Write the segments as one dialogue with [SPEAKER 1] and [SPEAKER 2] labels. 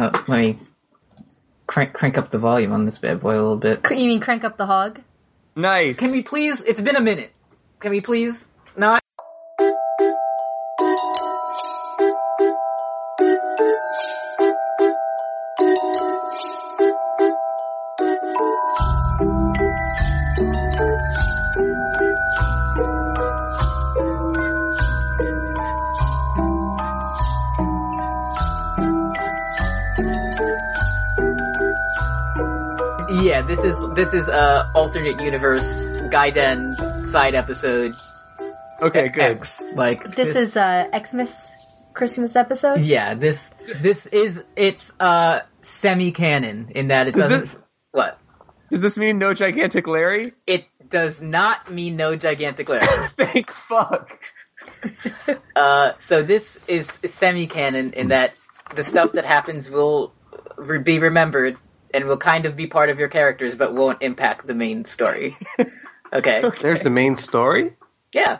[SPEAKER 1] Uh, let me crank crank up the volume on this bad boy a little bit.
[SPEAKER 2] Cr- You mean crank up the hog?
[SPEAKER 3] Nice.
[SPEAKER 1] Can we please? It's been a minute. Can we please not? Yeah, this is this is uh, alternate universe Gaiden side episode
[SPEAKER 3] Okay, good.
[SPEAKER 1] X. Like
[SPEAKER 2] This is uh Xmas Christmas episode.
[SPEAKER 1] yeah. This this is it's uh semi canon in that it
[SPEAKER 3] Does
[SPEAKER 1] doesn't
[SPEAKER 3] it-
[SPEAKER 1] what
[SPEAKER 3] Does this mean no gigantic Larry?
[SPEAKER 1] it does not mean no gigantic layer.
[SPEAKER 3] Thank fuck.
[SPEAKER 1] Uh, so this is semi canon in that the stuff that happens will re- be remembered and will kind of be part of your characters, but won't impact the main story. okay.
[SPEAKER 4] There's the main story.
[SPEAKER 1] Yeah.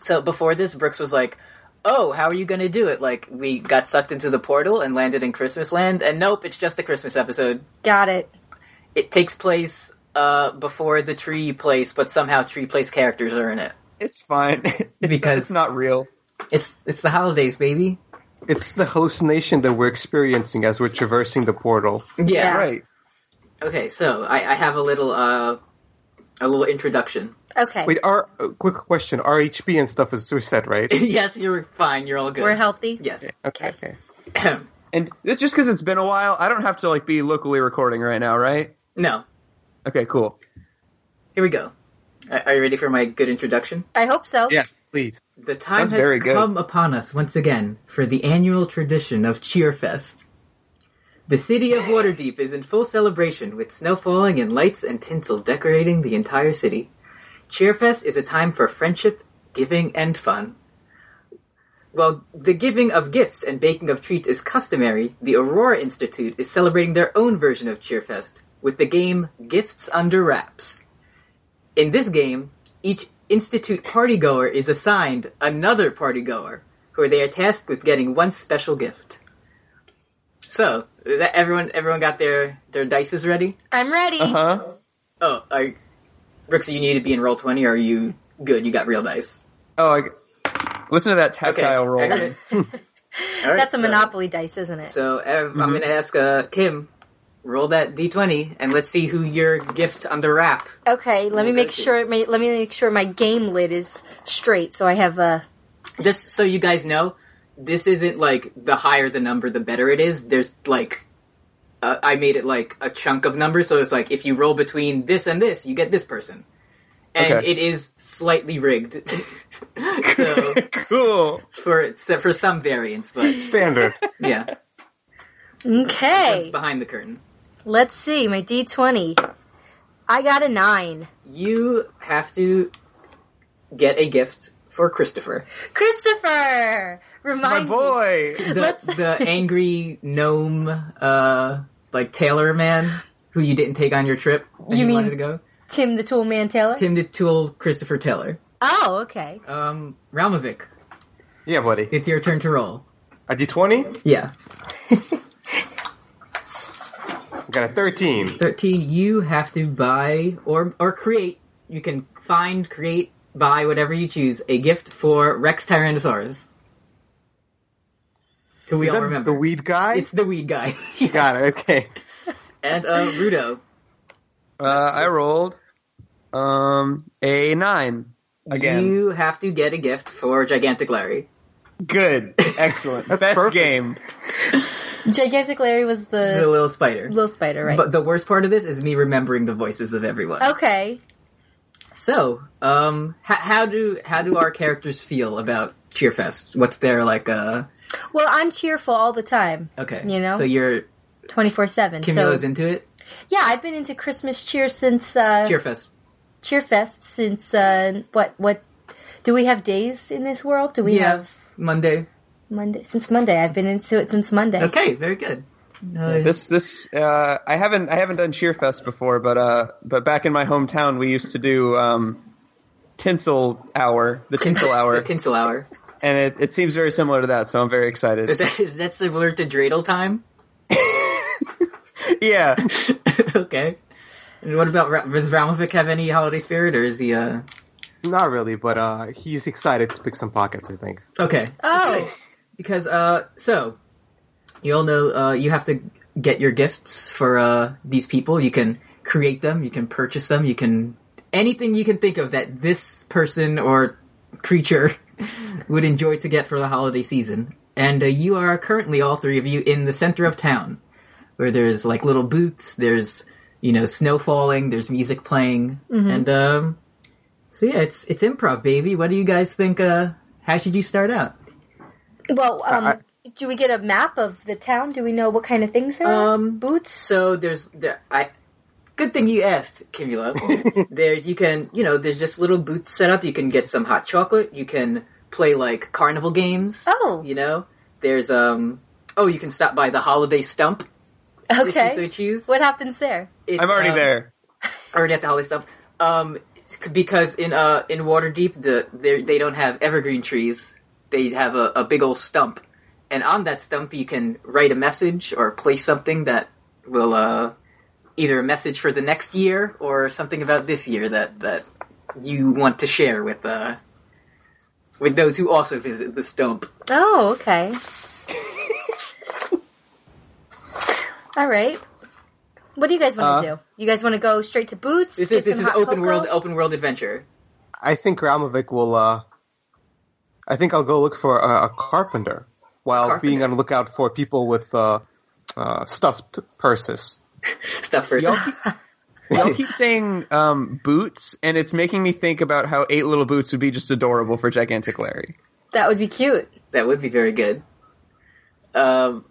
[SPEAKER 1] So before this, Brooks was like, "Oh, how are you going to do it? Like, we got sucked into the portal and landed in Christmas land, and nope, it's just a Christmas episode.
[SPEAKER 2] Got it.
[SPEAKER 1] It takes place uh, before the Tree Place, but somehow Tree Place characters are in it.
[SPEAKER 3] It's fine. It's,
[SPEAKER 1] Because-
[SPEAKER 3] it's not real.
[SPEAKER 1] It's it's the holidays, baby.
[SPEAKER 4] It's the hallucination that we're experiencing as we're traversing the portal.
[SPEAKER 2] Yeah.
[SPEAKER 3] Right.
[SPEAKER 1] Okay, so I, I have a little uh, a little introduction.
[SPEAKER 2] Okay.
[SPEAKER 4] Wait, our uh, quick question: Our HP and stuff is reset, right?
[SPEAKER 1] yes, you're fine. You're all good.
[SPEAKER 2] We're healthy.
[SPEAKER 1] Yes.
[SPEAKER 4] Okay, okay.
[SPEAKER 3] And it, just because it's been a while, I don't have to like be locally recording right now, right?
[SPEAKER 1] no.
[SPEAKER 3] Okay, cool.
[SPEAKER 1] Here we go. Are are you ready for my good introduction?
[SPEAKER 2] I hope so.
[SPEAKER 4] Yes, please.
[SPEAKER 1] The time
[SPEAKER 3] Sounds
[SPEAKER 1] has
[SPEAKER 3] very good.
[SPEAKER 1] come upon us once again for the annual tradition of Cheerfest. The city of Waterdeep is in full celebration with snow falling and lights and tinsel decorating the entire city. Cheerfest is a time for friendship, giving, and fun. While the giving of gifts and baking of treats is customary, the Aurora Institute is celebrating their own version of Cheerfest with the game Gifts Under Wraps. In this game, each institute partygoer is assigned another partygoer, who they are tasked with getting one special gift. So, is that everyone everyone got their their dices ready?
[SPEAKER 2] I'm ready.
[SPEAKER 1] Uh-huh.
[SPEAKER 3] Uh huh.
[SPEAKER 1] Oh, are Brooks, you need to be in roll twenty, or are you good? You got real dice.
[SPEAKER 3] Oh, I, listen to that tactile roll.
[SPEAKER 1] I got it. All right,
[SPEAKER 2] That's a
[SPEAKER 1] so-
[SPEAKER 2] monopoly dice, isn't it?
[SPEAKER 1] So Ev, I'm going to ask uh, Kim, roll that d20, and let's see who your gift under wrap.
[SPEAKER 2] okay, let me make
[SPEAKER 1] Monopoly.
[SPEAKER 2] sure my, let me make sure my game lid is straight so I have a
[SPEAKER 1] Just so you guys know, this isn't like the higher the number, the better it is. There's like, uh, I made it like a chunk of numbers, so it's like if you roll between this and this, you get this person. And
[SPEAKER 3] Okay.
[SPEAKER 1] it is slightly rigged, so
[SPEAKER 3] cool.
[SPEAKER 1] for for some variance, but
[SPEAKER 4] Standard.
[SPEAKER 1] yeah, it's
[SPEAKER 2] Okay.
[SPEAKER 1] behind the curtain.
[SPEAKER 2] Let's see my d20. I got a 9.
[SPEAKER 1] You have to get a gift for Christopher.
[SPEAKER 2] Christopher,
[SPEAKER 3] My
[SPEAKER 2] remind me.
[SPEAKER 3] boy.
[SPEAKER 1] the,
[SPEAKER 2] Let's-
[SPEAKER 1] the angry gnome, uh, like tailor man who you didn't take on your trip. and
[SPEAKER 2] You
[SPEAKER 1] you
[SPEAKER 2] mean-
[SPEAKER 1] wanted to go?
[SPEAKER 2] Tim the Tool Man Taylor.
[SPEAKER 1] Tim the Tool, Christopher Taylor.
[SPEAKER 2] Oh, okay.
[SPEAKER 1] Um, Ralmovic,
[SPEAKER 4] Yeah, buddy.
[SPEAKER 1] it's your turn to roll.
[SPEAKER 4] A D twenty.
[SPEAKER 1] Yeah,
[SPEAKER 4] Got a thirteen.
[SPEAKER 1] thirteen. You have to buy or or create. You can find, create, buy whatever you choose. A gift for Rex Tyrannosaurus, who we
[SPEAKER 4] Is
[SPEAKER 1] all
[SPEAKER 4] that
[SPEAKER 1] remember.
[SPEAKER 4] the weed guy?
[SPEAKER 1] it's the weed guy.
[SPEAKER 4] Got it. Okay.
[SPEAKER 1] And uh, Rudo.
[SPEAKER 3] Uh, I rolled um a nine again.
[SPEAKER 1] You have to get a gift for Gigantic Larry.
[SPEAKER 3] Good. Excellent. Best
[SPEAKER 4] perfect.
[SPEAKER 3] game.
[SPEAKER 2] Gigantic Larry was the,
[SPEAKER 1] The little spider.
[SPEAKER 2] little spider, right?
[SPEAKER 1] But the worst part of this is me remembering the voices of everyone.
[SPEAKER 2] okay.
[SPEAKER 1] So, um, h- how do how do our characters feel about Cheerfest? What's their like? Uh,
[SPEAKER 2] Well, I'm cheerful all the time,
[SPEAKER 1] okay,
[SPEAKER 2] You know?
[SPEAKER 1] So you're
[SPEAKER 2] 24/7.
[SPEAKER 1] Kimio's
[SPEAKER 2] so
[SPEAKER 1] into it.
[SPEAKER 2] yeah, I've been into Christmas cheer since uh
[SPEAKER 1] Cheerfest.
[SPEAKER 2] Cheerfest since uh what what do we have days in this world? Do we
[SPEAKER 1] Yeah.
[SPEAKER 2] have
[SPEAKER 1] Monday.
[SPEAKER 2] Monday since Monday. I've been into it since Monday.
[SPEAKER 1] Okay, very good. Uh,
[SPEAKER 3] This this uh, I haven't I haven't done Cheerfest before, but uh, but back in my hometown we used to do um, Tinsel Hour, the Tinsel Hour,
[SPEAKER 1] the tinsel hour.
[SPEAKER 3] and it, it seems very similar to that. So I'm very excited.
[SPEAKER 1] Is that, is that similar to dreidel time?
[SPEAKER 3] yeah.
[SPEAKER 1] okay. And what about Ra- does Ralmovic have any holiday spirit, or is he? Uh...
[SPEAKER 4] Not really, but uh, he's excited to pick some pockets. I think.
[SPEAKER 1] Okay,
[SPEAKER 2] Oh,
[SPEAKER 1] because uh, so you all know uh, you have to get your gifts for uh these people. You can create them, you can purchase them, you can anything you can think of that this person or creature would enjoy to get for the holiday season. And uh, you are currently all three of you in the center of town, where there's like little booths, there's you know snow falling, there's music playing, and um, so yeah, it's it's improv, baby. What do you guys think? Uh, how should you start out?
[SPEAKER 2] well. Um,
[SPEAKER 4] I-
[SPEAKER 2] do we get a map of the town? Do we know what kind of things there are?
[SPEAKER 1] Um,
[SPEAKER 2] Booths.
[SPEAKER 1] So there's there I good thing you asked, Kimula. there's you can you know, there's just little booths set up, you can get some hot chocolate, you can play like carnival games.
[SPEAKER 2] Oh.
[SPEAKER 1] You know? There's um oh you can stop by the holiday stump if you so
[SPEAKER 2] Okay.
[SPEAKER 1] choose.
[SPEAKER 2] What happens there?
[SPEAKER 1] It's,
[SPEAKER 3] I'm already
[SPEAKER 1] um,
[SPEAKER 3] there.
[SPEAKER 1] Already at the holiday stump. Um it's c- because in uh in Waterdeep the they they don't have evergreen trees. They have a, a big old stump. And on that stump you can write a message or place something that will uh either a message for the next year or something about this year that that you want to share with uh with those who also visit the stump.
[SPEAKER 2] Oh, okay. All right. What do you guys want to
[SPEAKER 4] Uh,
[SPEAKER 2] do? You guys want to go straight to Boots?
[SPEAKER 1] This
[SPEAKER 2] get
[SPEAKER 1] is this
[SPEAKER 2] some
[SPEAKER 1] is
[SPEAKER 2] hot
[SPEAKER 1] open
[SPEAKER 2] cocoa?
[SPEAKER 1] world open world adventure.
[SPEAKER 4] I think Ramovic will. Uh, I think I'll go look for a, a carpenter while
[SPEAKER 1] Carpenter.
[SPEAKER 4] being on the lookout for people with uh, uh, stuffed purses.
[SPEAKER 1] Stuff first.
[SPEAKER 3] Y'all keep, y'all keep saying um, boots, and it's making me think about how eight little boots would be just adorable for Gigantic Larry.
[SPEAKER 2] That would be cute.
[SPEAKER 1] That would be very good. Um,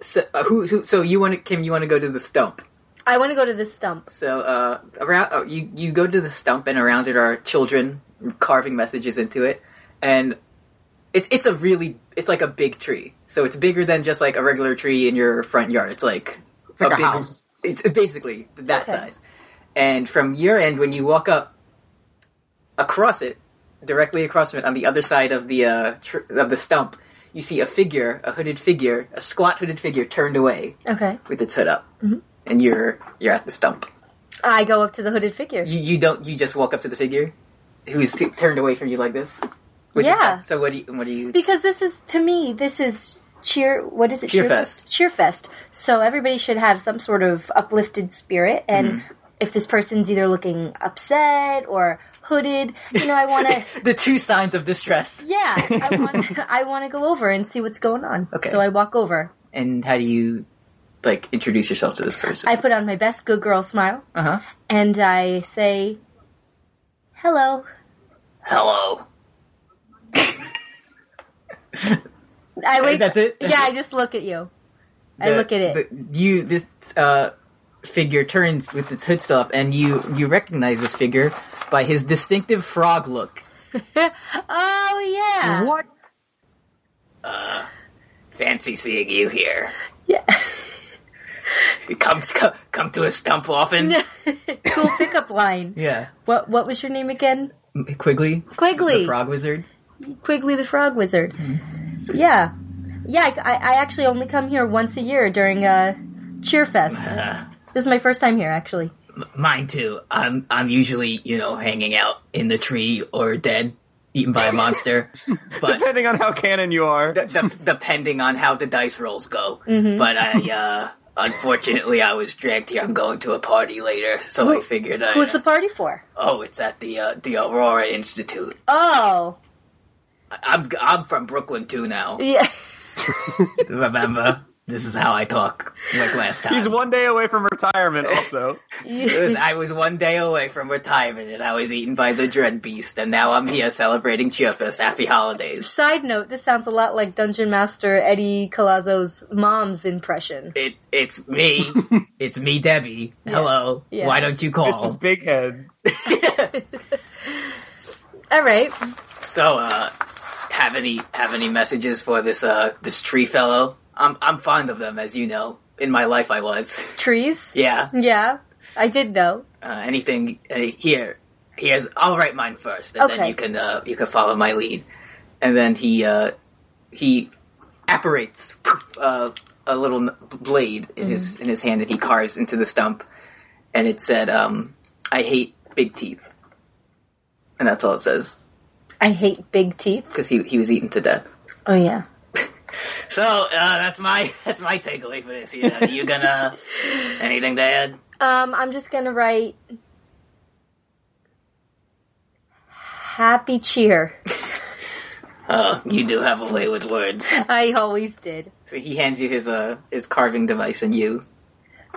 [SPEAKER 1] so uh, who, who? So you want to, Kim? You want to go to the stump?
[SPEAKER 2] I want to go to this stump.
[SPEAKER 1] So uh, around oh, you, you go to the stump, and around it are children carving messages into it, and it's it's a really it's like a big tree. So it's bigger than just like a regular tree in your front yard. It's like
[SPEAKER 4] like a
[SPEAKER 1] big-
[SPEAKER 4] house.
[SPEAKER 1] It's basically that
[SPEAKER 2] Okay.
[SPEAKER 1] size. And from your end, when you walk up across it, directly across from it, on the other side of the uh, tr- of the stump, you see a figure, a hooded figure, a squat hooded figure, turned away
[SPEAKER 2] Okay.
[SPEAKER 1] with its hood up, and you're you're at the stump.
[SPEAKER 2] I go up to the hooded figure.
[SPEAKER 1] You, you don't. You just walk up to the figure, who's t- turned away from you like this. Which is
[SPEAKER 2] Yeah.
[SPEAKER 1] not- so what do you? What do you?
[SPEAKER 2] Because this is, to me, this is cheer. What is it?
[SPEAKER 1] Cheerfest.
[SPEAKER 2] Cheerfest. So everybody should have some sort of uplifted spirit. And
[SPEAKER 1] Mm-hmm.
[SPEAKER 2] if this person's either looking upset or hooded, you know, I want to.
[SPEAKER 1] the two signs of distress.
[SPEAKER 2] Yeah, I want I want to go over and see what's going on.
[SPEAKER 1] Okay.
[SPEAKER 2] So I walk over.
[SPEAKER 1] And how do you, like, introduce yourself to this person?
[SPEAKER 2] I put on my best good girl smile
[SPEAKER 1] Uh huh.
[SPEAKER 2] and I say, "Hello."
[SPEAKER 1] Hello.
[SPEAKER 2] I wait.
[SPEAKER 1] that's it?
[SPEAKER 2] Yeah, I just look at you. I
[SPEAKER 1] the-
[SPEAKER 2] look at it.
[SPEAKER 1] the- you this uh, figure turns with its hood still up, and you you recognize this figure by his distinctive frog look.
[SPEAKER 2] oh yeah.
[SPEAKER 4] What?
[SPEAKER 1] Fancy seeing you here.
[SPEAKER 2] Yeah.
[SPEAKER 1] Come come, come to a stump often.
[SPEAKER 2] cool pickup line.
[SPEAKER 1] yeah.
[SPEAKER 2] What What was your name again?
[SPEAKER 1] Quigley,
[SPEAKER 2] Quigley.
[SPEAKER 1] the frog wizard.
[SPEAKER 2] Quigley the Frog Wizard. Yeah. Yeah, I, I actually only come here once a year during a Cheerfest. This is my first time here, actually.
[SPEAKER 1] Mine too. I'm I'm usually you know hanging out in the tree or dead, eaten by a monster. but
[SPEAKER 3] Depending on how canon you are.
[SPEAKER 1] d- depending on how the dice rolls go. But I, uh, unfortunately, I was dragged here. I'm going to a party later, so I figured I. uh,
[SPEAKER 2] Who's the party for?
[SPEAKER 1] oh, it's at the uh, the Aurora Institute.
[SPEAKER 2] Oh,
[SPEAKER 1] I- I'm I'm from Brooklyn too now.
[SPEAKER 2] yeah.
[SPEAKER 1] Remember, this is how I talk like last time.
[SPEAKER 3] He's one day away from retirement, also.
[SPEAKER 1] It was- I was one day away from retirement, and I was eaten by the dread beast, and now I'm here celebrating Cheerfest. Happy holidays.
[SPEAKER 2] Side note: This sounds a lot like Dungeon Master Eddie Colazzo's mom's impression.
[SPEAKER 1] It it's me. it's me, Debbie. Hello.
[SPEAKER 2] Yeah.
[SPEAKER 1] Why don't you call?
[SPEAKER 3] This is Big Head.
[SPEAKER 2] All right,
[SPEAKER 1] So, uh, have any have any messages for this uh this tree fellow? I'm I'm fond of them, as you know. In my life, I was.
[SPEAKER 2] trees.
[SPEAKER 1] Yeah.
[SPEAKER 2] Yeah, I did know.
[SPEAKER 1] Uh, anything uh, here? Here's. I'll write mine first, and then
[SPEAKER 2] Okay.
[SPEAKER 1] you can uh you can follow my lead. And then he uh he apparates, poof, uh, a little n- blade in his in his hand that he carves into the stump, and it said, um, "I hate big teeth," and that's all it says
[SPEAKER 2] I hate big teeth.
[SPEAKER 1] because he he was eaten to death.
[SPEAKER 2] Oh yeah.
[SPEAKER 1] So uh, that's my that's my takeaway for this. You, know, you gonna anything to add?
[SPEAKER 2] Um, I'm just gonna write happy cheer.
[SPEAKER 1] Oh, you do have a way with words.
[SPEAKER 2] I always did.
[SPEAKER 1] So he hands you his uh his carving device, and you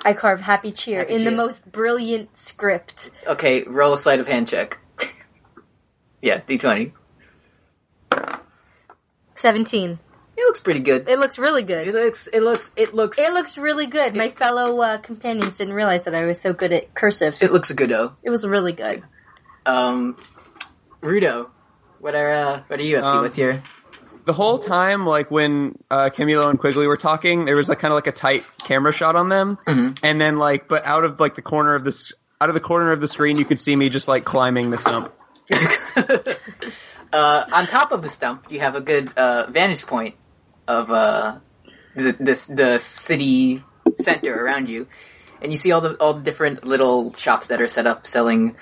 [SPEAKER 2] I carve happy cheer
[SPEAKER 1] Happy
[SPEAKER 2] in the
[SPEAKER 1] cheer.
[SPEAKER 2] most brilliant script.
[SPEAKER 1] okay roll a sleight of hand check. yeah, d twenty.
[SPEAKER 2] 17.
[SPEAKER 1] It looks pretty good.
[SPEAKER 2] It looks really
[SPEAKER 1] It
[SPEAKER 2] good.
[SPEAKER 1] looks it looks it looks
[SPEAKER 2] It looks really good. My fellow uh, companions didn't realize that I was so good at cursive.
[SPEAKER 1] it looks good though.
[SPEAKER 2] It was really good.
[SPEAKER 1] Um, Rudo, what are uh, what are you up to?
[SPEAKER 5] Um,
[SPEAKER 1] What's your
[SPEAKER 5] The whole time, like when uh, Camilo and Quigley were talking, there was like kind of like a tight camera shot on them, and then like, but out of like the corner of this, out of the corner of the screen, you could see me just like climbing the stump.
[SPEAKER 1] uh, on top of the stump? You have a good uh, vantage point of uh, the, the the city center around you, and you see all the all the different little shops that are set up selling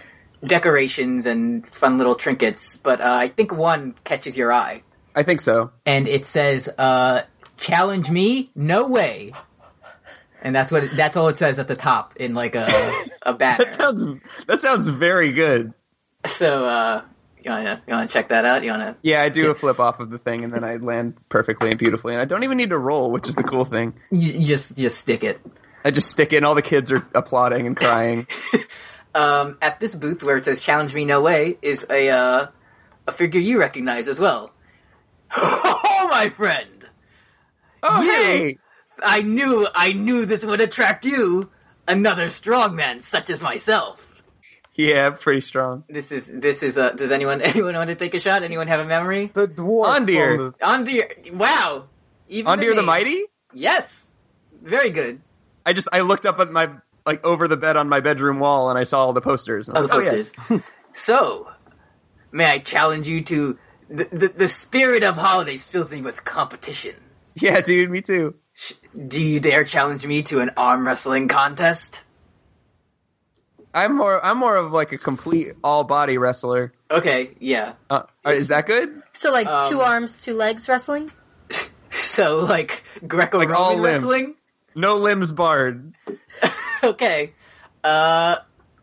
[SPEAKER 1] decorations and fun little trinkets. But uh, I think one catches your eye,
[SPEAKER 5] I think so.
[SPEAKER 1] and it says, uh, "Challenge me? No way." And that's what it, that's all it says at the top in like a a banner.
[SPEAKER 5] That sounds that sounds very good.
[SPEAKER 1] So, uh, you wanna, you wanna check that out? You wanna,
[SPEAKER 5] Yeah, I do a flip off of the thing, and then I land perfectly and beautifully, and I don't even need to roll, which is the cool thing.
[SPEAKER 1] you, you just, just stick it.
[SPEAKER 5] I just stick it, and all the kids are applauding and crying.
[SPEAKER 1] Um, at this booth where it says challenge me no way is a, uh, a figure you recognize as well. oh, my friend!
[SPEAKER 5] Oh,
[SPEAKER 1] Yay!
[SPEAKER 5] hey!
[SPEAKER 1] I knew, I knew this would attract you! Another strong man such as myself!
[SPEAKER 5] Yeah, pretty strong.
[SPEAKER 1] This is, this is, uh, does anyone, anyone want to take a shot? Anyone have a memory?
[SPEAKER 4] The dwarf.
[SPEAKER 5] Ondir.
[SPEAKER 4] from
[SPEAKER 1] Andir, wow! Even
[SPEAKER 5] Ondir the
[SPEAKER 1] name-
[SPEAKER 5] Mighty?
[SPEAKER 1] Yes! Very good.
[SPEAKER 5] I just I looked up at my like over the bed on my bedroom wall and I saw all the posters. And I
[SPEAKER 1] Oh,
[SPEAKER 5] was
[SPEAKER 1] the
[SPEAKER 5] like,
[SPEAKER 1] posters. so, may I challenge you to the, the the spirit of holidays fills me with competition.
[SPEAKER 5] yes. Yeah, dude, me too.
[SPEAKER 1] Sh- Do you dare challenge me to an arm wrestling contest?
[SPEAKER 5] I'm more I'm more of like a complete all body wrestler.
[SPEAKER 1] Okay, yeah.
[SPEAKER 5] Uh, is that good?
[SPEAKER 2] So, like,
[SPEAKER 1] Um,
[SPEAKER 2] two arms, two legs wrestling?
[SPEAKER 1] So like Greco-Roman
[SPEAKER 5] all limb.
[SPEAKER 1] wrestling.
[SPEAKER 5] No limbs barred.
[SPEAKER 1] Okay. Uh,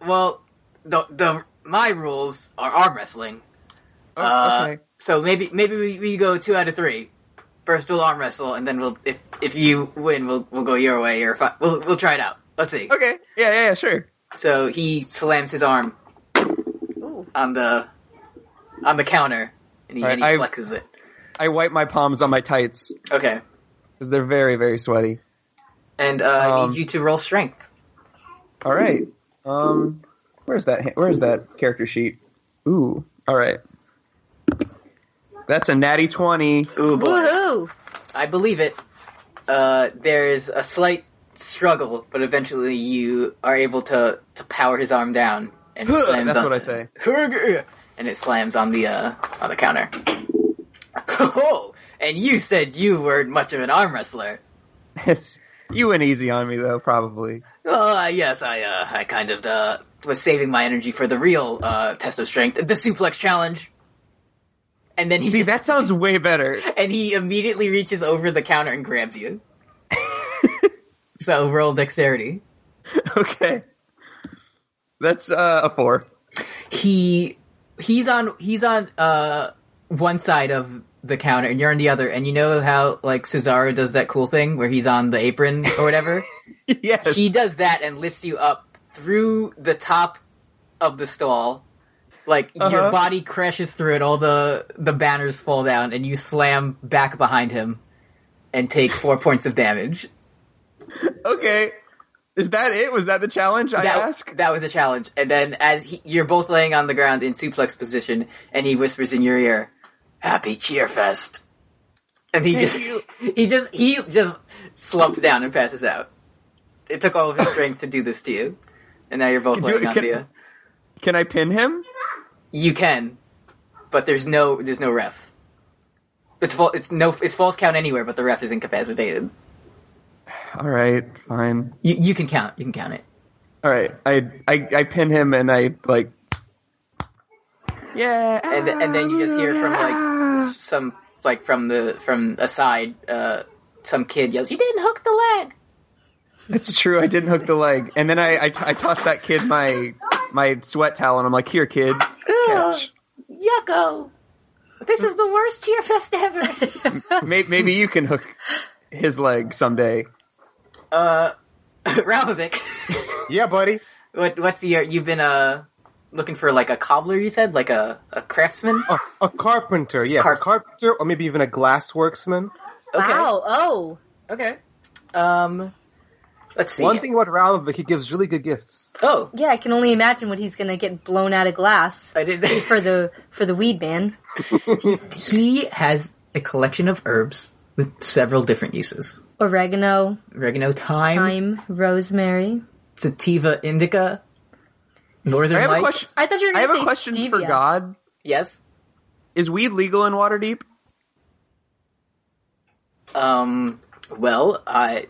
[SPEAKER 1] well, the the my rules are arm wrestling.
[SPEAKER 5] Oh,
[SPEAKER 1] Uh,
[SPEAKER 5] okay.
[SPEAKER 1] So maybe maybe we, we go two out of three. First we'll arm wrestle, and then we'll if if you win, we'll we'll go your way, or if I, we'll we'll try it out. Let's see.
[SPEAKER 5] Okay. Yeah, yeah, yeah, sure.
[SPEAKER 1] So he slams his arm
[SPEAKER 2] Ooh.
[SPEAKER 1] on the on the counter and he,
[SPEAKER 5] All right,
[SPEAKER 1] and he
[SPEAKER 5] I-
[SPEAKER 1] flexes it.
[SPEAKER 5] I wipe my palms on my tights
[SPEAKER 1] Okay.
[SPEAKER 5] because they're very, very sweaty.
[SPEAKER 1] And uh, I
[SPEAKER 5] Um,
[SPEAKER 1] need you to roll strength.
[SPEAKER 5] All right. Um, where's that? ha- Where's that character sheet? Ooh. All right. That's a natty twenty.
[SPEAKER 1] Ooh boy.
[SPEAKER 2] Woohoo!
[SPEAKER 1] I believe it. Uh, there's a slight struggle, but eventually you are able to, to power his arm down and it slams
[SPEAKER 5] That's
[SPEAKER 1] on-
[SPEAKER 5] what I say.
[SPEAKER 1] and it slams on the uh, on the counter. Oh, and you said you weren't much of an arm wrestler.
[SPEAKER 5] It's you went easy on me though, probably.
[SPEAKER 1] Well, uh, yes, I, uh, I kind of, uh, was saving my energy for the real, uh, test of strength, the suplex challenge. And then he,
[SPEAKER 5] See,
[SPEAKER 1] just-
[SPEAKER 5] that sounds way better.
[SPEAKER 1] and he immediately reaches over the counter and grabs you. so roll dexterity.
[SPEAKER 5] Okay. That's uh, a four.
[SPEAKER 1] He, he's on, he's on, uh, one side of the counter and you're on the other. And you know how, like, Cesaro does that cool thing where he's on the apron or whatever?
[SPEAKER 5] yes.
[SPEAKER 1] he does that and lifts you up through the top of the stall. Like your
[SPEAKER 5] Uh-huh.
[SPEAKER 1] body crashes through it, all the the banners fall down, and you slam back behind him and take four points of damage.
[SPEAKER 5] Okay. Is that it? Was that the challenge? I
[SPEAKER 1] That,
[SPEAKER 5] ask.
[SPEAKER 1] that was a challenge. And then as he, you're both laying on the ground in suplex position, and he whispers in your ear, "Happy cheer fest," and he just he just he just slumps down and passes out. It took all of his strength to do this to you, and now you're both
[SPEAKER 5] Do-
[SPEAKER 1] laying on
[SPEAKER 5] can-
[SPEAKER 1] the. uh,
[SPEAKER 5] Can I pin him?
[SPEAKER 1] You can, but there's no there's no ref. It's fal- it's no it's false count anywhere, but the ref is incapacitated.
[SPEAKER 3] All right, fine.
[SPEAKER 1] You, you can count. You can count it.
[SPEAKER 3] All right, I I, I pin him and I like. Yeah,
[SPEAKER 1] and and then you just hear from
[SPEAKER 2] Ah.
[SPEAKER 1] like s- some like from the from a side uh some kid yells you didn't hook the leg
[SPEAKER 3] That's true. I didn't hook the leg, and then I I, t- I tossed that kid my my sweat towel, and I'm like, "Here, kid, catch.
[SPEAKER 1] yucko this is the worst cheer fest ever
[SPEAKER 3] Maybe, maybe you can hook his leg someday."
[SPEAKER 1] uh Rabovic
[SPEAKER 4] Yeah, buddy.
[SPEAKER 1] what what's your you've been uh looking for like a cobbler you said like a a craftsman
[SPEAKER 4] A, a carpenter, yeah,
[SPEAKER 1] Car-
[SPEAKER 4] a carpenter, or maybe even a glass worksman.
[SPEAKER 1] okay
[SPEAKER 2] Wow. Oh.
[SPEAKER 1] okay um let's see
[SPEAKER 4] One thing about Ramovic, he gives really good gifts.
[SPEAKER 1] oh
[SPEAKER 2] Yeah, I can only imagine what he's gonna get blown out of glass
[SPEAKER 1] I did
[SPEAKER 2] for the for the weed man.
[SPEAKER 1] he has a collection of herbs with several different uses
[SPEAKER 2] Oregano,
[SPEAKER 1] oregano
[SPEAKER 2] thyme, rosemary.
[SPEAKER 1] sativa indica northern
[SPEAKER 3] I have a
[SPEAKER 1] lights
[SPEAKER 3] question.
[SPEAKER 2] I thought you were
[SPEAKER 3] I
[SPEAKER 2] gonna
[SPEAKER 3] have
[SPEAKER 2] say
[SPEAKER 3] a question for
[SPEAKER 2] stevia.
[SPEAKER 3] God.
[SPEAKER 1] yes
[SPEAKER 3] Is weed legal in Waterdeep?
[SPEAKER 1] um well i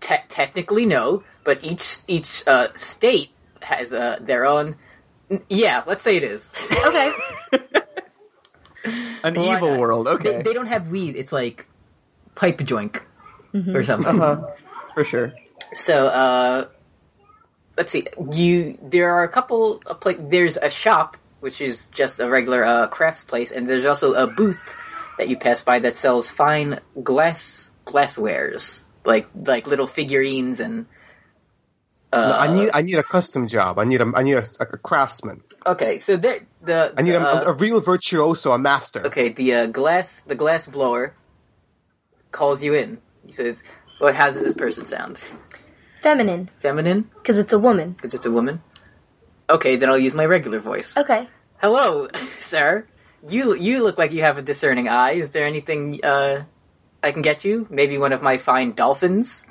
[SPEAKER 1] te- technically no but each each uh state has uh their own n- yeah let's say it is
[SPEAKER 2] Okay.
[SPEAKER 3] An
[SPEAKER 1] Why
[SPEAKER 3] evil
[SPEAKER 1] not?
[SPEAKER 3] world,
[SPEAKER 1] Oh, they,
[SPEAKER 3] okay,
[SPEAKER 1] they don't have weed it's like pipe joink or something
[SPEAKER 5] Uh-huh.
[SPEAKER 3] Uh, for sure.
[SPEAKER 1] so uh let's see you there are a couple of pla- there's a shop which is just a regular uh, crafts place and there's also a booth that you pass by that sells fine glass glasswares like like little figurines and
[SPEAKER 4] No,
[SPEAKER 1] Uh,
[SPEAKER 4] I need, I need a custom job. I need a, I need a, a craftsman.
[SPEAKER 1] okay so there the,
[SPEAKER 4] I need a,
[SPEAKER 1] uh,
[SPEAKER 4] a real virtuoso, a master.
[SPEAKER 1] okay the uh, glass the glass blower calls you in he says well how does this person sound
[SPEAKER 2] Feminine,
[SPEAKER 1] feminine
[SPEAKER 2] because it's a woman.
[SPEAKER 1] because it's a woman okay then i'll use my regular voice
[SPEAKER 2] Okay.
[SPEAKER 1] Hello, sir. You you look like you have a discerning eye. Is there anything uh, I can get you? Maybe one of my fine dolphins.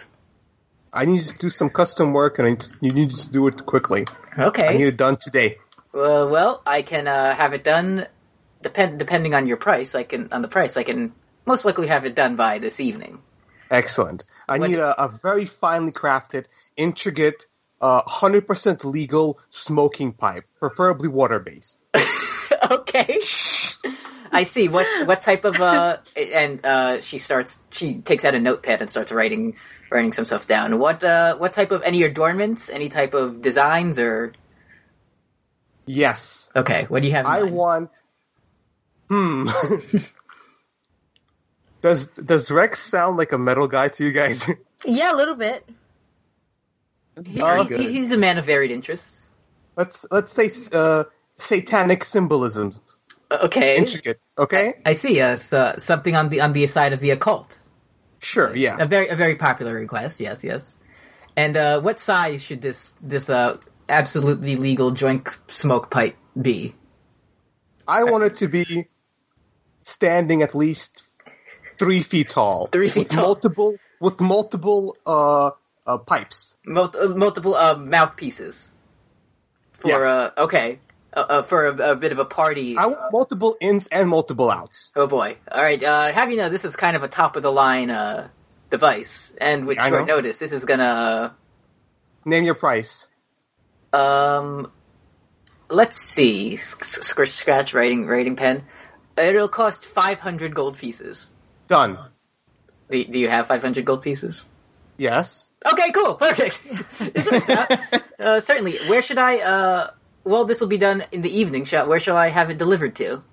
[SPEAKER 4] I need you to do some custom work, and I need, you need to do it quickly. I need
[SPEAKER 1] Okay.
[SPEAKER 4] it done today.
[SPEAKER 1] Well, well, I can uh, have it done. Depend depending on your price, I can on the price, I can most likely have it done by this evening.
[SPEAKER 4] Excellent. I
[SPEAKER 1] When-
[SPEAKER 4] need a, a very finely crafted, intricate, uh, 100% legal smoking pipe, preferably water based.
[SPEAKER 1] okay. I see. What what type of uh? And uh, she starts. She takes out a notepad and starts writing writing some stuff down. What uh? What type of any adornments? Any type of designs or?
[SPEAKER 4] Yes.
[SPEAKER 1] Okay. What do you have? in
[SPEAKER 4] I
[SPEAKER 1] mind?
[SPEAKER 4] want. Hmm. does does Rex sound like a metal guy to you guys?
[SPEAKER 2] Yeah, a little bit.
[SPEAKER 1] He-
[SPEAKER 4] Oh,
[SPEAKER 1] he-
[SPEAKER 4] good.
[SPEAKER 1] he's a man of varied interests.
[SPEAKER 4] let's let's say uh, satanic symbolism,
[SPEAKER 1] Uh, Okay,
[SPEAKER 4] intricate. Okay,
[SPEAKER 1] I see. Uh, so, something on the on the side of the occult.
[SPEAKER 4] sure,
[SPEAKER 1] A
[SPEAKER 4] yeah.
[SPEAKER 1] very a very popular request. Yes, yes. And uh, what size should this this uh, absolutely legal joint smoke pipe be?
[SPEAKER 4] I want it to be standing at least three feet tall,
[SPEAKER 1] Three feet
[SPEAKER 4] with
[SPEAKER 1] tall.
[SPEAKER 4] multiple with multiple uh, uh, pipes.
[SPEAKER 1] Mul- uh, multiple uh, mouthpieces for
[SPEAKER 4] Yeah.
[SPEAKER 1] uh, okay uh, uh, for a, a bit of a party.
[SPEAKER 4] I want multiple ins and multiple outs.
[SPEAKER 1] Oh boy! All right, uh, have you know this is kind of a top of the line uh, device, and with
[SPEAKER 4] I
[SPEAKER 1] short
[SPEAKER 4] know.
[SPEAKER 1] notice, this is gonna
[SPEAKER 4] Name your price.
[SPEAKER 1] Um, let's see. Sc- sc- scratch writing writing pen. It'll cost five hundred gold pieces.
[SPEAKER 4] Done.
[SPEAKER 1] Do, do you have five hundred gold pieces?
[SPEAKER 4] Yes.
[SPEAKER 1] Okay, cool, perfect. This works out. Uh, certainly. Where should I? Uh, well, this will be done in the evening. Shall, where shall I have it delivered to?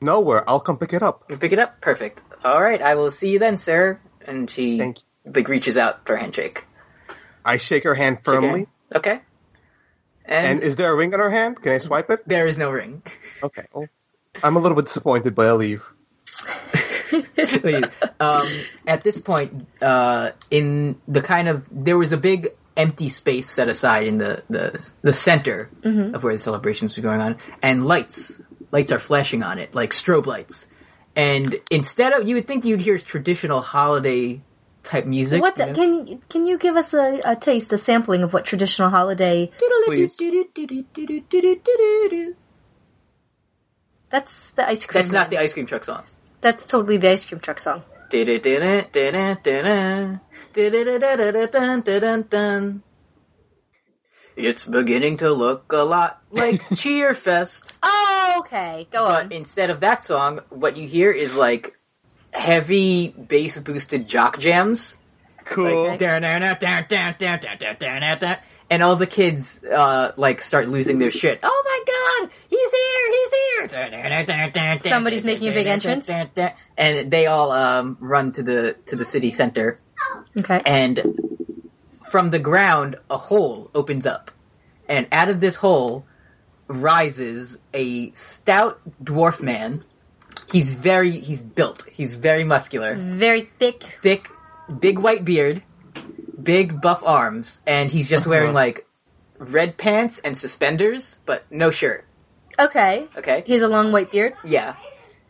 [SPEAKER 4] Nowhere. I'll come pick it up.
[SPEAKER 1] You pick it up. Perfect. All right, I will see you then, sir. And she
[SPEAKER 4] Thank
[SPEAKER 1] like reaches out for a handshake.
[SPEAKER 4] I shake her hand firmly.
[SPEAKER 1] Okay. And,
[SPEAKER 4] And is there a ring on her hand? Can I swipe it?
[SPEAKER 1] there is no ring.
[SPEAKER 4] Okay. Well, I'm a little bit disappointed, but I'll leave.
[SPEAKER 1] Please. Um, at this point, uh, in the kind of there was a big empty space set aside in the the, the center
[SPEAKER 2] Mm-hmm.
[SPEAKER 1] of where the celebrations were going on, and lights lights are flashing on it like strobe lights. And instead of you would think you'd hear traditional holiday type music.
[SPEAKER 2] What the,
[SPEAKER 1] you know?
[SPEAKER 2] can can you give us a, a taste, a sampling of what traditional holiday?
[SPEAKER 4] Please.
[SPEAKER 2] That's the ice cream.
[SPEAKER 1] That's not the ice cream truck song.
[SPEAKER 2] That's totally the ice cream truck song.
[SPEAKER 1] It's beginning to look a lot like Cheerfest.
[SPEAKER 2] Oh, okay. Go
[SPEAKER 1] But
[SPEAKER 2] on.
[SPEAKER 1] instead of that song, what you hear is like heavy bass boosted jock jams.
[SPEAKER 3] Cool.
[SPEAKER 1] Like, "Down, down, down, down, down, down, down, down, down, down, down." and all the kids uh, like start losing their shit. Oh my god, he's here, he's here! Down, down, down, down, down,
[SPEAKER 2] Somebody's
[SPEAKER 1] down,
[SPEAKER 2] making a
[SPEAKER 1] down,
[SPEAKER 2] big
[SPEAKER 1] down,
[SPEAKER 2] entrance.
[SPEAKER 1] down, down. and they all um, run to the to the city center,
[SPEAKER 2] Okay.
[SPEAKER 1] and from the ground a hole opens up, and out of this hole rises a stout dwarf man. He's very he's built. He's very muscular
[SPEAKER 2] Very thick.
[SPEAKER 1] thick, big white beard, big buff arms, and he's just wearing like red pants and suspenders, but no shirt.
[SPEAKER 2] Okay.
[SPEAKER 1] Okay.
[SPEAKER 2] He has a long white beard.
[SPEAKER 1] Yeah.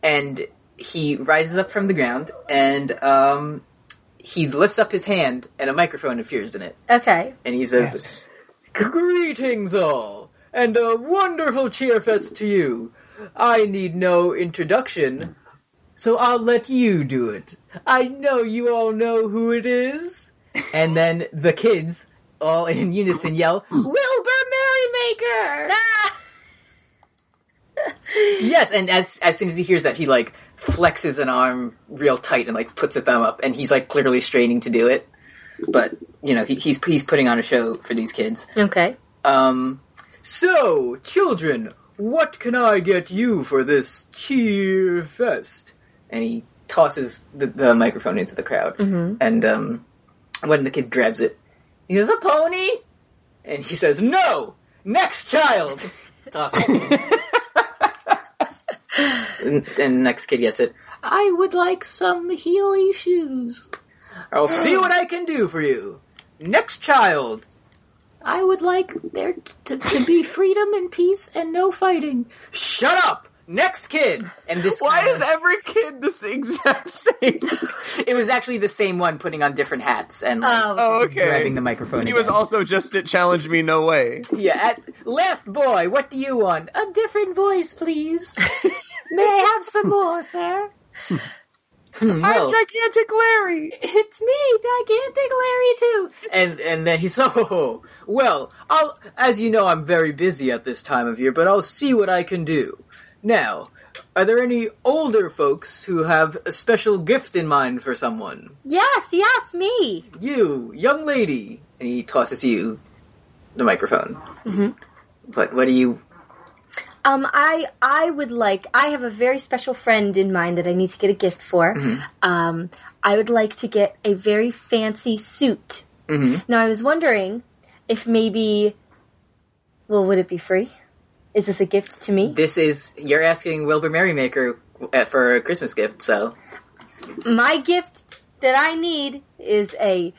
[SPEAKER 1] And he rises up from the ground and um he lifts up his hand and a microphone appears in it.
[SPEAKER 2] Okay.
[SPEAKER 1] And he says Greetings all, and a wonderful cheerfest to you. I need no introduction, so I'll let you do it. I know you all know who it is. And then the kids, all in unison, yell, Wilbur Merrymaker!
[SPEAKER 2] Ah!
[SPEAKER 1] Yes, and as as soon as he hears that, he like flexes an arm real tight and like puts a thumb up, and he's like clearly straining to do it. But you know, he, he's he's putting on a show for these kids.
[SPEAKER 2] Okay.
[SPEAKER 1] Um, so, children, what can I get you for this cheer fest? And he tosses the, the microphone into the crowd. And um, when the kid grabs it, he goes, A pony? And he says, No! Next child! Tosses it. and, and the next kid gets it. I would like some Heely shoes. I'll see what I can do for you. Next child. I would like there to, to be freedom and peace and no fighting. Shut up! Next kid! And this
[SPEAKER 3] Why
[SPEAKER 1] guy-
[SPEAKER 3] is every kid this exact same?
[SPEAKER 1] it was actually the same one putting on different hats and like,
[SPEAKER 2] Oh,
[SPEAKER 3] Oh, okay.
[SPEAKER 1] grabbing the microphone.
[SPEAKER 3] He was
[SPEAKER 1] again.
[SPEAKER 3] also just at Challenge Me No Way.
[SPEAKER 1] yeah. At, last boy, what do you want? A different voice, please. May I have some more, sir? Hmm, well,
[SPEAKER 3] Gigantic Larry!
[SPEAKER 1] it's me, gigantic Larry too. And and then he's oh well, I'll as you know I'm very busy at this time of year, but I'll see what I can do. Now, are there any older folks who have a special gift in mind for someone?
[SPEAKER 2] Yes, yes, me.
[SPEAKER 1] You, young lady, and he tosses you the microphone. Mm-hmm. But what do you?
[SPEAKER 2] Um, I I would like. I have a very special friend in mind that I need to get a gift for.
[SPEAKER 1] Mm-hmm.
[SPEAKER 2] Um, I would like to get a very fancy suit.
[SPEAKER 1] Mhm.
[SPEAKER 2] Now I was wondering if maybe, well, would it be free? Is this a gift to me?
[SPEAKER 1] This is you're asking Wilbur Merrymaker uh, for a Christmas gift, so
[SPEAKER 2] My gift that I need is a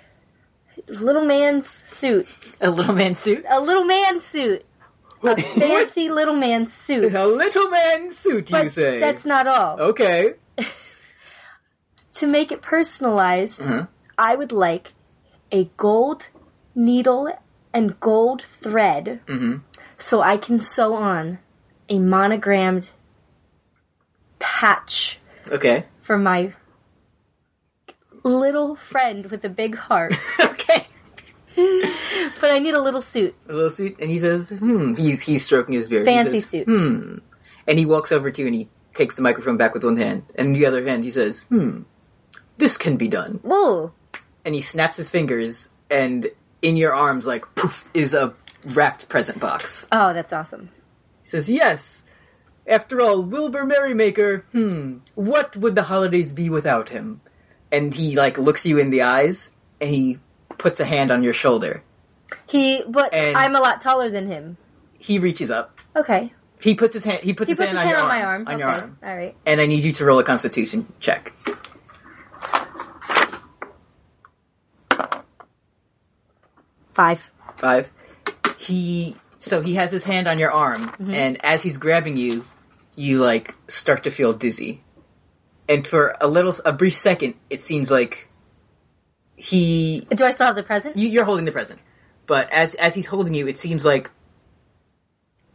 [SPEAKER 2] little man's suit.
[SPEAKER 1] a little man suit,
[SPEAKER 2] A little man suit. A fancy little man suit.
[SPEAKER 1] a little man suit. you
[SPEAKER 2] But
[SPEAKER 1] say
[SPEAKER 2] that's not all.
[SPEAKER 1] okay.
[SPEAKER 2] to make it personalized,
[SPEAKER 1] Mm-hmm.
[SPEAKER 2] I would like a gold needle and gold thread
[SPEAKER 1] Mm-hmm.
[SPEAKER 2] so I can sew on a monogrammed patch
[SPEAKER 1] Okay.
[SPEAKER 2] for my little friend with a big heart.
[SPEAKER 1] okay.
[SPEAKER 2] but I need a little suit.
[SPEAKER 1] A little suit, and he says, "Hmm." He's he's stroking his beard. He
[SPEAKER 2] Fancy
[SPEAKER 1] says,
[SPEAKER 2] suit.
[SPEAKER 1] Hmm. And he walks over to you and he takes the microphone back with one hand, and the other hand he says, "Hmm. This can be done."
[SPEAKER 2] Whoa.
[SPEAKER 1] and he snaps his fingers, and in your arms, like poof, is a wrapped present box.
[SPEAKER 2] Oh, that's awesome.
[SPEAKER 1] He says, "Yes, after all, Wilbur Merrymaker. Hmm, what would the holidays be without him?" And he like looks you in the eyes, and he puts a hand on your shoulder.
[SPEAKER 2] He but
[SPEAKER 1] And-
[SPEAKER 2] I'm a lot taller than him.
[SPEAKER 1] He reaches up.
[SPEAKER 2] Okay.
[SPEAKER 1] He puts his hand. He puts
[SPEAKER 2] He
[SPEAKER 1] his
[SPEAKER 2] puts
[SPEAKER 1] hand,
[SPEAKER 2] his
[SPEAKER 1] on,
[SPEAKER 2] hand
[SPEAKER 1] your
[SPEAKER 2] on my arm.
[SPEAKER 1] On your
[SPEAKER 2] Okay.
[SPEAKER 1] arm.
[SPEAKER 2] All right.
[SPEAKER 1] And I need you to roll a Constitution check.
[SPEAKER 2] Five.
[SPEAKER 1] Five. He so he has his hand on your arm, and as he's grabbing you, you like start to feel dizzy, and for a little, a brief second, it seems like he
[SPEAKER 2] Do I still have the present?
[SPEAKER 1] you, you're holding the present, but as as he's holding you, it seems like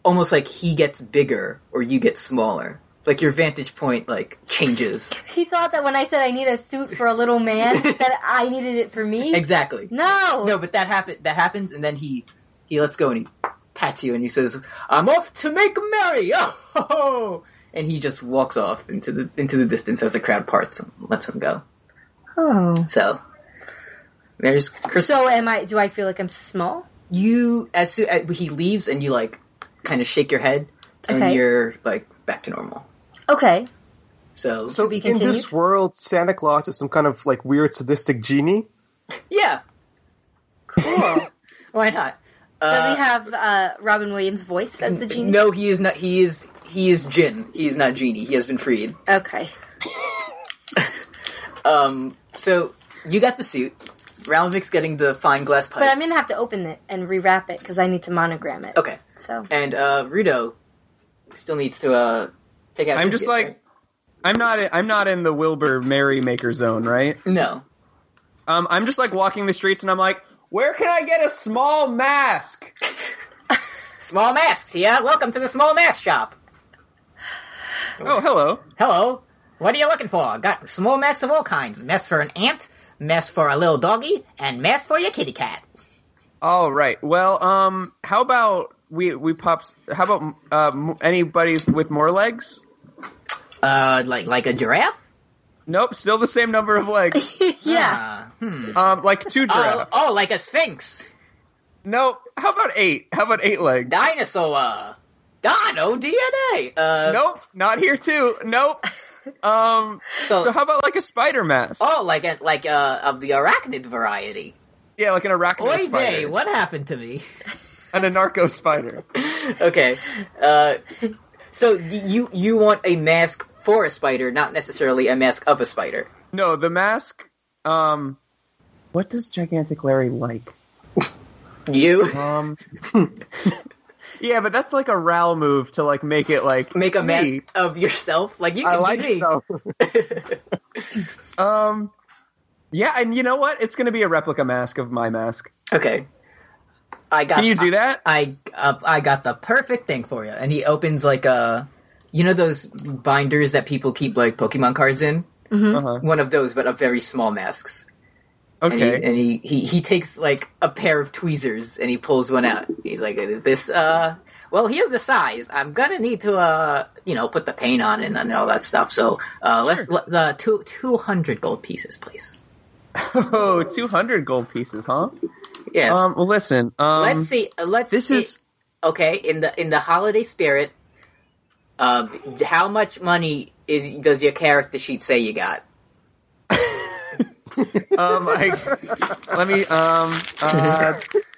[SPEAKER 1] almost like he gets bigger or you get smaller. Like your vantage point like changes.
[SPEAKER 2] He thought that when I said I need a suit for a little man, that I needed it for me.
[SPEAKER 1] Exactly.
[SPEAKER 2] No.
[SPEAKER 1] No, but that happen that happens, and then he he lets go and he pats you and he says, "I'm off to make merry." Oh, ho, ho." and he just walks off into the into the distance as the crowd parts and lets him go.
[SPEAKER 2] Oh.
[SPEAKER 1] So there's Chris.
[SPEAKER 2] So am I? Do I feel like I'm small?
[SPEAKER 1] you as soon as he leaves and you like kind of shake your head and
[SPEAKER 2] Okay.
[SPEAKER 1] you're like back to normal.
[SPEAKER 2] Okay.
[SPEAKER 1] So,
[SPEAKER 4] So
[SPEAKER 2] be
[SPEAKER 4] in this
[SPEAKER 2] continued?
[SPEAKER 4] world, Santa Claus is some kind of like weird sadistic genie.
[SPEAKER 1] yeah,
[SPEAKER 2] Cool.
[SPEAKER 1] why not?
[SPEAKER 2] Does
[SPEAKER 1] Uh,
[SPEAKER 2] he have uh, Robin Williams' voice as the genie?
[SPEAKER 1] No, he is not. He is he is Jin. He is not genie. He has been freed.
[SPEAKER 2] Okay.
[SPEAKER 1] Um, so you got the suit. Ralvik's getting the fine glass pipe.
[SPEAKER 2] But I'm gonna have to open it and rewrap it because I need to monogram it.
[SPEAKER 1] okay,
[SPEAKER 2] So
[SPEAKER 1] and uh, Rudo still needs to uh, pick out.
[SPEAKER 5] I'm
[SPEAKER 1] his
[SPEAKER 5] just
[SPEAKER 1] gift,
[SPEAKER 5] like-
[SPEAKER 1] right?
[SPEAKER 5] I'm not. I'm not in the Wilbur Merrymaker zone, right?
[SPEAKER 1] no.
[SPEAKER 5] Um, I'm just like walking the streets, and I'm like, where can I get a small mask?
[SPEAKER 1] Small masks, yeah. Welcome to the small mask shop.
[SPEAKER 5] Oh, hello.
[SPEAKER 1] Hello. What are you looking for? Got small masks of all kinds. Mess for an ant, mess for a little doggy, and mess for your kitty cat.
[SPEAKER 5] All right. Well, um, how about we we pops? How about uh, m- anybody with more legs?
[SPEAKER 1] Uh, like like a giraffe.
[SPEAKER 5] Nope, still the same number of legs.
[SPEAKER 2] yeah.
[SPEAKER 1] Uh, hmm.
[SPEAKER 5] um, like two
[SPEAKER 1] Oh,
[SPEAKER 5] giraffes.
[SPEAKER 1] oh, like a sphinx.
[SPEAKER 5] Nope. How about eight? How about eight legs?
[SPEAKER 1] Dinosaur. Dino DNA. Uh,
[SPEAKER 5] Nope, not here too. Nope. Um,
[SPEAKER 1] So,
[SPEAKER 5] so how about like a spider mask?
[SPEAKER 1] oh, like a, like uh, of the arachnid variety.
[SPEAKER 5] Yeah, like an arachnid
[SPEAKER 1] Oy vey,
[SPEAKER 5] spider,
[SPEAKER 1] what happened to me?
[SPEAKER 5] an anarcho spider.
[SPEAKER 1] okay, uh, so y- you you want a mask for a spider, not necessarily a mask of a spider.
[SPEAKER 5] No, the mask. Um, what does gigantic Larry like?
[SPEAKER 1] You
[SPEAKER 5] Um, yeah, but that's like a Ral move to like make it like
[SPEAKER 1] make a mask
[SPEAKER 5] me.
[SPEAKER 1] of yourself. Like you can
[SPEAKER 4] I
[SPEAKER 1] do
[SPEAKER 4] like
[SPEAKER 1] me.
[SPEAKER 4] it though.
[SPEAKER 5] Um, yeah, and you know what? It's gonna be a replica mask of my mask.
[SPEAKER 1] Okay, I got.
[SPEAKER 5] Can you do that?
[SPEAKER 1] I uh, I got the perfect thing for you. And he opens like a, you know those binders that people keep like Pokemon cards in.
[SPEAKER 5] Uh-huh.
[SPEAKER 1] One of those, but of very small masks. And,
[SPEAKER 5] Okay.
[SPEAKER 1] he, and he, he he takes like a pair of tweezers and he pulls one out. He's like, "Is this uh?" Well, here's the size. I'm gonna need to uh, you know, put the paint on it and all that stuff. So uh, let's let, uh, two two hundred gold pieces, please.
[SPEAKER 5] Oh, 200 gold pieces, huh?
[SPEAKER 1] Yes.
[SPEAKER 5] Um, well, listen. Um,
[SPEAKER 1] let's see. uh, Let's.
[SPEAKER 5] This
[SPEAKER 1] see.
[SPEAKER 5] is
[SPEAKER 1] okay in the in the holiday spirit uh, how much money is does your character sheet say you got
[SPEAKER 5] um, I, let me um, uh,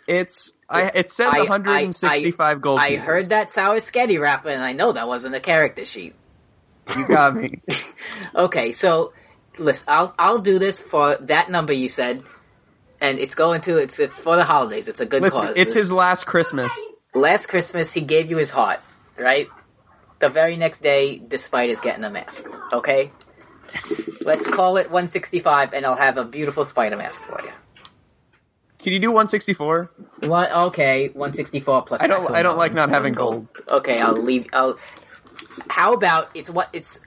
[SPEAKER 5] it's I it says
[SPEAKER 1] I- I-
[SPEAKER 5] 165 gold.
[SPEAKER 1] i
[SPEAKER 5] pieces.
[SPEAKER 1] heard that sour sketty rapper and i know that wasn't a character sheet
[SPEAKER 5] You got me.
[SPEAKER 1] okay so listen i'll i'll do this for that number you said and it's going to it's it's for the holidays it's a good
[SPEAKER 5] Listen,
[SPEAKER 1] cause
[SPEAKER 5] it's his last Christmas.
[SPEAKER 1] last christmas he gave you his heart right the very next day despite his getting a mask okay let's call it 165 and i'll have a beautiful spider mask for you
[SPEAKER 5] Can you do 164?
[SPEAKER 1] One, okay, one sixty four plus.
[SPEAKER 5] I don't-
[SPEAKER 1] tax
[SPEAKER 5] I don't
[SPEAKER 1] allowance,
[SPEAKER 5] like not
[SPEAKER 1] one
[SPEAKER 5] having
[SPEAKER 1] Okay, I'll leave. I'll. How about it's what it's.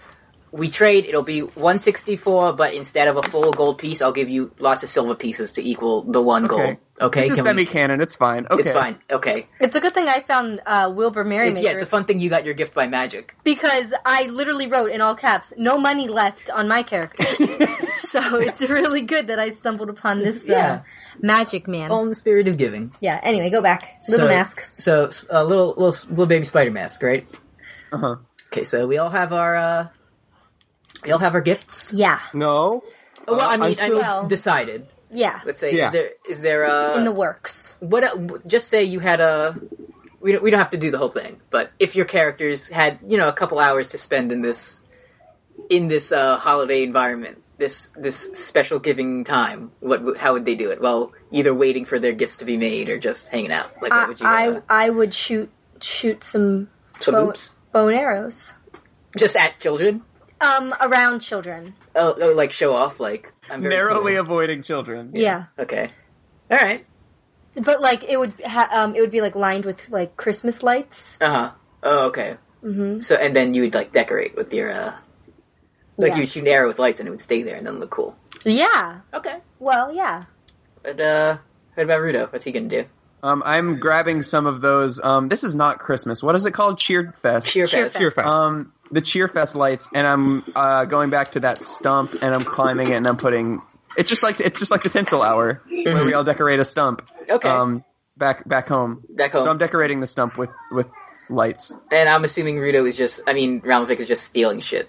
[SPEAKER 1] We trade. It'll be one sixty four, but instead of a full gold piece, I'll give you lots of silver pieces to equal the one gold. Okay,
[SPEAKER 5] This is
[SPEAKER 1] can we-
[SPEAKER 5] semi canon. It's fine. Okay.
[SPEAKER 1] it's fine. Okay,
[SPEAKER 2] It's a good thing I found uh, Wilbur Merrymaker
[SPEAKER 1] it's, yeah, it's a fun thing you got your gift by magic.
[SPEAKER 2] because I literally wrote in all caps, "No money left on my character." so it's really good that I stumbled upon this
[SPEAKER 1] Yeah.
[SPEAKER 2] uh, magic man.
[SPEAKER 1] All in the spirit of giving.
[SPEAKER 2] Yeah. Anyway, go back. Little
[SPEAKER 1] So-
[SPEAKER 2] masks.
[SPEAKER 1] So a little little little baby spider mask, right?
[SPEAKER 5] Uh-huh.
[SPEAKER 1] Okay, so we all have our. uh We all have our gifts.
[SPEAKER 2] Yeah.
[SPEAKER 4] No,
[SPEAKER 5] Uh,
[SPEAKER 1] Oh, well, I mean, I
[SPEAKER 4] until-
[SPEAKER 1] mean, decided.
[SPEAKER 2] Yeah.
[SPEAKER 1] Let's say,
[SPEAKER 4] Yeah.
[SPEAKER 1] is there is there uh,
[SPEAKER 2] In the works.
[SPEAKER 1] what el- just say you had a we don't, we don't have to do the whole thing but if your characters had you know a couple hours to spend in this in this uh, holiday environment this this special giving time what w- how would they do it well either waiting for their gifts to be made or just hanging out like what
[SPEAKER 2] I,
[SPEAKER 1] would you
[SPEAKER 2] I
[SPEAKER 1] uh,
[SPEAKER 2] I would shoot shoot some
[SPEAKER 1] some
[SPEAKER 2] bow,
[SPEAKER 1] oops
[SPEAKER 2] bow and arrows
[SPEAKER 1] just at children
[SPEAKER 2] um around children.
[SPEAKER 1] oh, oh, like show off like I'm very
[SPEAKER 5] Narrowly
[SPEAKER 1] cool.
[SPEAKER 5] avoiding children.
[SPEAKER 2] yeah.
[SPEAKER 1] okay all right
[SPEAKER 2] But like it would ha- um it would be like lined with like Christmas lights.
[SPEAKER 1] uh huh Uh-huh. oh okay
[SPEAKER 2] Mm-hmm.
[SPEAKER 1] So and then you would like decorate with your uh, like
[SPEAKER 2] Yeah.
[SPEAKER 1] you would shoot an arrow with lights and it would stay there and then look cool.
[SPEAKER 2] Yeah.
[SPEAKER 1] Okay.
[SPEAKER 2] Well, yeah.
[SPEAKER 1] But uh, what about Rudo? What's he gonna do?
[SPEAKER 3] Um,
[SPEAKER 5] I'm grabbing some of those. Um, this is not Christmas. What is it called? Cheer Fest.
[SPEAKER 1] Cheer,
[SPEAKER 2] Cheer
[SPEAKER 1] fest.
[SPEAKER 2] fest.
[SPEAKER 4] fest.
[SPEAKER 5] Um, the Cheer Fest lights, and I'm uh, going back to that stump, and I'm climbing it, and I'm putting. It's just like it's just like the tinsel hour where we all decorate a stump.
[SPEAKER 1] Mm-hmm. Okay.
[SPEAKER 5] Um, back back home.
[SPEAKER 1] Back home.
[SPEAKER 5] So I'm decorating the stump with with lights.
[SPEAKER 1] and I'm assuming Rudo is just. I mean, Ralph is just stealing shit.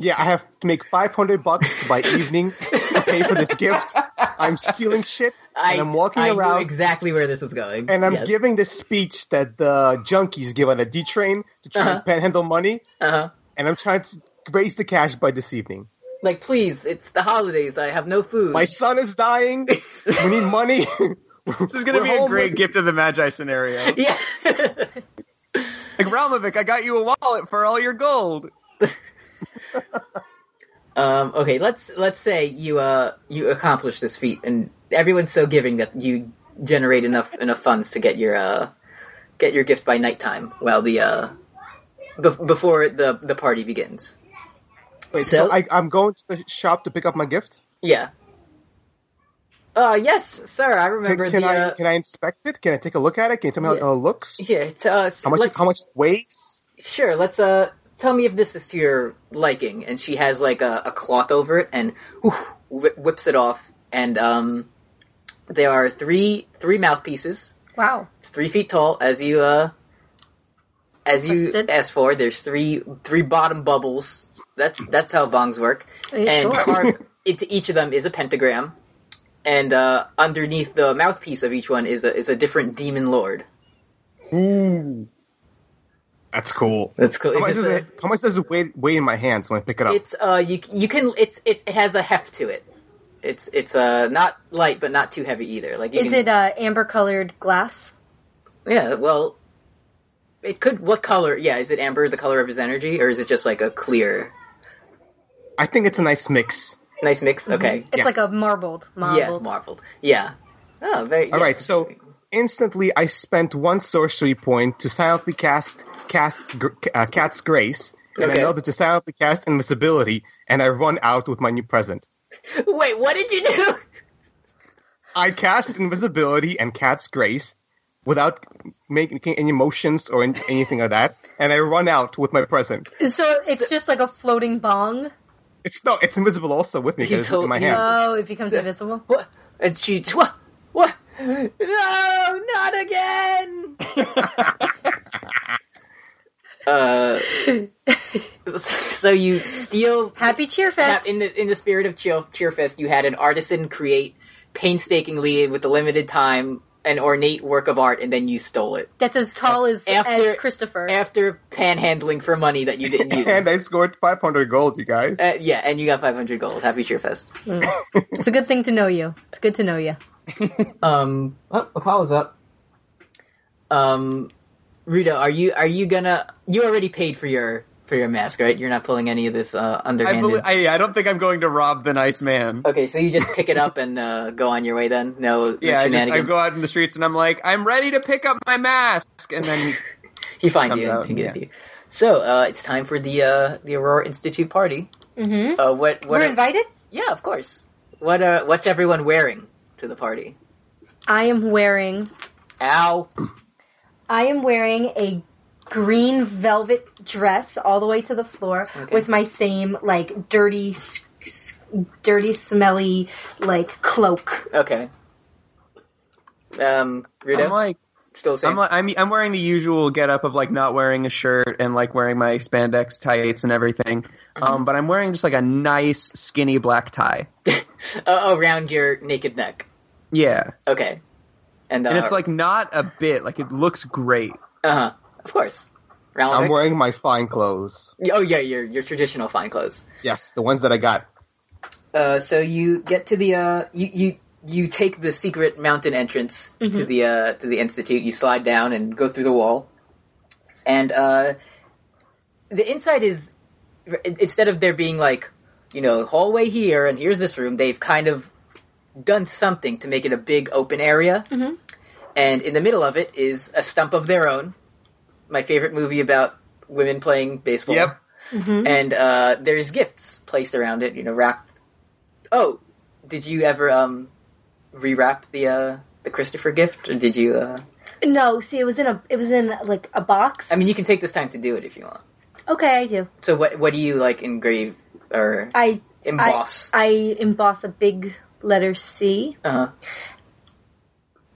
[SPEAKER 4] Yeah, I have to make 500 bucks by evening to pay for this gift. I'm stealing shit,
[SPEAKER 1] I,
[SPEAKER 4] and I'm walking
[SPEAKER 1] I knew
[SPEAKER 4] around,
[SPEAKER 1] exactly where this was going.
[SPEAKER 4] and I'm
[SPEAKER 1] Yes.
[SPEAKER 4] giving this speech that the junkies give on a D train to try
[SPEAKER 1] Uh-huh.
[SPEAKER 4] and panhandle money,
[SPEAKER 1] Uh-huh.
[SPEAKER 4] and I'm trying to raise the cash by this evening.
[SPEAKER 1] Like, please, it's the holidays. I have no food.
[SPEAKER 4] My son is dying. we need money.
[SPEAKER 3] This is going to
[SPEAKER 4] We're
[SPEAKER 3] be a great
[SPEAKER 4] homeless.
[SPEAKER 3] gift of the Magi scenario. Like
[SPEAKER 1] yeah.
[SPEAKER 3] Ralmovic, I got you a wallet for all your gold.
[SPEAKER 1] um, okay, let's let's say you uh you accomplish this feat, and everyone's so giving that you generate enough enough funds to get your uh get your gift by nighttime, while the uh bef before the the party begins.
[SPEAKER 4] Wait,
[SPEAKER 1] So-
[SPEAKER 4] so, I, I'm going to the shop to pick up my gift.
[SPEAKER 1] Yeah. Uh yes, sir. I
[SPEAKER 4] Can,
[SPEAKER 1] remember
[SPEAKER 4] can
[SPEAKER 1] the.
[SPEAKER 4] I
[SPEAKER 1] uh,
[SPEAKER 4] can I inspect it? Can I take a look at it? Can you tell me
[SPEAKER 1] Yeah.
[SPEAKER 4] how it looks?
[SPEAKER 1] Here, t- uh,
[SPEAKER 4] How much?
[SPEAKER 1] let's-
[SPEAKER 4] How much it weighs?
[SPEAKER 1] Sure, let's uh tell me if this is to your liking. And she has like a, a cloth over it and whew, whi- whips it off. And um, there are three three mouthpieces.
[SPEAKER 2] Wow.
[SPEAKER 1] It's three feet tall, as you uh as you
[SPEAKER 2] Requested.
[SPEAKER 1] asked for. There's three three bottom bubbles. That's that's how bongs work.
[SPEAKER 2] Are you
[SPEAKER 1] and
[SPEAKER 2] sure?
[SPEAKER 1] carved into each of them is a pentagram. And uh, underneath the mouthpiece of each one is a is a different demon lord.
[SPEAKER 4] Ooh, that's cool.
[SPEAKER 1] That's cool. Oh,
[SPEAKER 4] How much,
[SPEAKER 1] Is
[SPEAKER 4] does
[SPEAKER 1] this a-
[SPEAKER 4] it, how much does it weigh, weigh in my hands when I pick it up?
[SPEAKER 1] It's uh you you can it's it's it has a heft to it. It's it's uh not light but not too heavy either. Like you
[SPEAKER 2] Is
[SPEAKER 1] can,
[SPEAKER 2] it uh, amber colored glass?
[SPEAKER 1] yeah, well it could what color? Yeah, is it amber the color of his energy or is it just like a clear
[SPEAKER 4] I think it's a nice mix.
[SPEAKER 1] nice mix? Okay.
[SPEAKER 2] It's
[SPEAKER 4] Yes.
[SPEAKER 2] like a marbled,
[SPEAKER 1] Yeah,
[SPEAKER 2] marbled.
[SPEAKER 1] marbled. Yeah. Oh, very
[SPEAKER 4] All right,
[SPEAKER 1] yes.
[SPEAKER 4] so instantly I spent one sorcery point to silently cast cast's gr- uh, Cat's Grace, and
[SPEAKER 1] Okay.
[SPEAKER 4] another to silently cast Invisibility, and I run out with my new present.
[SPEAKER 1] Wait, what did you do?
[SPEAKER 4] I cast Invisibility and Cat's Grace without making any motions or an- anything like that, and I run out with my present.
[SPEAKER 2] So it's just like a floating bong.
[SPEAKER 4] It's no, it's invisible also with me
[SPEAKER 1] He's
[SPEAKER 4] because it's in my
[SPEAKER 1] so-
[SPEAKER 4] hand.
[SPEAKER 2] Oh, it becomes invisible.
[SPEAKER 1] What? And she what? What? No, not again. uh so you steal
[SPEAKER 2] Happy Cheer Fest.
[SPEAKER 1] in the in the spirit of cheer, Cheerfest, you had an artisan create painstakingly with a limited time an ornate work of art, and then you stole it
[SPEAKER 2] That's as tall as,
[SPEAKER 1] After-
[SPEAKER 2] as Christopher.
[SPEAKER 1] after panhandling for money that you didn't use.
[SPEAKER 4] And I scored 500 gold, you guys.
[SPEAKER 1] uh, yeah, and you got 500 gold. Happy Cheerfest.
[SPEAKER 2] it's a good thing to know you. It's good to know you.
[SPEAKER 1] Um, oh, Apollo's up. Um, Rita, are you are you gonna? You already paid for your for your mask, right? You're not pulling any of this uh,
[SPEAKER 3] I,
[SPEAKER 1] underhanded.
[SPEAKER 3] believe, I, I don't think I'm going to rob the nice man.
[SPEAKER 1] okay, so you just pick it up and uh, go on your way. Then no, no
[SPEAKER 3] Yeah, I, just,
[SPEAKER 1] shenanigans.
[SPEAKER 3] I go out in the streets and I'm like, I'm ready to pick up my mask, and then
[SPEAKER 1] He finds
[SPEAKER 3] Comes
[SPEAKER 1] you
[SPEAKER 3] out,
[SPEAKER 1] and gives you. So uh, it's time for the uh, the Aurora Institute party.
[SPEAKER 2] Mm-hmm.
[SPEAKER 1] Uh, what? what
[SPEAKER 2] We're
[SPEAKER 1] are-
[SPEAKER 2] invited.
[SPEAKER 1] yeah, of course. What? Uh, what's everyone wearing to the party?
[SPEAKER 2] I am wearing.
[SPEAKER 1] Ow!
[SPEAKER 2] I am wearing a green velvet dress all the way to the floor with my same like dirty, s- s- dirty, smelly like cloak.
[SPEAKER 1] Okay. Um, Rudo,
[SPEAKER 3] I'm like,
[SPEAKER 1] still the same.
[SPEAKER 3] I'm like, I'm I'm wearing the usual getup of like not wearing a shirt and like wearing my spandex tights and everything. Um, but I'm wearing just like a nice skinny black tie.
[SPEAKER 1] uh, around your naked neck.
[SPEAKER 3] Yeah,
[SPEAKER 1] Okay. And, uh,
[SPEAKER 3] and it's like not a bit. Like it looks great.
[SPEAKER 1] uh-huh. of course. Round
[SPEAKER 4] I'm
[SPEAKER 1] leg?
[SPEAKER 4] wearing my fine clothes.
[SPEAKER 1] oh yeah, your your traditional fine clothes.
[SPEAKER 4] Yes, the ones that I got.
[SPEAKER 1] Uh, so you get to the uh, you you you take the secret mountain entrance to the uh, to the institute. You slide down and go through the wall, and uh, the inside is instead of there being like you know hallway here and here's this room, they've kind of done something to make it a big open area, and in the middle of it is a stump of their own. My favorite movie about women playing baseball.
[SPEAKER 3] Yep.
[SPEAKER 1] And uh, there's gifts placed around it, you know, wrapped. Oh, did you ever um, rewrap the uh, the Christopher gift? Or did you? Uh...
[SPEAKER 2] No, see, it was in a it was in like a box.
[SPEAKER 1] I mean, you can take this time to do it if you want.
[SPEAKER 2] Okay, I do.
[SPEAKER 1] So what what do you like engrave or
[SPEAKER 2] I
[SPEAKER 1] emboss?
[SPEAKER 2] I, I emboss a big letter C
[SPEAKER 1] uh-huh.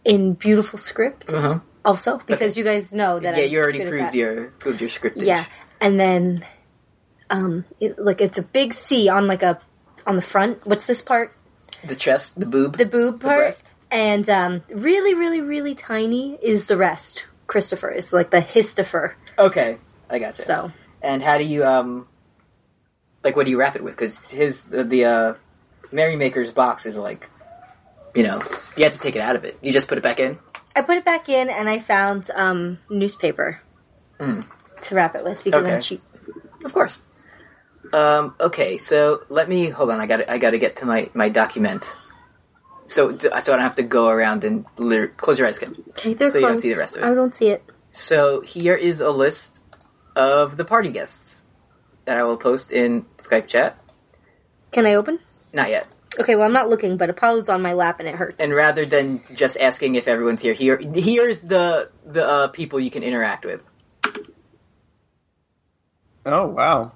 [SPEAKER 2] in beautiful script.
[SPEAKER 1] Uh-huh.
[SPEAKER 2] Also, because you guys know that
[SPEAKER 1] yeah,
[SPEAKER 2] I'm
[SPEAKER 1] you already
[SPEAKER 2] good at
[SPEAKER 1] proved
[SPEAKER 2] that.
[SPEAKER 1] your proved your scriptage.
[SPEAKER 2] yeah, and then um, it, like it's a big C on like a on the front. What's this part?
[SPEAKER 1] The chest, the boob,
[SPEAKER 2] The boob part,
[SPEAKER 1] breast.
[SPEAKER 2] and um, really, really, really tiny is the rest. Christopher is like the histifer.
[SPEAKER 1] Okay, I got you.
[SPEAKER 2] So
[SPEAKER 1] And how do you um, like what do you wrap it with? Because his the, the uh, Merrymaker's box is like, you know, you have to take it out of it. You just put it back in.
[SPEAKER 2] I put it back in, and I found um, newspaper to wrap it with because
[SPEAKER 1] Hmm. Okay.
[SPEAKER 2] I'm cheap.
[SPEAKER 1] Of course. Um, okay, so let me hold on. I got I got to get to my my document. So so I don't have to go around and liter- close your eyes, Kim.
[SPEAKER 2] Okay, they're
[SPEAKER 1] So you
[SPEAKER 2] closed.
[SPEAKER 1] don't see the rest of it.
[SPEAKER 2] I don't see it.
[SPEAKER 1] So here is a list of the party guests that I will post in Skype chat.
[SPEAKER 2] Can I open?
[SPEAKER 1] Not yet.
[SPEAKER 2] Okay, well I'm not looking, but Apollo's on my lap and it hurts.
[SPEAKER 1] And rather than just asking if everyone's here, here here's the the uh, people you can interact with.
[SPEAKER 3] Oh wow!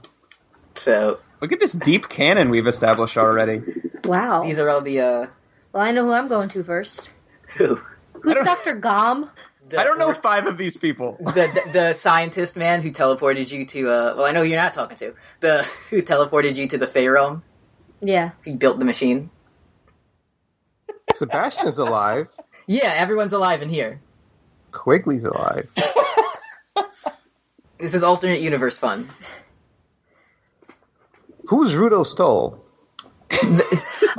[SPEAKER 1] So
[SPEAKER 3] Look at this deep canon we've established already.
[SPEAKER 2] wow.
[SPEAKER 1] these are all the uh,
[SPEAKER 2] well, I know who I'm going to first.
[SPEAKER 1] who
[SPEAKER 2] Who's Dr. Gom?
[SPEAKER 1] the,
[SPEAKER 3] I don't know five of these people.
[SPEAKER 1] the, the the scientist man who teleported you to uh well I know who you're not talking to the who teleported you to the Fey realm
[SPEAKER 2] Yeah.
[SPEAKER 1] who built the machine.
[SPEAKER 4] Sebastian's alive.
[SPEAKER 1] Yeah, everyone's alive in here.
[SPEAKER 4] Quigley's alive.
[SPEAKER 1] This is alternate universe fun.
[SPEAKER 4] Who's Rudo Stoll?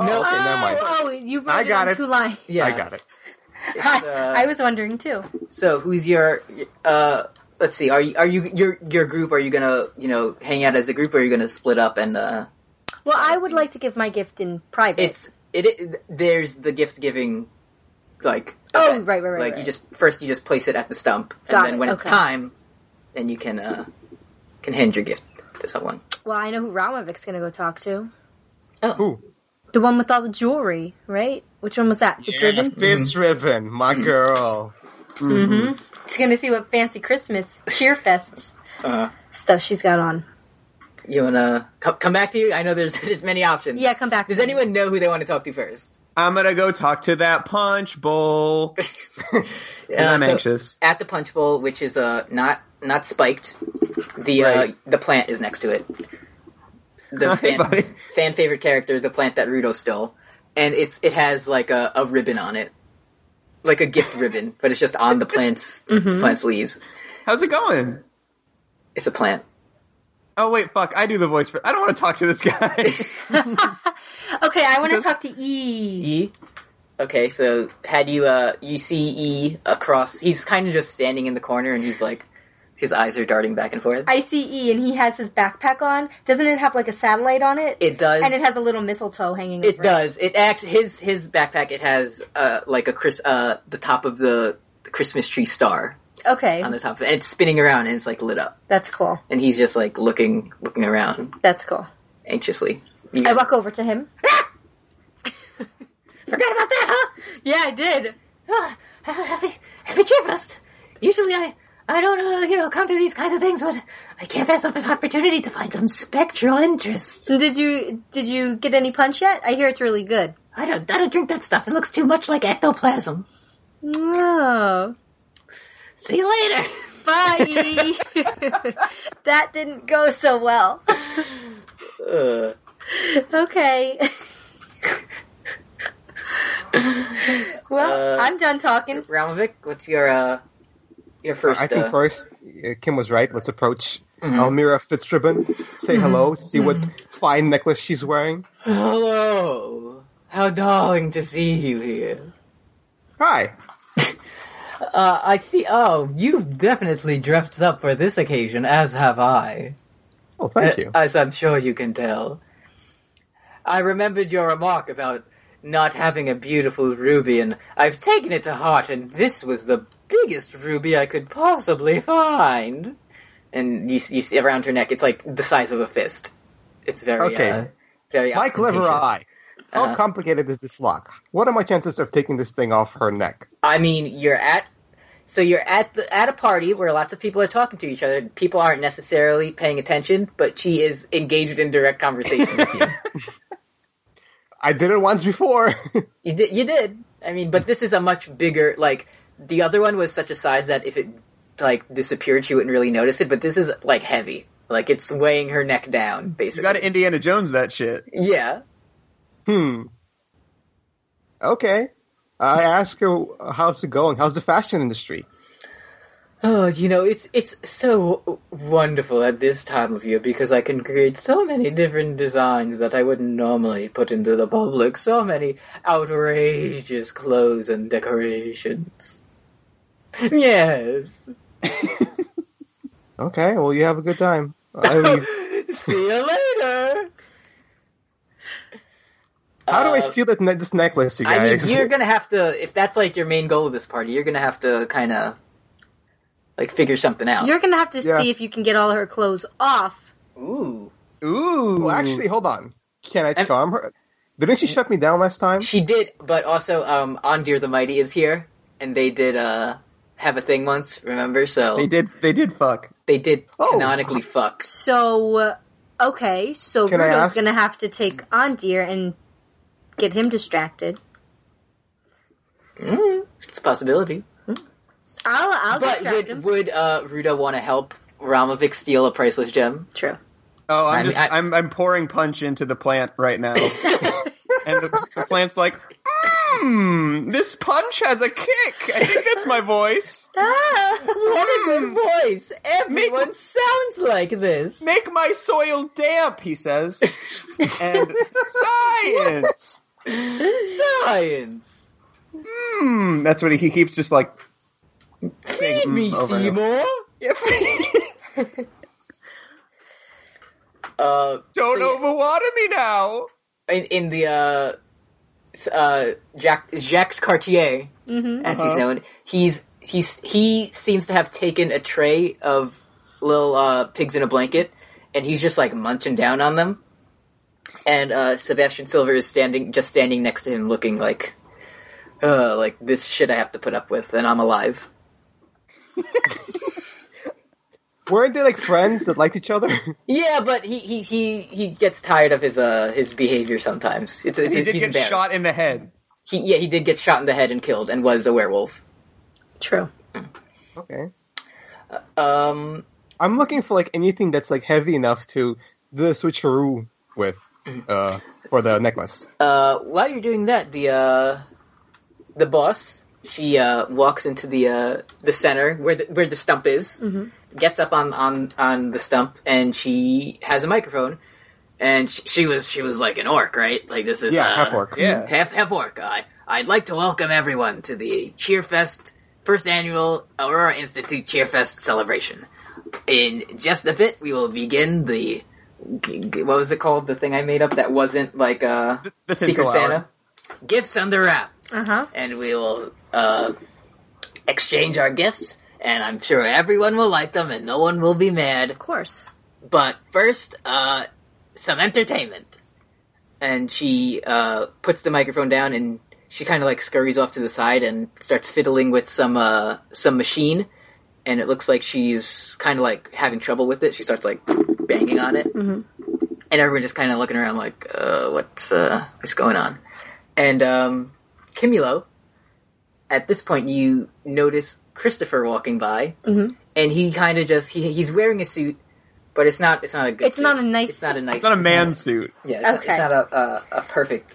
[SPEAKER 1] No,
[SPEAKER 4] Okay, never mind.
[SPEAKER 2] Oh, you wrote
[SPEAKER 4] I
[SPEAKER 2] it
[SPEAKER 4] got
[SPEAKER 2] on
[SPEAKER 4] it.
[SPEAKER 2] two lines.
[SPEAKER 1] yeah,
[SPEAKER 4] I got it.
[SPEAKER 2] I,
[SPEAKER 1] uh,
[SPEAKER 2] I was wondering too.
[SPEAKER 1] So who's your uh? Let's see. Are you are you your your group? Are you gonna you know hang out as a group? or Are you gonna split up and uh?
[SPEAKER 2] Well, I would like to give my gift in private.
[SPEAKER 1] It's it, it there's the gift giving, like
[SPEAKER 2] Oh,
[SPEAKER 1] event.
[SPEAKER 2] right, right, right,
[SPEAKER 1] Like you
[SPEAKER 2] right.
[SPEAKER 1] just first you just place it at the stump,
[SPEAKER 2] Got
[SPEAKER 1] and then
[SPEAKER 2] it,
[SPEAKER 1] when it's
[SPEAKER 2] okay.
[SPEAKER 1] time, then you can uh can hand your gift to someone.
[SPEAKER 2] well, I know who Ramovic's gonna go talk to.
[SPEAKER 4] Who?
[SPEAKER 2] The one with all the jewelry, right? Which one was that? The
[SPEAKER 4] Yeah,
[SPEAKER 2] driven?
[SPEAKER 4] Fitz
[SPEAKER 1] Mm-hmm.
[SPEAKER 4] Riven, my girl.
[SPEAKER 2] It's gonna see what fancy Christmas cheerfest
[SPEAKER 1] Uh,
[SPEAKER 2] stuff she's got on.
[SPEAKER 1] you wanna co- come back to you? I know there's there's many options.
[SPEAKER 2] Yeah, come back.
[SPEAKER 1] Does
[SPEAKER 2] to me.
[SPEAKER 1] anyone know who they want to talk to first?
[SPEAKER 5] I'm gonna go talk to that punch bowl. 'cause
[SPEAKER 1] Uh,
[SPEAKER 5] I'm
[SPEAKER 1] so-
[SPEAKER 5] anxious.
[SPEAKER 1] at the punch bowl, which is uh not not spiked. The uh,
[SPEAKER 5] Right.
[SPEAKER 1] the plant is next to it. The fan,
[SPEAKER 5] buddy.
[SPEAKER 1] fan favorite character, the plant that Rudo stole, and it's it has like a, a ribbon on it, like a gift ribbon, but it's just on the plant's plant's leaves.
[SPEAKER 5] How's it going?
[SPEAKER 1] It's a plant.
[SPEAKER 5] Oh wait, fuck! I do the voice. For- I don't want to talk to this guy.
[SPEAKER 2] Okay, I want to talk to E.
[SPEAKER 1] E. Okay, so had you uh you see E across? He's kind of just standing in the corner, and he's like, his eyes are darting back and forth.
[SPEAKER 2] I see E, and he has his backpack on. Doesn't it have like a satellite on it?
[SPEAKER 1] it does.
[SPEAKER 2] and it has a little mistletoe hanging.
[SPEAKER 1] It
[SPEAKER 2] over
[SPEAKER 1] does. It act his his backpack. It has uh like a Chris uh the top of the, the Christmas tree star
[SPEAKER 2] Okay,
[SPEAKER 1] on the top, of it. and it's spinning around and it's like lit up,
[SPEAKER 2] that's cool.
[SPEAKER 1] and he's just like looking looking around
[SPEAKER 2] That's cool.
[SPEAKER 1] anxiously. You
[SPEAKER 2] I
[SPEAKER 1] guys-
[SPEAKER 2] walk over to him. Forgot about that, huh? Yeah, I did.
[SPEAKER 6] Ah, happy, happy Cheerfest. Usually I, I don't, uh, you know, come to these kinds of things, but I can't pass up an opportunity to find some spectral interests.
[SPEAKER 2] So did you did you get any punch yet? I hear it's really good.
[SPEAKER 6] I don't, I don't drink that stuff. It looks too much like ectoplasm.
[SPEAKER 2] No.
[SPEAKER 6] See you later.
[SPEAKER 2] Bye. that didn't go so well.
[SPEAKER 1] Ugh.
[SPEAKER 2] Okay.
[SPEAKER 1] Uh,
[SPEAKER 2] well, I'm done talking.
[SPEAKER 1] Ramovic, what's your uh your first?
[SPEAKER 4] I think
[SPEAKER 1] uh,
[SPEAKER 4] first, uh, Kim was right. Let's approach
[SPEAKER 1] Mm-hmm.
[SPEAKER 4] Almira Fitzribbon, say hello, see what fine necklace she's wearing.
[SPEAKER 1] Hello, how darling to see you here.
[SPEAKER 4] Hi.
[SPEAKER 1] Uh, I see. Oh, you've definitely dressed up for this occasion, as have I.
[SPEAKER 4] Oh, thank
[SPEAKER 1] Uh,
[SPEAKER 4] you.
[SPEAKER 1] As I'm sure you can tell. I remembered your remark about not having a beautiful ruby, and I've taken it to heart, and this was the biggest ruby I could possibly find. and you, s- you see around her neck, it's like the size of a fist. It's very
[SPEAKER 4] Okay.
[SPEAKER 1] uh, very
[SPEAKER 4] My clever
[SPEAKER 1] ostentatious.
[SPEAKER 4] eye. How
[SPEAKER 1] Uh-huh.
[SPEAKER 4] complicated is this lock? What are my chances of taking this thing off her neck?
[SPEAKER 1] I mean, you're at so you're at the, at a party where lots of people are talking to each other. People aren't necessarily paying attention, but she is engaged in direct conversation with you.
[SPEAKER 4] I did it once before.
[SPEAKER 1] You did. You did. I mean, but this is a much bigger. Like the other one was such a size that if it like disappeared, she wouldn't really notice it. But this is like heavy. Like it's weighing her neck down,
[SPEAKER 5] You
[SPEAKER 1] basically.
[SPEAKER 5] got to Indiana Jones that shit.
[SPEAKER 1] yeah.
[SPEAKER 4] hmm. Okay. I ask her how's it going? How's the fashion industry?
[SPEAKER 1] Oh, you know, it's it's so wonderful at this time of year because I can create so many different designs that I wouldn't normally put into the public. So many outrageous clothes and decorations. Yes.
[SPEAKER 4] Okay, well you have a good time. I leave.
[SPEAKER 1] See you later.
[SPEAKER 4] How do I
[SPEAKER 1] Uh,
[SPEAKER 4] steal that ne- this necklace, you
[SPEAKER 1] I mean,
[SPEAKER 4] guys?
[SPEAKER 1] you're gonna have to if that's like your main goal of this party. You're gonna have to kind of like figure something out.
[SPEAKER 2] You're gonna have to
[SPEAKER 4] Yeah.
[SPEAKER 2] see if you can get all her clothes off.
[SPEAKER 1] Ooh,
[SPEAKER 5] Ooh,
[SPEAKER 4] Well, actually, hold on. Can I
[SPEAKER 1] And-
[SPEAKER 4] charm her? Didn't she shut me down last time?
[SPEAKER 1] she did, but also um, Ondir the Mighty is here, and they did uh have a thing once. Remember, so
[SPEAKER 5] they
[SPEAKER 1] they did,
[SPEAKER 5] did. They did fuck.
[SPEAKER 4] Oh.
[SPEAKER 1] canonically fuck.
[SPEAKER 2] So, okay, so
[SPEAKER 4] Can I
[SPEAKER 2] Bruno's
[SPEAKER 4] ask-
[SPEAKER 2] gonna have to take on dear and get him distracted.
[SPEAKER 1] It's a possibility.
[SPEAKER 2] I'll I'll
[SPEAKER 1] But
[SPEAKER 2] distract him.
[SPEAKER 1] would would uh, Ruda want to help Ramovic steal a priceless gem?
[SPEAKER 2] True.
[SPEAKER 5] Oh, I'm
[SPEAKER 1] I mean,
[SPEAKER 5] just.
[SPEAKER 1] I-
[SPEAKER 5] I, am I'm pouring punch into the plant right now, and the, the plant's like, "Hmm, this punch has a kick. I think that's my voice.
[SPEAKER 1] What a good voice! Everyone sounds like this.
[SPEAKER 5] Make my soil damp," he says, and science.
[SPEAKER 1] Science.
[SPEAKER 5] Hmm, that's what he, he keeps just like. hmm,
[SPEAKER 1] Feed me,
[SPEAKER 5] over and
[SPEAKER 1] Seymour. Uh, So,
[SPEAKER 5] Don't
[SPEAKER 1] yeah.
[SPEAKER 5] overwater me now.
[SPEAKER 1] in, in the uh, s- uh, Jack Jacques Cartier,
[SPEAKER 5] Mm-hmm.
[SPEAKER 1] as he's known, he's he's he seems to have taken a tray of little uh, pigs in a blanket, and he's just like munching down on them. And uh, Sebastian Silver is standing just standing next to him, looking like, uh, like this shit I have to put up with, and I'm alive.
[SPEAKER 4] Weren't they like friends that liked each other?
[SPEAKER 1] Yeah, but he he he, he gets tired of his uh his behavior sometimes. It's, it's
[SPEAKER 5] He did
[SPEAKER 1] he's
[SPEAKER 5] get
[SPEAKER 1] embarrassed.
[SPEAKER 5] shot in the head.
[SPEAKER 1] He yeah he did get shot in the head and killed, and was a werewolf.
[SPEAKER 2] True.
[SPEAKER 4] okay.
[SPEAKER 1] Um,
[SPEAKER 4] I'm looking for like anything that's like heavy enough to do the switcheroo with uh, for the necklace.
[SPEAKER 1] uh, while you're doing that, the uh, the boss she uh, walks into the uh, the center where the, where the stump is, gets up on, on on the stump, and she has a microphone. And she, she was she was like an orc, right? Like this is
[SPEAKER 4] Yeah,
[SPEAKER 1] uh,
[SPEAKER 4] half orc.
[SPEAKER 5] Yeah.
[SPEAKER 1] half half orc. I I'd like to welcome everyone to the Cheerfest first annual Aurora Institute Cheerfest celebration. In just a bit, we will begin the g- g- what was it called? The thing I made up that wasn't like uh
[SPEAKER 5] the
[SPEAKER 1] Secret
[SPEAKER 5] Tinsel
[SPEAKER 1] Santa.
[SPEAKER 5] Hour.
[SPEAKER 1] Gifts under wrap,
[SPEAKER 2] Uh huh.
[SPEAKER 1] and we will uh exchange our gifts. And I'm sure everyone will like them, and no one will be mad.
[SPEAKER 2] Of course.
[SPEAKER 1] But first, uh, some entertainment. And she uh, puts the microphone down and she kind of like scurries off to the side and starts fiddling with some uh, some machine. And it looks like she's kind of like having trouble with it. She starts like banging on it, mm-hmm. and everyone just kind of looking around like, uh, "What's uh, what's going on?" And um, Kimulo, at this point, you notice Christopher walking by, and he kind of just he, he's wearing a suit, but it's not it's not a good
[SPEAKER 2] It's not a nice
[SPEAKER 1] it's not a nice
[SPEAKER 5] It's not a man suit.
[SPEAKER 1] yeah it's,
[SPEAKER 2] Okay.
[SPEAKER 1] not, it's not a, a a perfect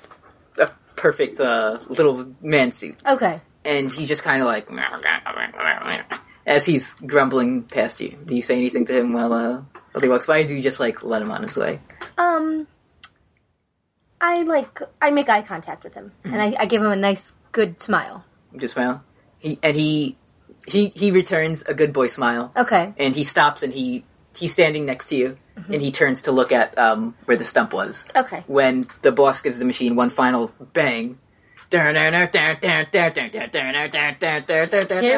[SPEAKER 1] a perfect uh, little man suit
[SPEAKER 2] Okay.
[SPEAKER 1] and he's just kind of like as he's grumbling past you do you say anything to him while uh while he walks by or do you just like let him on his way
[SPEAKER 2] Um, I like I make eye contact with him, and I, I give him a nice, good smile.
[SPEAKER 1] You just smile he and he he he returns a good boy smile
[SPEAKER 2] Okay.
[SPEAKER 1] and he stops and he he's standing next to you and he turns to look at um where the stump was
[SPEAKER 2] Okay.
[SPEAKER 1] when the boss gives the machine one final bang. Here
[SPEAKER 2] Here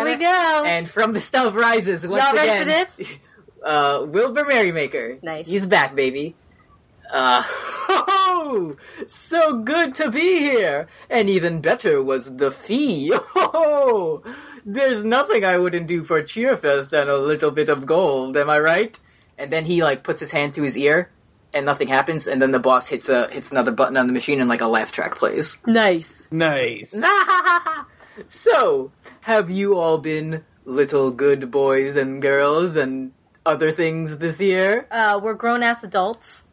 [SPEAKER 2] we go.
[SPEAKER 1] And from the stove rises once
[SPEAKER 2] Y'all ready
[SPEAKER 1] again
[SPEAKER 2] for this?
[SPEAKER 1] Uh, Wilbur Merrymaker.
[SPEAKER 2] Nice.
[SPEAKER 1] He's back, baby. Uh, ho So good to be here! And even better was the fee. Ho! There's nothing I wouldn't do for Cheerfest and a little bit of gold, am I right? And then he like puts his hand to his ear and nothing happens and then the boss hits a hits another button on the machine and like a laugh track plays.
[SPEAKER 2] Nice.
[SPEAKER 5] Nice.
[SPEAKER 1] So, have you all been little good boys and girls and other things this year?
[SPEAKER 2] Uh, we're grown ass adults.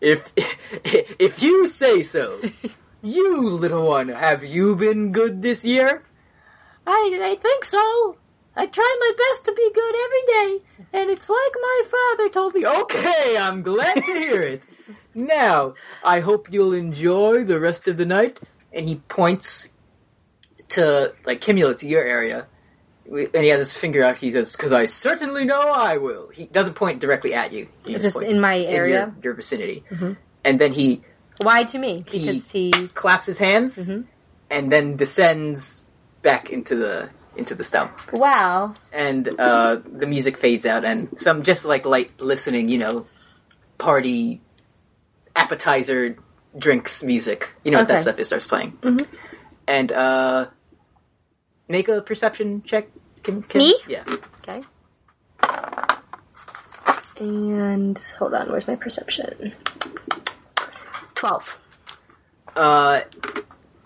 [SPEAKER 1] If if you say so. You little one, have you been good this year?
[SPEAKER 6] I, I think so. I try my best to be good every day, and it's like my father told me.
[SPEAKER 1] Okay, I'm glad to hear it. Now, I hope you'll enjoy the rest of the night. And he points to, like, Kimula, to your area. And he has his finger out. He says, because I certainly know I will. He doesn't point directly at you. He
[SPEAKER 2] Just
[SPEAKER 1] points
[SPEAKER 2] in my
[SPEAKER 1] your-
[SPEAKER 2] area. Mm-hmm.
[SPEAKER 1] your, vicinity. And then he
[SPEAKER 2] Why to me? Because he.
[SPEAKER 1] claps his hands
[SPEAKER 2] Mm-hmm.
[SPEAKER 1] and then descends back into the into the stump
[SPEAKER 2] Wow.
[SPEAKER 1] and uh, the music fades out, and some just like light listening, you know, party appetizer drinks music. You know what that
[SPEAKER 2] Okay. Mm-hmm.
[SPEAKER 1] stuff is starts playing, and uh, make a perception check. Kim, Kim?
[SPEAKER 2] Me?
[SPEAKER 1] Yeah,
[SPEAKER 2] Okay. And hold on, where's my perception? Twelve.
[SPEAKER 1] uh,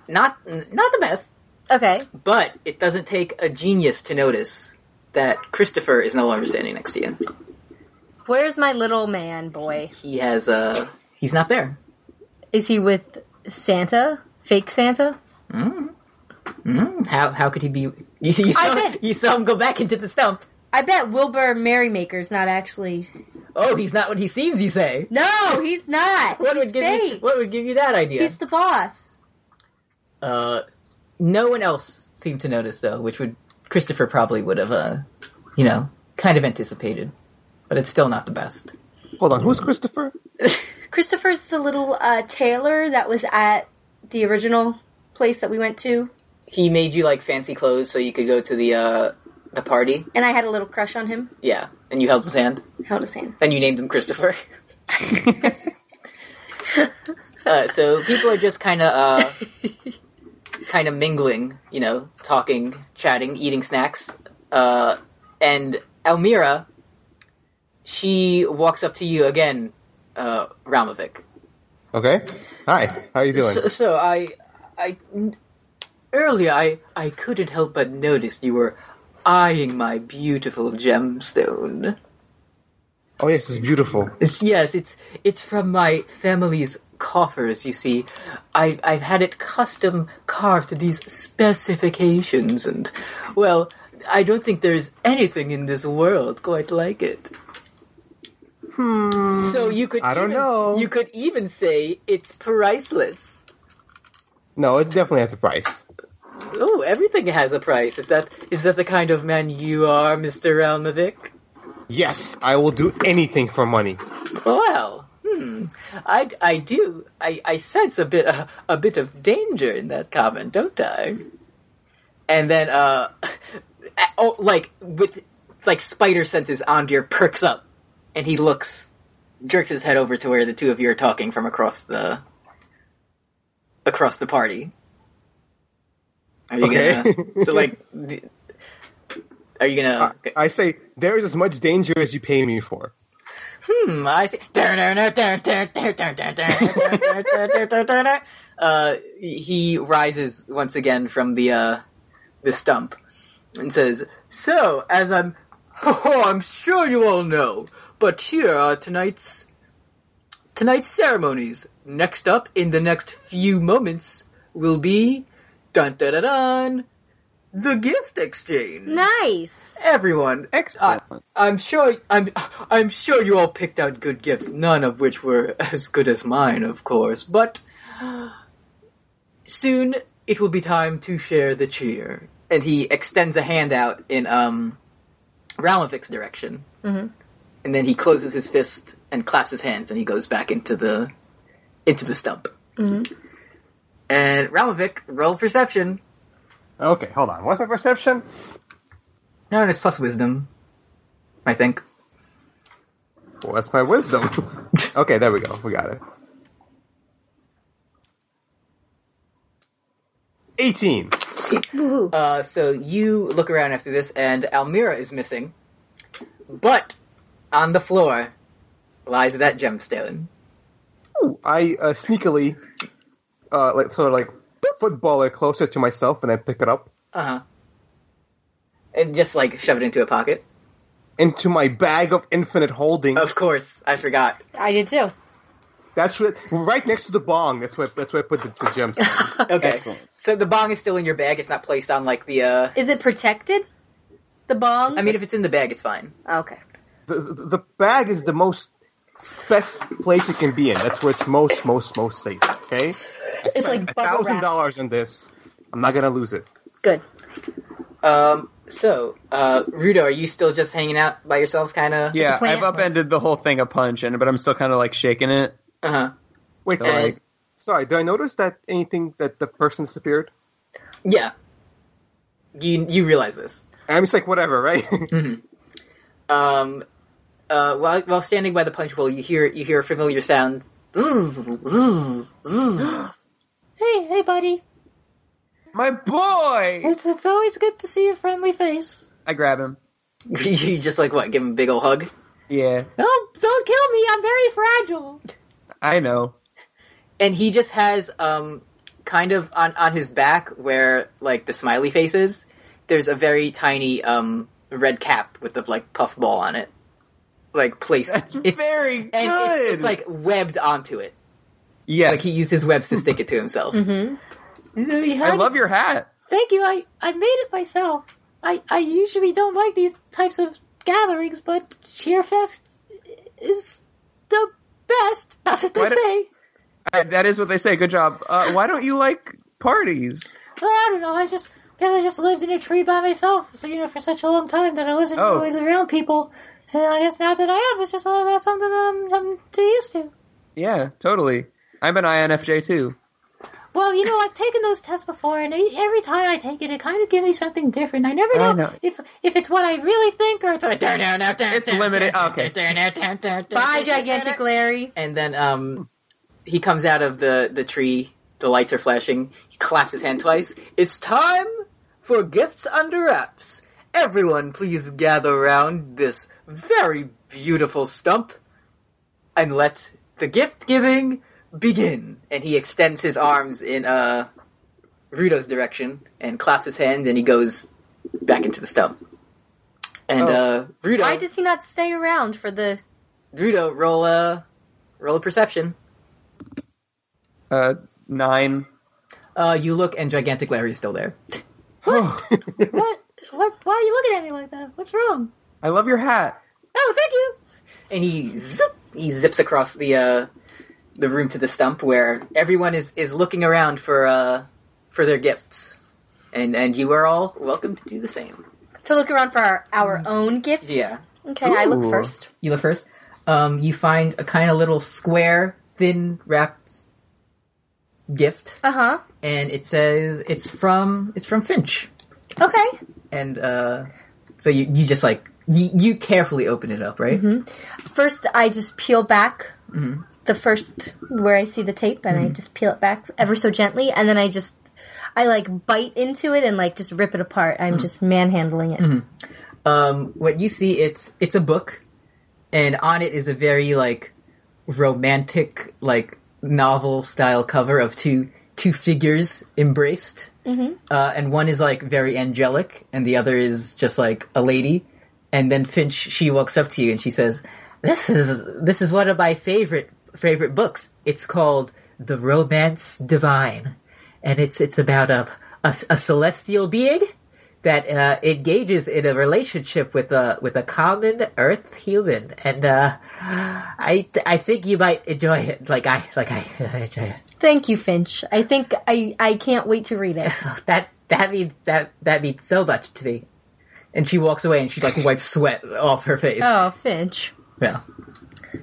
[SPEAKER 1] not n- not the best,
[SPEAKER 2] Okay.
[SPEAKER 1] but it doesn't take a genius to notice that Christopher is no longer standing next to you.
[SPEAKER 2] Where's my little man boy?
[SPEAKER 1] He has uh, he's not there.
[SPEAKER 2] Is he with Santa? Fake Santa?
[SPEAKER 1] How how could he be? You, you saw
[SPEAKER 2] bet-
[SPEAKER 1] you saw him go back into the stump.
[SPEAKER 2] I bet Wilbur Merrymaker's not actually.
[SPEAKER 1] Oh, he's not what he seems. You say.
[SPEAKER 2] No, he's not.
[SPEAKER 1] What
[SPEAKER 2] he's
[SPEAKER 1] would give
[SPEAKER 2] fake.
[SPEAKER 1] you? What would give you that idea?
[SPEAKER 2] He's the boss.
[SPEAKER 1] Uh, no one else seemed to notice though, which would Christopher probably would have, uh, you know, kind of anticipated. But it's still not the best.
[SPEAKER 4] Hold on, who's
[SPEAKER 1] Mm.
[SPEAKER 4] Christopher?
[SPEAKER 2] Christopher's the little uh, tailor that was at the original place that we went to,
[SPEAKER 1] He made you like fancy clothes so you could go to the uh the party.
[SPEAKER 2] and I had a little crush on him.
[SPEAKER 1] Yeah, and you held his hand,
[SPEAKER 2] Held his hand.
[SPEAKER 1] and you named him Christopher. uh, so people are just kind of uh, kind of mingling, you know, talking, chatting, eating snacks. Uh, and Elmira, she walks up to you again, uh, Ramovic.
[SPEAKER 4] Okay. Hi. How you doing?
[SPEAKER 1] So, so I, I, n- earlier I, I couldn't help but notice you were eyeing my beautiful gemstone.
[SPEAKER 4] oh yes, it's beautiful.
[SPEAKER 1] It's, yes, it's it's from my family's coffers. You see, I I've had it custom carved to these specifications, and well, I don't think there's anything in this world quite like it. Hmm. So you could
[SPEAKER 4] I don't
[SPEAKER 1] even-
[SPEAKER 4] know.
[SPEAKER 1] You could even say it's priceless.
[SPEAKER 4] No, it definitely has a price.
[SPEAKER 1] Oh, everything has a price. Is that is that the kind of man you are, Mister Almovic?
[SPEAKER 4] Yes, I will do anything for money.
[SPEAKER 1] Well, hmm. I, I do. I, I sense a bit a, a bit of danger in that comment, don't I? And then, uh, oh, like with like spider senses, Andir perks up, and he looks, jerks his head over to where the two of you are talking from across the across the party. Are you
[SPEAKER 4] Okay.
[SPEAKER 1] gonna? So like, th- are you gonna?
[SPEAKER 4] I say there is as much danger as you pay me for.
[SPEAKER 1] Hmm, I see. Uh, he rises once again from the uh, the stump and says, "So, as I'm, oh, I'm sure you all know, but here are tonight's tonight's ceremonies. Next up, in the next few moments, will be dun dun dun dun, the gift exchange."
[SPEAKER 2] Nice.
[SPEAKER 1] Everyone, uh,
[SPEAKER 5] Excellent.
[SPEAKER 1] I'm sure I'm I'm sure you all picked out good gifts, none of which were as good as mine, of course, but soon it will be time to share the cheer. And he extends a hand out in um Ralovik's direction. Mm-hmm. And then he closes his fist and claps his hands and he goes back into the into the stump. And Ralovic, roll perception.
[SPEAKER 4] Okay, hold on. What's my perception?
[SPEAKER 1] No, it's plus wisdom. I think.
[SPEAKER 4] Well, that's my wisdom. okay, there we go. We got it. 18.
[SPEAKER 2] Woohoo.
[SPEAKER 1] Uh, so you look around after this, and Almira is missing. But on the floor lies that gemstone.
[SPEAKER 4] Ooh, I uh, sneakily, uh, like, sort of like football it closer to myself and then pick it up
[SPEAKER 1] Uh huh. And just like shove it into a pocket.
[SPEAKER 4] into my bag of infinite holding.
[SPEAKER 1] Of course, I forgot.
[SPEAKER 2] I did too.
[SPEAKER 4] That's what, right next to the bong. That's where that's where I put the, the gemstone.
[SPEAKER 1] Okay.
[SPEAKER 5] Excellent.
[SPEAKER 1] So the bong is still in your bag. It's not placed on like the. uh
[SPEAKER 2] Is it protected? The bong? Oh,
[SPEAKER 1] I mean, if it's in the bag, it's fine.
[SPEAKER 2] okay.
[SPEAKER 4] the, the, the bag is the most best place it can be in. That's where it's most most most safe. Okay,
[SPEAKER 2] It's like
[SPEAKER 4] a
[SPEAKER 2] bubble
[SPEAKER 4] thousand
[SPEAKER 2] wrap.
[SPEAKER 4] dollars in this. I'm not gonna lose it.
[SPEAKER 2] Good.
[SPEAKER 1] Um. So, uh, Rudo, are you still just hanging out by yourself, kind of?
[SPEAKER 5] Yeah,
[SPEAKER 2] It's a
[SPEAKER 5] I've
[SPEAKER 2] plant.
[SPEAKER 5] upended the whole thing a punch, and but I'm still kind of like shaking it.
[SPEAKER 1] Uh huh.
[SPEAKER 4] Wait,
[SPEAKER 1] And-
[SPEAKER 4] sorry. Sorry, did I notice that anything that the person disappeared?
[SPEAKER 1] Yeah. You you realize this?
[SPEAKER 4] I'm just like whatever, right?
[SPEAKER 1] Um, uh, while while standing by the punch bowl, you hear you hear a familiar sound.
[SPEAKER 6] Hey, hey, buddy.
[SPEAKER 5] My boy!
[SPEAKER 6] It's, it's always good to see a friendly face.
[SPEAKER 5] I grab him.
[SPEAKER 1] you just like what? Give him a big old hug.
[SPEAKER 5] Yeah,
[SPEAKER 6] Oh, don't kill me. I'm very fragile.
[SPEAKER 5] I know.
[SPEAKER 1] and he just has um kind of on on his back where like the smiley face is there's a very tiny um red cap with the like puff ball on it like placed
[SPEAKER 5] That's
[SPEAKER 1] it's-
[SPEAKER 5] very good.
[SPEAKER 1] and it's, it's like webbed onto it
[SPEAKER 5] yes,
[SPEAKER 1] like he used his webs to stick it to himself
[SPEAKER 5] I love your hat.
[SPEAKER 6] Thank you. I, I made it myself. I, I usually don't like these types of gatherings, but Cheerfest is the best. That's what they
[SPEAKER 5] Why do-
[SPEAKER 6] say.
[SPEAKER 5] I, that is what they say. Good job. Uh, why don't you like parties?
[SPEAKER 6] Well, I don't know. I just guess I just lived in a tree by myself, so you know, for such a long time that I wasn't
[SPEAKER 5] Oh.
[SPEAKER 6] always around people. And I guess now that I am, it's just uh, that's something that I'm, I'm too used to.
[SPEAKER 5] Yeah, totally. I'm an INFJ too.
[SPEAKER 6] Well, you know, I've taken those tests before, and e- every time I take it, it kind of gives me something different. I never know,
[SPEAKER 5] I know.
[SPEAKER 6] if if it's what I really think or it's what I don't know.
[SPEAKER 5] It's limited. Okay.
[SPEAKER 2] Bye, Gigantic Larry.
[SPEAKER 1] and then um he comes out of the the tree the lights are flashing he claps his hand twice it's time for gifts under wraps everyone please gather round this very beautiful stump and let the gift giving begin and he extends his arms in uh Rudo's direction and claps his hand and he goes back into the stump and
[SPEAKER 5] Oh.
[SPEAKER 1] uh Rudo
[SPEAKER 2] Why does he not stay around for the.
[SPEAKER 1] Rudo roll a roll a perception
[SPEAKER 5] Uh, nine.
[SPEAKER 1] Uh, you look, and Gigantic Larry is still there.
[SPEAKER 5] Oh.
[SPEAKER 6] What? What? Why are you looking at me like that? What's wrong?
[SPEAKER 5] I love your hat.
[SPEAKER 6] Oh, thank you.
[SPEAKER 1] And he zip, he zips across the uh, the room to the stump where everyone is, is looking around for uh, for their gifts, and and you are all welcome to do the same.
[SPEAKER 2] To look around for our, our own gifts?
[SPEAKER 1] Yeah,
[SPEAKER 2] Okay, I look first.
[SPEAKER 1] you look first. Um, you find a kind of little square, thin wrapped gift,
[SPEAKER 2] Uh
[SPEAKER 6] Uh-huh.
[SPEAKER 2] huh.
[SPEAKER 1] and it says it's from it's from Finch,
[SPEAKER 2] Okay.
[SPEAKER 1] and uh, so you you just like you, you carefully open it up, right?
[SPEAKER 2] First, I just peel back the first where I see the tape, and I just peel it back ever so gently, and then I just I like bite into it and like just rip it apart. I'm just manhandling it.
[SPEAKER 1] um, what you see it's it's a book and on it is a very like romantic like novel style cover of two two figures embraced uh, and one is like very angelic and the other is just like a lady and then finch she walks up to you and she says this is this is one of my favorite favorite books it's called the romance divine and it's it's about a a, a celestial being that uh, engages in a relationship with a with a common Earth human, and uh, I I think you might enjoy it. Like I like I, I enjoy it.
[SPEAKER 2] Thank you, Finch. I think I I can't wait to read it.
[SPEAKER 1] Oh, that that means that that means so much to me. And she walks away, and she like wipes sweat off her face.
[SPEAKER 2] oh, Finch.
[SPEAKER 1] Yeah.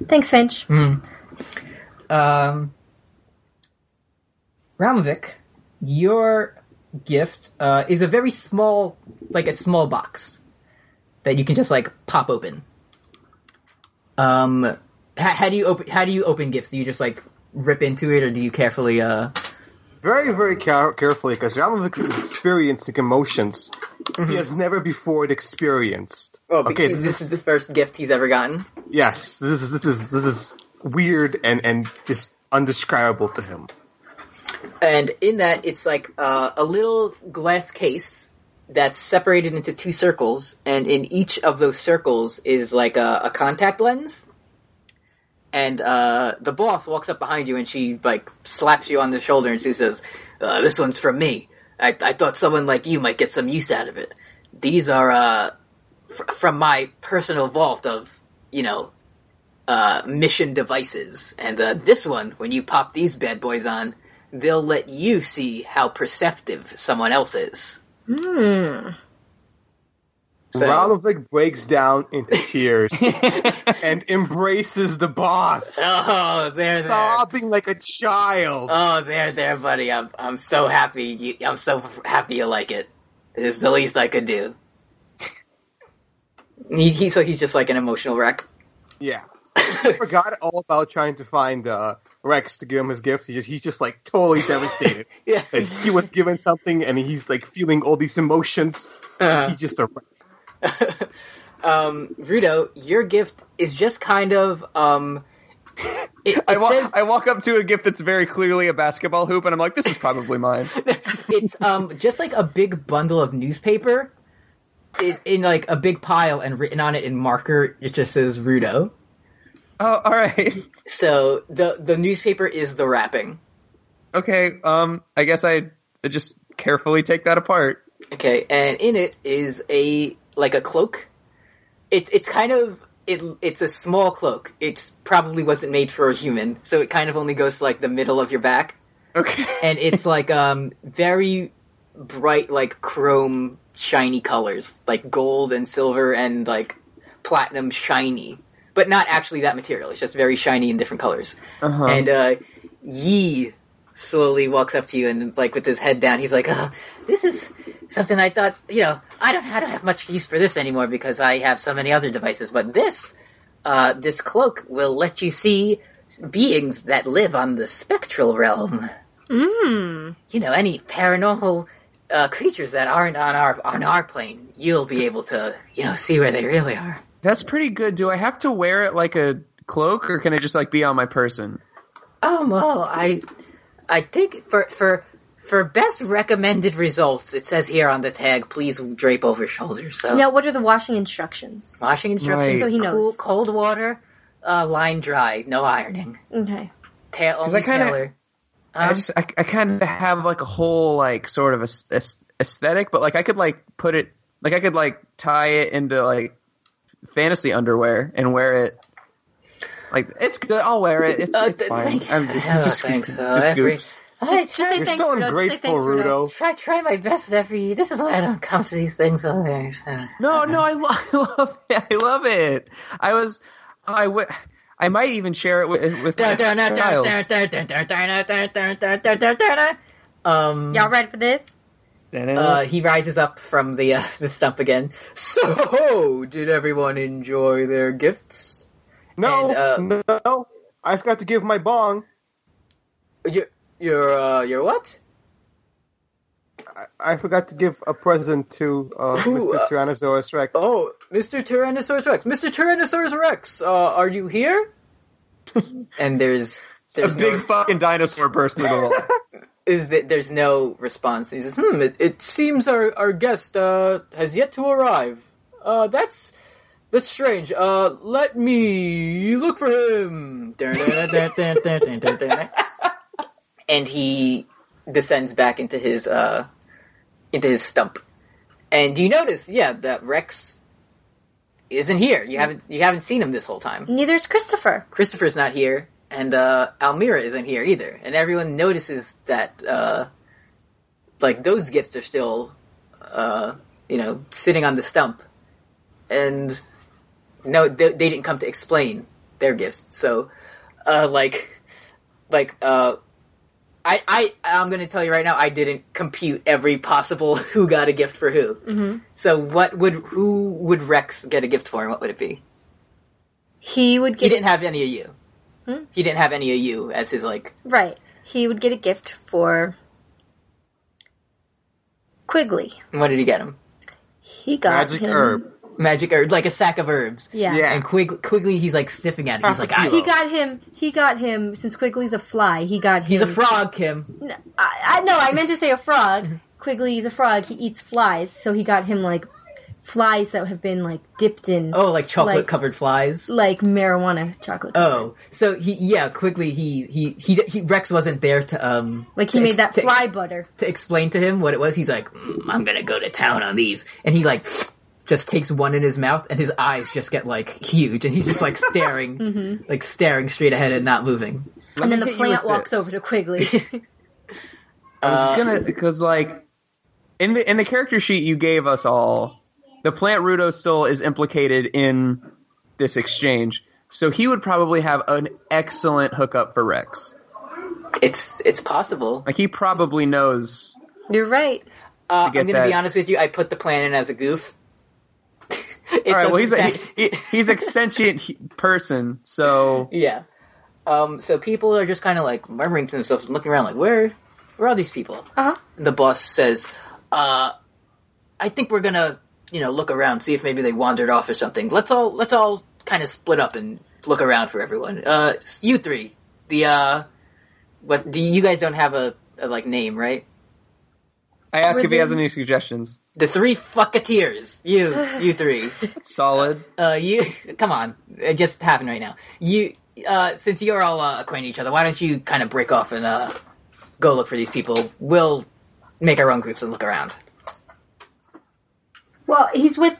[SPEAKER 2] Thanks, Finch.
[SPEAKER 1] Um, Ramovic, your gift uh, is a very small, like a small box that you can just like pop open. Um, how, how do you open? How do you open gifts? Do you just like rip into it, or do you carefully? Uh,
[SPEAKER 4] Very, very care- carefully, because Ramovic is experiencing emotions
[SPEAKER 2] Mm-hmm.
[SPEAKER 4] he has never before experienced.
[SPEAKER 1] oh, because
[SPEAKER 4] okay,
[SPEAKER 1] this,
[SPEAKER 4] this
[SPEAKER 1] is
[SPEAKER 4] is
[SPEAKER 1] the first gift he's ever gotten.
[SPEAKER 4] yes, this is this is this is weird and and just undescribable to him.
[SPEAKER 1] and in that it's like uh, a little glass case that's separated into two circles and in each of those circles is like a, a contact lens and uh, the boss walks up behind you and she like slaps you on the shoulder and she says uh, this one's from me I, I thought someone like you might get some use out of it these are uh, fr- from my personal vault of you know uh, mission devices. And uh, this one, when you pop these bad boys on, they'll let you see how perceptive someone else is. Hmm. So,
[SPEAKER 4] Ramovic breaks down into tears and embraces the boss,
[SPEAKER 1] oh, there, there.
[SPEAKER 4] sobbing like a child.
[SPEAKER 1] Oh, there, there, buddy. I'm, I'm so happy. You, I'm so happy you like it. It's the least I could do. He, he, so he's just like an emotional wreck.
[SPEAKER 4] Yeah. he forgot all about trying to find uh, Rex to give him his gift. He just, he's just like totally devastated
[SPEAKER 1] Yeah.
[SPEAKER 4] that he was given something and he's like feeling all these emotions.
[SPEAKER 1] Uh.
[SPEAKER 4] He's just er-, a wreck.
[SPEAKER 1] um, Rudo, your gift is just kind of um. It, it
[SPEAKER 5] I, wa-
[SPEAKER 1] says
[SPEAKER 5] I walk up to a gift that's very clearly a basketball hoop, and I'm like, this is probably mine.
[SPEAKER 1] it's um just like a big bundle of newspaper, it, in like a big pile, and written on it in marker, it just says Rudo.
[SPEAKER 5] oh, all right.
[SPEAKER 1] So the the newspaper is the wrapping.
[SPEAKER 5] Okay. Um, I guess I I just carefully take that apart.
[SPEAKER 1] Okay, and in it is a like a cloak. It's it's kind of it it's a small cloak. It probably wasn't made for a human, so it kind of only goes to like the middle of your back.
[SPEAKER 5] Okay.
[SPEAKER 1] and it's like um very bright like chrome shiny colors like gold and silver and like platinum shiny but not actually that material it's just very shiny in different colors and uh yi slowly walks up to you and like with his head down he's like oh,
[SPEAKER 6] This is
[SPEAKER 1] something i thought you know i don't i don't have much use for this anymore because i have so many other devices but this uh this cloak will let you see beings that live on the spectral realm you know any paranormal uh, creatures that aren't on our on our plane, you'll be able to you know see where they really are.
[SPEAKER 5] That's pretty good. Do I have to wear it like a cloak, or can it just like be on my person?
[SPEAKER 1] Oh well, I I think for for for best recommended results, it says here on the tag, please drape over shoulders. So
[SPEAKER 2] Now, what are the washing instructions?
[SPEAKER 1] washing instructions,
[SPEAKER 5] Right. So
[SPEAKER 2] he
[SPEAKER 1] cool,
[SPEAKER 2] knows.
[SPEAKER 1] cold water, uh, line dry, no ironing,
[SPEAKER 2] Okay.
[SPEAKER 1] tail
[SPEAKER 5] I
[SPEAKER 1] only
[SPEAKER 5] kinda-
[SPEAKER 1] tailor.
[SPEAKER 5] I
[SPEAKER 1] Um,
[SPEAKER 5] just I, I kind of have like a whole like sort of a, aesthetic, but like I could like put it like I could like tie it into like fantasy underwear and wear it. Like it's good. I'll wear it. It's,
[SPEAKER 1] Uh,
[SPEAKER 5] it's
[SPEAKER 1] th-
[SPEAKER 5] fine.
[SPEAKER 1] thank-
[SPEAKER 5] I'm
[SPEAKER 1] I
[SPEAKER 5] it's
[SPEAKER 1] don't
[SPEAKER 5] just,
[SPEAKER 1] think
[SPEAKER 5] just,
[SPEAKER 1] so. Every-
[SPEAKER 5] goops.
[SPEAKER 6] I
[SPEAKER 2] Just, just
[SPEAKER 6] try,
[SPEAKER 2] say
[SPEAKER 4] You're
[SPEAKER 2] thanks,
[SPEAKER 4] so
[SPEAKER 2] Rudo. Just say
[SPEAKER 4] ungrateful,
[SPEAKER 2] thanks, Rudo.
[SPEAKER 4] Rudo.
[SPEAKER 6] try try my best every. This is why I don't come to these things. Other.
[SPEAKER 5] No, no, I, lo- I love it. I love it. I was, I would, I might even share it with, with my child.
[SPEAKER 1] Um,
[SPEAKER 2] Y'all ready for this?
[SPEAKER 5] Uh-huh.
[SPEAKER 1] Uh, he rises up from the uh, the stump again. So, did everyone enjoy their gifts?
[SPEAKER 4] No,
[SPEAKER 1] And, uh,
[SPEAKER 4] no, I've got to give my bong.
[SPEAKER 1] Your your uh, your what?
[SPEAKER 4] I forgot to give a present to uh,
[SPEAKER 1] Who,
[SPEAKER 4] Mr.
[SPEAKER 1] uh,
[SPEAKER 4] Tyrannosaurus Rex.
[SPEAKER 1] Oh, Mr. Tyrannosaurus Rex, Mr. Tyrannosaurus Rex, uh, are you here? and there's
[SPEAKER 5] a
[SPEAKER 1] there's no,
[SPEAKER 5] big fucking dinosaur burst through the wall.
[SPEAKER 1] is that there's no response. He says, "Hmm, it, it seems our our guest uh, has yet to arrive. Uh, that's." That's strange. Uh, let me look for him. and he descends back into his uh, into his stump. And you notice, yeah, that Rex isn't here. You haven't you haven't seen him this whole time.
[SPEAKER 2] Neither's Christopher.
[SPEAKER 1] Christopher's not here, and uh, Almira isn't here either. And everyone notices that, uh, like, those gifts are still, uh, you know, sitting on the stump. And no, they, they didn't come to explain their gifts. So, uh, like, like, uh, I, I, I'm gonna tell you right now, I didn't compute every possible who got a gift for who. Mm-hmm. So what would, who would Rex get a gift for and what would it be?
[SPEAKER 2] He would
[SPEAKER 1] He
[SPEAKER 2] get Hmm?
[SPEAKER 1] didn't have any of you. He didn't have any of you as his like.
[SPEAKER 2] right. He would get a gift for Quigley.
[SPEAKER 1] What did he get him?
[SPEAKER 2] He got
[SPEAKER 4] Magic
[SPEAKER 2] him-
[SPEAKER 4] herb.
[SPEAKER 1] Magic herb, like a sack of herbs.
[SPEAKER 2] Yeah. Uh,
[SPEAKER 4] Yeah.
[SPEAKER 1] And Quig- Quigley, he's like sniffing at it. He's like, ah,
[SPEAKER 2] He got him. He got him. Since Quigley's a fly, he got him.
[SPEAKER 1] he's a frog, Kim.
[SPEAKER 2] No, I, I no, I meant to say a frog. Quigley's a frog. He eats flies, so he got him like flies that have been like dipped in
[SPEAKER 1] Oh, like chocolate
[SPEAKER 2] Like-
[SPEAKER 1] covered flies.
[SPEAKER 2] like marijuana chocolate.
[SPEAKER 1] Oh, so he yeah, Quigley he he he, he Rex wasn't there to um
[SPEAKER 2] like he
[SPEAKER 1] to
[SPEAKER 2] made
[SPEAKER 1] ex-
[SPEAKER 2] that
[SPEAKER 1] to-
[SPEAKER 2] fly butter.
[SPEAKER 1] to explain to him what it was. He's like, "Mm, I'm gonna go to town on these, and he like just takes one in his mouth, and his eyes just get like huge, and he's just like staring,
[SPEAKER 2] Mm-hmm.
[SPEAKER 1] like staring straight ahead and not moving.
[SPEAKER 2] And then the
[SPEAKER 5] me hit you with
[SPEAKER 2] plant walks
[SPEAKER 5] this.
[SPEAKER 2] over to Quigley.
[SPEAKER 5] I was
[SPEAKER 1] Uh,
[SPEAKER 5] gonna because like in the in the character sheet you gave us all, the plant Rudo still is implicated in this exchange. So he would probably have an excellent hookup for Rex.
[SPEAKER 1] It's it's possible.
[SPEAKER 5] Like he probably knows.
[SPEAKER 2] You're right.
[SPEAKER 1] Uh,
[SPEAKER 5] get
[SPEAKER 1] I'm gonna be
[SPEAKER 5] that-
[SPEAKER 1] honest with you. I put the plan in as a goof. It
[SPEAKER 5] All right, well he's
[SPEAKER 1] doesn't
[SPEAKER 5] a,
[SPEAKER 1] affect-
[SPEAKER 5] he, he- he's a sentient he- person, so
[SPEAKER 1] Yeah. Um, so people are just kind of like murmuring to themselves, and looking around, like, where, where are these people?
[SPEAKER 2] Uh-huh.
[SPEAKER 1] And the boss says, uh, I think we're gonna, you know, look around, see if maybe they wandered off or something. Let's all, let's all kind of split up and look around for everyone. Uh, you three, the, uh, what, do you guys don't have a, a like, name, right?
[SPEAKER 5] I ask if he
[SPEAKER 2] Within-
[SPEAKER 5] has any suggestions.
[SPEAKER 1] The three fucketeers. You, you three.
[SPEAKER 5] Solid.
[SPEAKER 1] uh, you come on, it just happened right now. You, uh, since you're all uh, acquainted with each other, why don't you kind of break off and uh, go look for these people? We'll make our own groups and look around.
[SPEAKER 2] Well, he's with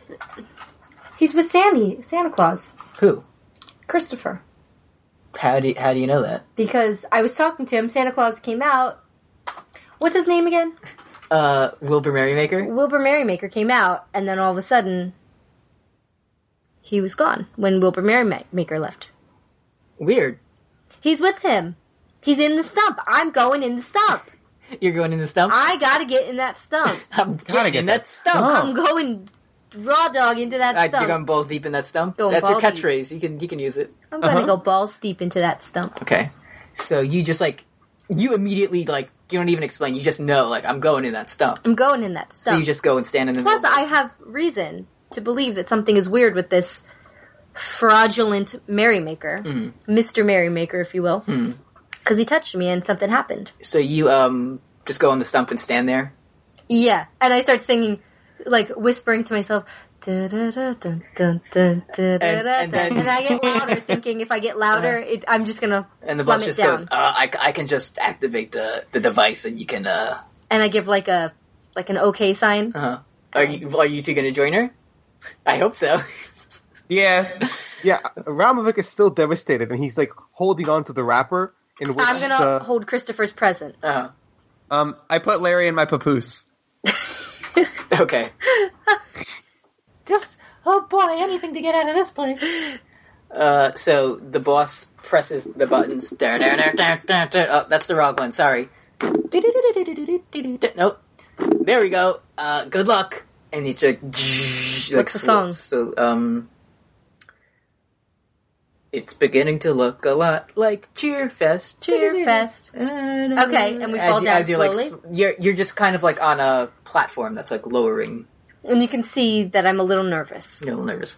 [SPEAKER 2] he's with Sammy, Santa Claus,
[SPEAKER 1] Who?
[SPEAKER 2] Christopher.
[SPEAKER 1] How do you, how do you know that?
[SPEAKER 2] Because I was talking to him, Santa Claus came out. What's his name again?
[SPEAKER 1] Uh, Wilbur Merrymaker.
[SPEAKER 2] Wilbur Merrymaker came out, and then all of a sudden, he was gone when Wilbur Merrymaker left.
[SPEAKER 1] Weird.
[SPEAKER 2] He's with him. He's in the stump. I'm going in the stump.
[SPEAKER 1] You're going in the stump.
[SPEAKER 2] I gotta get in that stump.
[SPEAKER 1] I'm
[SPEAKER 4] gotta get
[SPEAKER 1] in that
[SPEAKER 4] that
[SPEAKER 1] stump.
[SPEAKER 2] I'm going raw dog into that
[SPEAKER 1] Oh. I,
[SPEAKER 2] stump.
[SPEAKER 1] you're going balls deep in that stump.
[SPEAKER 2] Going
[SPEAKER 1] That's your
[SPEAKER 2] balls deep.
[SPEAKER 1] catchphrase. You can you can use it.
[SPEAKER 2] I'm gonna
[SPEAKER 5] Uh-huh.
[SPEAKER 2] go balls deep into that stump.
[SPEAKER 1] Okay. So you just like you immediately like you don't even explain. You just know like I'm going in that stump.
[SPEAKER 2] I'm going in that
[SPEAKER 1] So
[SPEAKER 2] stump.
[SPEAKER 1] you just go and stand in the
[SPEAKER 2] Plus,
[SPEAKER 1] middle.
[SPEAKER 2] I have reason to believe that something is weird with this fraudulent merrymaker,
[SPEAKER 1] Hmm.
[SPEAKER 2] Mister Merrymaker, if you will, because he touched me and something happened.
[SPEAKER 1] So you um just go on the stump and stand there.
[SPEAKER 2] Yeah, and I start singing, like whispering to myself. "Da-da-da-dun, dun, dun, da-da-da-dun."
[SPEAKER 1] and then- Uh-huh.
[SPEAKER 2] And I get louder, thinking if I get louder, it, I'm just gonna
[SPEAKER 1] And the boss
[SPEAKER 2] plummet
[SPEAKER 1] just
[SPEAKER 2] down.
[SPEAKER 1] goes, uh, I, I can just activate the, the device and you can, uh,
[SPEAKER 2] and I give like a like an okay sign.
[SPEAKER 1] uh Are you, are you two gonna join her? I hope so.
[SPEAKER 5] Yeah.
[SPEAKER 4] Yeah, Ramovic is still devastated, and he's like holding on to the wrapper. In which
[SPEAKER 2] I'm gonna
[SPEAKER 4] the-
[SPEAKER 2] hold Christopher's present.
[SPEAKER 1] uh
[SPEAKER 5] Um, I put Larry in my papoose.
[SPEAKER 1] Okay.
[SPEAKER 6] Just, oh boy, anything to get out of this place.
[SPEAKER 1] Uh, so the boss presses the buttons. Dar, dar, dar, dar, dar, dar. Oh, that's the wrong one. Sorry.
[SPEAKER 6] Do-do-do-do-do-do-do-do-do.
[SPEAKER 1] Nope. There we go. Uh, good luck. And it's like,
[SPEAKER 2] What's the song?
[SPEAKER 1] So, um, it's beginning to look a lot like Cheerfest.
[SPEAKER 2] Cheer fest.
[SPEAKER 1] Okay,
[SPEAKER 2] and we
[SPEAKER 1] as
[SPEAKER 2] fall
[SPEAKER 1] you,
[SPEAKER 2] down
[SPEAKER 1] as you're like
[SPEAKER 2] slowly?
[SPEAKER 1] s- you're you're just kind of like on a platform that's like lowering.
[SPEAKER 2] And you can see that I'm a little nervous.
[SPEAKER 1] You're a little nervous.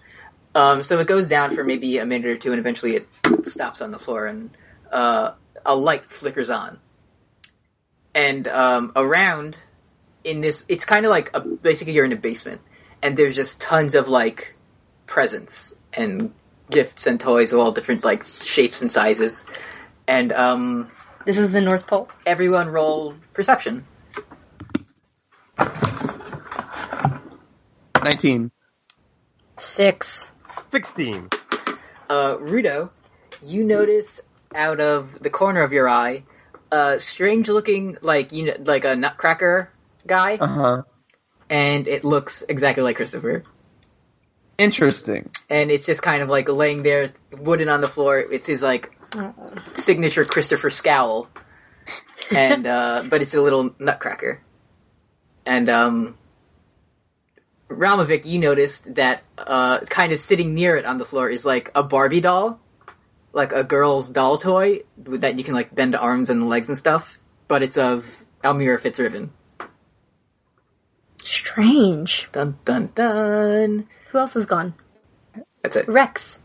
[SPEAKER 1] Um, so it goes down for maybe a minute or two, and eventually it stops on the floor, and uh, a light flickers on. And um, around in this, it's kind of like a, basically you're in a basement, and there's just tons of like presents and gifts and toys of all different like shapes and sizes, and um,
[SPEAKER 2] This is the North Pole.
[SPEAKER 1] everyone roll perception.
[SPEAKER 5] 19.
[SPEAKER 2] Six.
[SPEAKER 4] sixteen.
[SPEAKER 1] uh, Rudo, you notice out of the corner of your eye a strange-looking, like you know, like a nutcracker guy,
[SPEAKER 5] Uh-huh.
[SPEAKER 1] and it looks exactly like Christopher.
[SPEAKER 5] Interesting.
[SPEAKER 1] And it's just kind of like laying there, wooden on the floor, with his like signature Christopher scowl, and uh, but it's a little nutcracker, and um, Ramovic, you noticed that uh, kind of sitting near it on the floor is like a Barbie doll, like a girl's doll toy that you can like bend arms and legs and stuff, but it's of Almira Fitzribbon.
[SPEAKER 2] Strange.
[SPEAKER 1] Dun dun dun.
[SPEAKER 2] Who else is gone?
[SPEAKER 1] That's it.
[SPEAKER 2] Rex.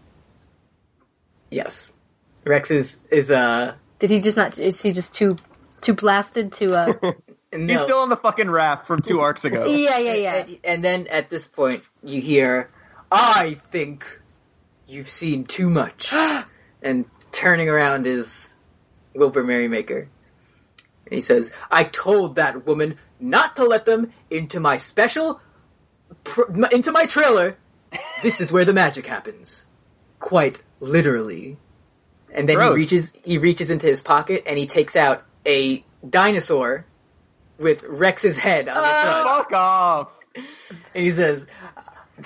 [SPEAKER 1] Yes, Rex is is uh.
[SPEAKER 2] Did he just not? Is he just too too blasted to? Uh...
[SPEAKER 1] No.
[SPEAKER 5] He's still on the fucking raft from two arcs ago.
[SPEAKER 2] yeah, yeah, yeah.
[SPEAKER 1] And, and then at this point, you hear, "I think you've seen too much," and turning around is Wilbur Merrymaker. And he says, "I told that woman not to let them into my special, pr- m- into my trailer. This is where the magic happens, quite literally." And then
[SPEAKER 5] Gross.
[SPEAKER 1] he reaches he reaches into his pocket and he takes out a dinosaur with Rex's head on the front.
[SPEAKER 5] Fuck off.
[SPEAKER 1] And he says,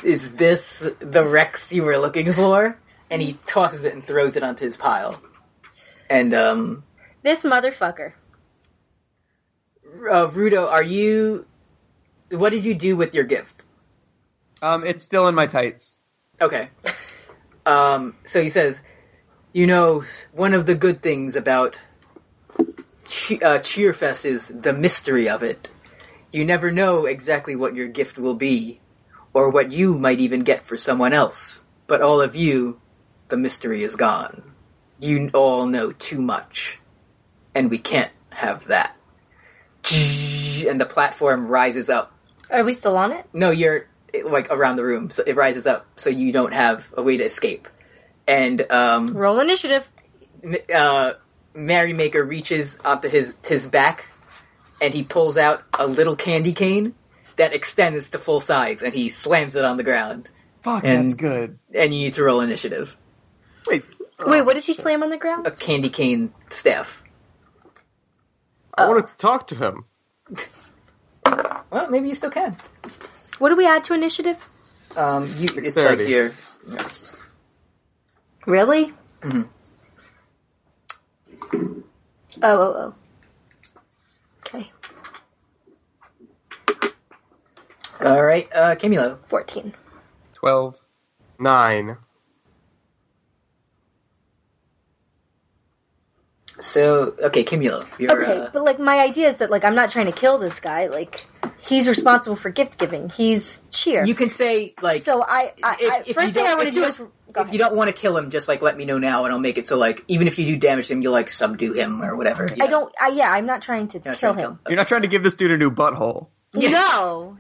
[SPEAKER 1] "Is this the Rex you were looking for?" And he tosses it and throws it onto his pile. And um,
[SPEAKER 2] This motherfucker.
[SPEAKER 1] uh, Rudo, are you? What did you do with your gift?
[SPEAKER 5] Um, it's still in my tights.
[SPEAKER 1] Okay. Um, so he says, "You know, one of the good things about che- uh, Cheerfest is the mystery of it. You never know exactly what your gift will be, or what you might even get for someone else. But all of you, the mystery is gone. You all know too much, and we can't have that." And the platform rises up
[SPEAKER 2] Are we still on it?
[SPEAKER 1] no, you're like around the room, so it rises up, so you don't have a way to escape. And um,
[SPEAKER 2] Roll initiative.
[SPEAKER 1] m- uh, Merrymaker reaches onto his his back, and he pulls out a little candy cane that extends to full size, and he slams it on the ground.
[SPEAKER 5] Fuck,
[SPEAKER 1] And-
[SPEAKER 5] that's good.
[SPEAKER 1] And you need to roll initiative.
[SPEAKER 4] Wait,
[SPEAKER 2] Wait, what does he slam on the ground?
[SPEAKER 1] A candy cane staff.
[SPEAKER 4] I wanted to talk to him.
[SPEAKER 1] Well, maybe you still can.
[SPEAKER 2] What do we add to initiative?
[SPEAKER 1] Um, you, it's like
[SPEAKER 4] Dexterity.
[SPEAKER 1] your
[SPEAKER 2] Really? Mm-hmm. Oh, oh, oh. Okay,
[SPEAKER 1] all right, uh, Camilo.
[SPEAKER 2] 14.
[SPEAKER 5] Twelve.
[SPEAKER 4] Nine.
[SPEAKER 1] So okay, Camilo, you're
[SPEAKER 2] Okay,
[SPEAKER 1] uh,
[SPEAKER 2] but like my idea is that like I'm not trying to kill this guy. Like he's responsible for gift giving. He's cheer.
[SPEAKER 1] you can say like
[SPEAKER 2] so I, I,
[SPEAKER 1] If-
[SPEAKER 2] I
[SPEAKER 1] if you
[SPEAKER 2] first thing
[SPEAKER 1] don't-
[SPEAKER 2] I want
[SPEAKER 1] if
[SPEAKER 2] to
[SPEAKER 1] you
[SPEAKER 2] do
[SPEAKER 1] don't-
[SPEAKER 2] is go
[SPEAKER 1] if you
[SPEAKER 2] ahead.
[SPEAKER 1] don't want to kill him, just like let me know now, and I'll make it so like even if you do damage him, you like subdue him or whatever.
[SPEAKER 2] I don't. I, yeah, I'm not trying to
[SPEAKER 1] You're not
[SPEAKER 2] kill
[SPEAKER 1] trying to
[SPEAKER 2] him.
[SPEAKER 5] You're not trying to give this dude a new butthole.
[SPEAKER 1] him.
[SPEAKER 2] No,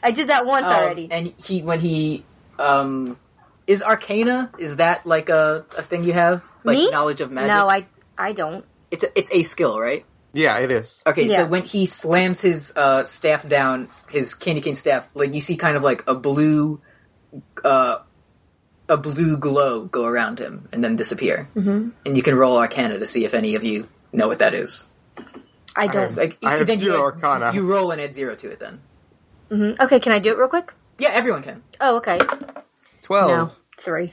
[SPEAKER 2] I did that once
[SPEAKER 1] Um,
[SPEAKER 2] already.
[SPEAKER 1] And he when he um is Arcana is that like a, a thing you have like
[SPEAKER 2] Me?
[SPEAKER 1] knowledge of magic?
[SPEAKER 2] No, I, I don't.
[SPEAKER 1] it's a, it's a skill, right?
[SPEAKER 4] Yeah, it is.
[SPEAKER 1] Okay,
[SPEAKER 2] Yeah.
[SPEAKER 1] so when he slams his uh, staff down, his candy cane staff, like you see kind of like a blue, uh, a blue glow go around him and then disappear. Mm-hmm. And you can roll Arcana to see if any of you know what that is.
[SPEAKER 2] I
[SPEAKER 4] have-
[SPEAKER 2] don't.
[SPEAKER 1] Like
[SPEAKER 4] I have
[SPEAKER 1] then you
[SPEAKER 4] zero
[SPEAKER 1] add-
[SPEAKER 4] Arcana.
[SPEAKER 1] You roll and add zero to it. Then
[SPEAKER 2] Mhm. Okay, can I do it real quick?
[SPEAKER 1] yeah, everyone can.
[SPEAKER 2] Oh, okay.
[SPEAKER 5] Twelve.
[SPEAKER 2] No, three.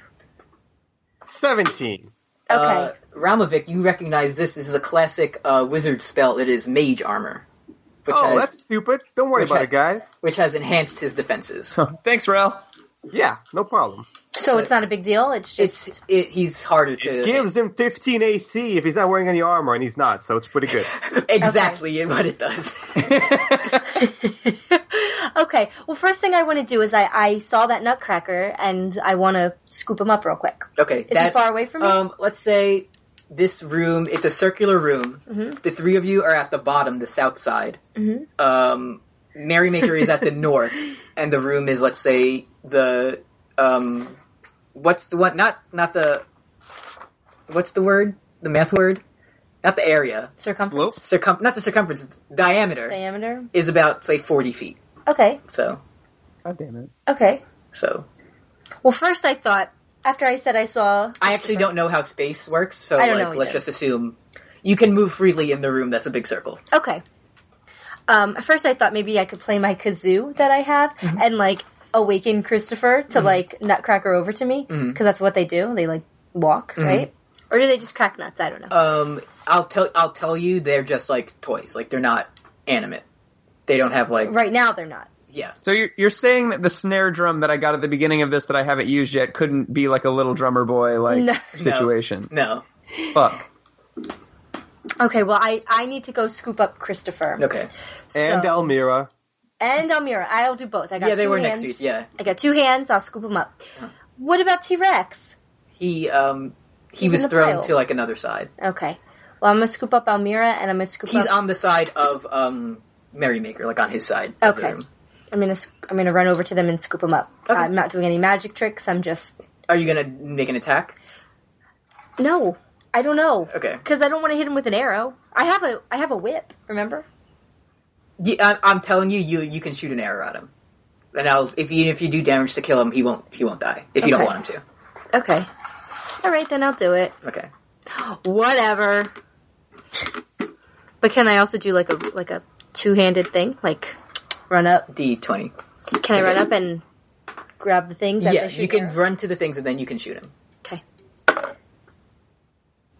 [SPEAKER 4] Seventeen.
[SPEAKER 2] Okay.
[SPEAKER 1] Uh, Ramovic, you recognize this. This is a classic uh, wizard spell. It is Mage Armor, which
[SPEAKER 4] Oh,
[SPEAKER 1] has
[SPEAKER 4] that's stupid. Don't worry
[SPEAKER 1] Which
[SPEAKER 4] about
[SPEAKER 1] I-
[SPEAKER 4] it, guys.
[SPEAKER 1] which has enhanced his defenses.
[SPEAKER 5] Thanks, Rel.
[SPEAKER 4] Yeah, no problem.
[SPEAKER 2] so it's not a big deal. It's just
[SPEAKER 1] It's it, he's harder to
[SPEAKER 4] Gives him 15 AC if he's not wearing any armor, and he's not, so it's pretty good.
[SPEAKER 1] exactly what it does.
[SPEAKER 2] okay. Well, first thing I want to do is I, I saw that nutcracker and I want to scoop him up real quick.
[SPEAKER 1] Okay, is
[SPEAKER 2] he far away from me?
[SPEAKER 1] Um, let's say this room. It's a circular room.
[SPEAKER 2] Mm-hmm.
[SPEAKER 1] The three of you are at the bottom, the south side. Mm-hmm. Um, Merrymaker is at the north, and the room is let's say the um, what's the one? Not not the what's the word? The math word? Not the area.
[SPEAKER 2] Circumference,
[SPEAKER 1] Circum not the circumference. Diameter
[SPEAKER 2] diameter.
[SPEAKER 1] is about say forty feet.
[SPEAKER 2] Okay.
[SPEAKER 1] So
[SPEAKER 5] God damn it.
[SPEAKER 2] Okay.
[SPEAKER 1] so
[SPEAKER 2] Well, first I thought after I said I saw.
[SPEAKER 1] I actually don't know how space works. So
[SPEAKER 2] I don't
[SPEAKER 1] like
[SPEAKER 2] know
[SPEAKER 1] let's
[SPEAKER 2] either.
[SPEAKER 1] just assume you can move freely in the room. That's a big circle.
[SPEAKER 2] Okay. Um, at first I thought maybe I could play my kazoo that I have
[SPEAKER 1] Mm-hmm.
[SPEAKER 2] and like awaken Christopher to like nutcracker over to me
[SPEAKER 1] Mm-hmm.
[SPEAKER 2] because that's what they do. They like walk, right? Or do they just crack nuts? I don't know.
[SPEAKER 1] Um, I'll tell I'll tell you, they're just like toys. Like they're not animate. They don't have like
[SPEAKER 2] right now they're not.
[SPEAKER 1] Yeah.
[SPEAKER 5] So you're you're saying that the snare drum that I got at the beginning of this that I haven't used yet couldn't be like a little drummer boy like
[SPEAKER 2] No.
[SPEAKER 5] situation.
[SPEAKER 1] No.
[SPEAKER 5] Fuck.
[SPEAKER 2] Okay, well, I, I need to go scoop up Christopher.
[SPEAKER 1] Okay.
[SPEAKER 2] So-
[SPEAKER 4] And Elmira.
[SPEAKER 2] and Elmira. I'll do both. I got
[SPEAKER 1] Yeah, they
[SPEAKER 2] two
[SPEAKER 1] were
[SPEAKER 2] hands.
[SPEAKER 1] next to each. Yeah.
[SPEAKER 2] I got two hands. I'll scoop them up. What about T Rex?
[SPEAKER 1] He um he
[SPEAKER 2] He's in
[SPEAKER 1] was
[SPEAKER 2] the
[SPEAKER 1] thrown
[SPEAKER 2] pile.
[SPEAKER 1] to like another side.
[SPEAKER 2] Okay. Well, I'm gonna scoop up Elmira, and I'm gonna scoop
[SPEAKER 1] He's
[SPEAKER 2] up.
[SPEAKER 1] on the side of um Merrymaker, like on his side. of the
[SPEAKER 2] Okay.
[SPEAKER 1] room.
[SPEAKER 2] I'm gonna sc- I'm gonna run over to them and scoop them up.
[SPEAKER 1] Okay.
[SPEAKER 2] I'm not doing any magic tricks. I'm just
[SPEAKER 1] Are you gonna make an attack?
[SPEAKER 2] no. I don't know.
[SPEAKER 1] Okay.
[SPEAKER 2] Because I don't want to hit him with an arrow. I have a I have a whip. Remember?
[SPEAKER 1] Yeah, I, I'm telling you, you you can shoot an arrow at him, and I'll if you if you do damage to kill him, he won't he won't die if you don't
[SPEAKER 2] Okay.
[SPEAKER 1] want him
[SPEAKER 2] Okay. All right, then I'll do it.
[SPEAKER 1] to. Okay.
[SPEAKER 2] Whatever. But can I also do like a like a two handed thing? Like run up?
[SPEAKER 1] D twenty.
[SPEAKER 2] Can I run up and grab the things? as I
[SPEAKER 1] Yeah,
[SPEAKER 2] shoot
[SPEAKER 1] you can
[SPEAKER 2] arrow?
[SPEAKER 1] run to the things and then you can shoot him.
[SPEAKER 2] Okay.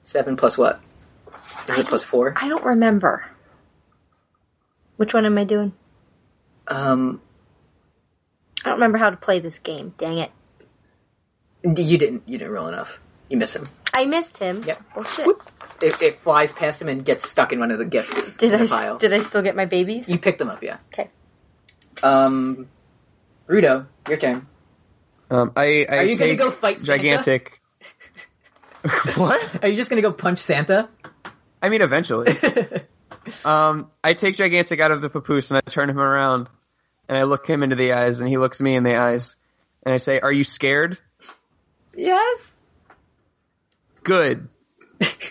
[SPEAKER 1] Seven plus what? Is it plus four?
[SPEAKER 2] I don't remember. Which one am I doing?
[SPEAKER 1] Um,
[SPEAKER 2] I don't remember how to play this game. Dang it.
[SPEAKER 1] d- you didn't you didn't roll enough. You miss him.
[SPEAKER 2] I missed him.
[SPEAKER 1] Yep.
[SPEAKER 2] Bullshit.
[SPEAKER 1] It, it flies past him and gets stuck in one of the gifts
[SPEAKER 2] Did
[SPEAKER 1] in
[SPEAKER 2] I,
[SPEAKER 1] the
[SPEAKER 2] s-
[SPEAKER 1] pile.
[SPEAKER 2] did I still get my babies?
[SPEAKER 1] You picked them up, yeah.
[SPEAKER 2] Okay.
[SPEAKER 1] Um, Rudo, your turn.
[SPEAKER 3] Um, I, I
[SPEAKER 1] Are you
[SPEAKER 3] take
[SPEAKER 1] gonna go fight Santa?
[SPEAKER 3] gigantic. what?
[SPEAKER 1] Are you just gonna go punch Santa?
[SPEAKER 3] I mean, eventually. um, I take gigantic out of the papoose and I turn him around, and I look him into the eyes, and he looks me in the eyes, and I say, "Are you scared?"
[SPEAKER 1] Yes.
[SPEAKER 3] Good.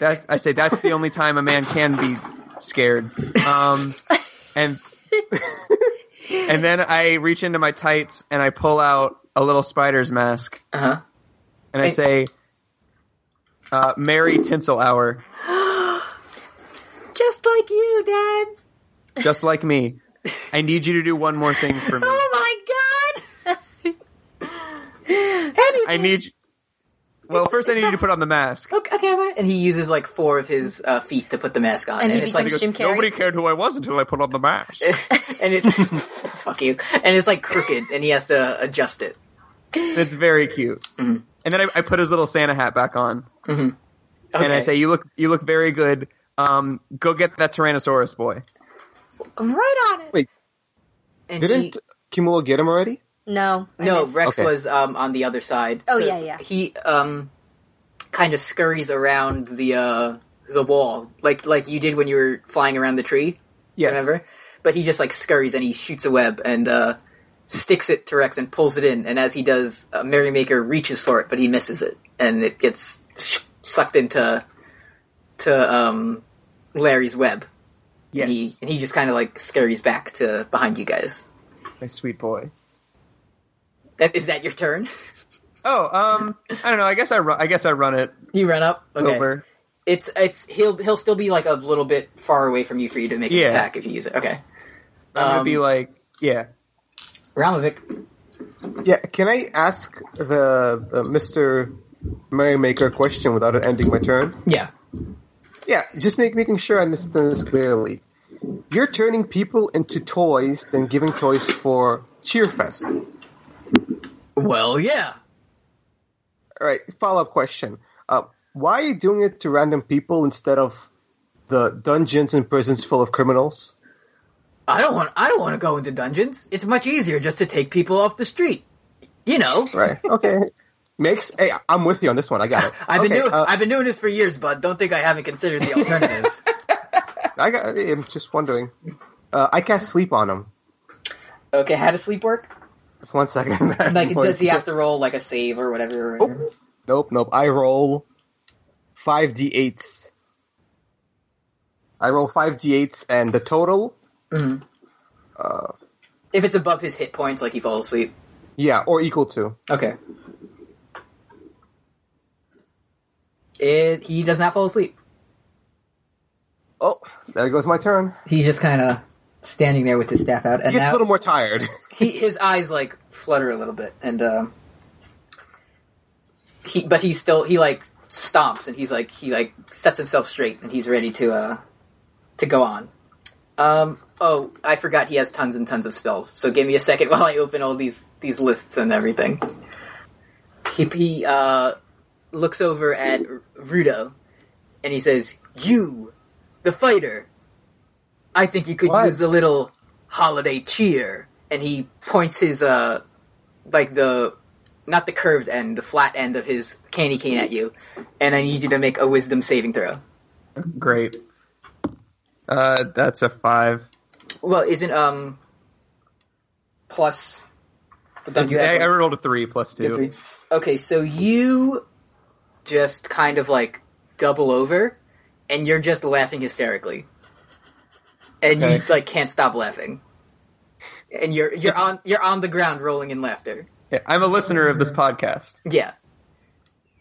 [SPEAKER 3] That I say that's the only time a man can be scared. Um, and and then I reach into my tights and I pull out a little spider's mask
[SPEAKER 1] Uh huh.
[SPEAKER 3] and I say, uh, "Merry Tinsel Hour."
[SPEAKER 2] Just like you, Dad.
[SPEAKER 3] just like me. I need you to do one more thing for me.
[SPEAKER 2] Oh my god!
[SPEAKER 3] I need. Well, first I need you to put on the mask.
[SPEAKER 1] Okay, okay, I'm on it. And he uses like four of his uh, feet to put the mask on,
[SPEAKER 2] And
[SPEAKER 1] and,
[SPEAKER 2] he
[SPEAKER 1] it's like,
[SPEAKER 2] becomes Jim Carrey.
[SPEAKER 3] Nobody cared who I was until I put on the mask.
[SPEAKER 1] and it's fuck you, and it's like crooked, and he has to adjust it.
[SPEAKER 3] It's very cute.
[SPEAKER 1] Mm-hmm.
[SPEAKER 3] And then I, I put his little Santa hat back on,
[SPEAKER 1] Okay.
[SPEAKER 3] and I say, "You look, you look very good. Um, go get that Tyrannosaurus boy."
[SPEAKER 2] right on it.
[SPEAKER 1] And he-
[SPEAKER 4] Didn't Kimura get him already?
[SPEAKER 2] No. I
[SPEAKER 1] no
[SPEAKER 2] missed.
[SPEAKER 1] Rex
[SPEAKER 4] Okay.
[SPEAKER 1] was um, on the other side.
[SPEAKER 2] Oh,
[SPEAKER 1] So
[SPEAKER 2] yeah, yeah.
[SPEAKER 1] He um, kind of scurries around the uh, the wall, like like you did when you were flying around the tree.
[SPEAKER 3] Yes.
[SPEAKER 1] Remember? But he just like scurries and he shoots a web and uh, sticks it to Rex and pulls it in. And as he does, uh, Merrymaker reaches for it, but he misses it, and it gets sh- sucked into to um, Larry's web.
[SPEAKER 3] Yes,
[SPEAKER 1] And he, and he just kind of like scurries back to behind you guys.
[SPEAKER 3] my sweet boy.
[SPEAKER 1] That, is that your turn?
[SPEAKER 3] Oh, um, I don't know. I guess I, ru- I guess I run it
[SPEAKER 1] you run up. Okay.
[SPEAKER 3] over.
[SPEAKER 1] It's it's he'll he'll still be like a little bit far away from you for you to make
[SPEAKER 3] Yeah.
[SPEAKER 1] an attack if you use it. Okay.
[SPEAKER 3] I'm gonna
[SPEAKER 1] Um,
[SPEAKER 3] be like, yeah.
[SPEAKER 1] Ramovic.
[SPEAKER 4] Yeah, can I ask the uh, Mr. Merrymaker question without it ending my turn?
[SPEAKER 1] Yeah.
[SPEAKER 4] Yeah, just make, making sure I understand this clearly. You're turning people into toys, then giving toys for Cheerfest.
[SPEAKER 1] Well, yeah.
[SPEAKER 4] All right, follow up question. Uh, why are you doing it to random people instead of the dungeons and prisons full of criminals?
[SPEAKER 1] I don't want I don't want to go into dungeons. It's much easier just to take people off the street. You know,
[SPEAKER 4] Right. Okay. Makes. Hey, I'm with you on this one. I got it.
[SPEAKER 1] I've been
[SPEAKER 4] Okay,
[SPEAKER 1] doing
[SPEAKER 4] uh,
[SPEAKER 1] I've been doing this for years, bud. Don't think I haven't considered the alternatives.
[SPEAKER 4] I got. I'm just wondering. Uh, I cast sleep on him.
[SPEAKER 1] okay, how does sleep work?
[SPEAKER 4] One second.
[SPEAKER 1] Like, does he have to roll like a save or whatever?
[SPEAKER 4] Oh. Nope, nope. I roll five d8s. I roll five d8s, and the total,
[SPEAKER 1] Mhm. Uh. If it's above his hit points, like he falls asleep.
[SPEAKER 4] yeah, or equal to.
[SPEAKER 1] Okay. It he does not fall asleep.
[SPEAKER 4] Oh, there goes my turn.
[SPEAKER 1] He's just kind of standing there with his staff out, and
[SPEAKER 4] He gets
[SPEAKER 1] now
[SPEAKER 4] a little more tired.
[SPEAKER 1] he, his eyes like flutter a little bit, and um, he but he still he like stomps and he's like he like sets himself straight and he's ready to uh to go on. Um, Oh, I forgot he has tons and tons of spells. So give me a second while I open all these these lists and everything. He, he uh, looks over at R- Rudo, and he says, "You, the fighter. I think you could
[SPEAKER 5] What?
[SPEAKER 1] use a little holiday cheer." And he points his uh, like the not the curved end, the flat end of his candy cane at you, and I need you to make a wisdom saving throw.
[SPEAKER 5] Great. Uh, that's a five.
[SPEAKER 1] Well, isn't um plus? but don't you have,
[SPEAKER 5] I,
[SPEAKER 1] like,
[SPEAKER 5] I rolled a three plus two.
[SPEAKER 1] three? Okay, so you just kind of like double over, and you're just laughing hysterically, and you
[SPEAKER 5] Okay.
[SPEAKER 1] like can't stop laughing, and you're you're
[SPEAKER 5] It's-
[SPEAKER 1] on you're on the ground rolling in laughter.
[SPEAKER 5] Yeah, I'm a listener of this podcast.
[SPEAKER 1] Yeah.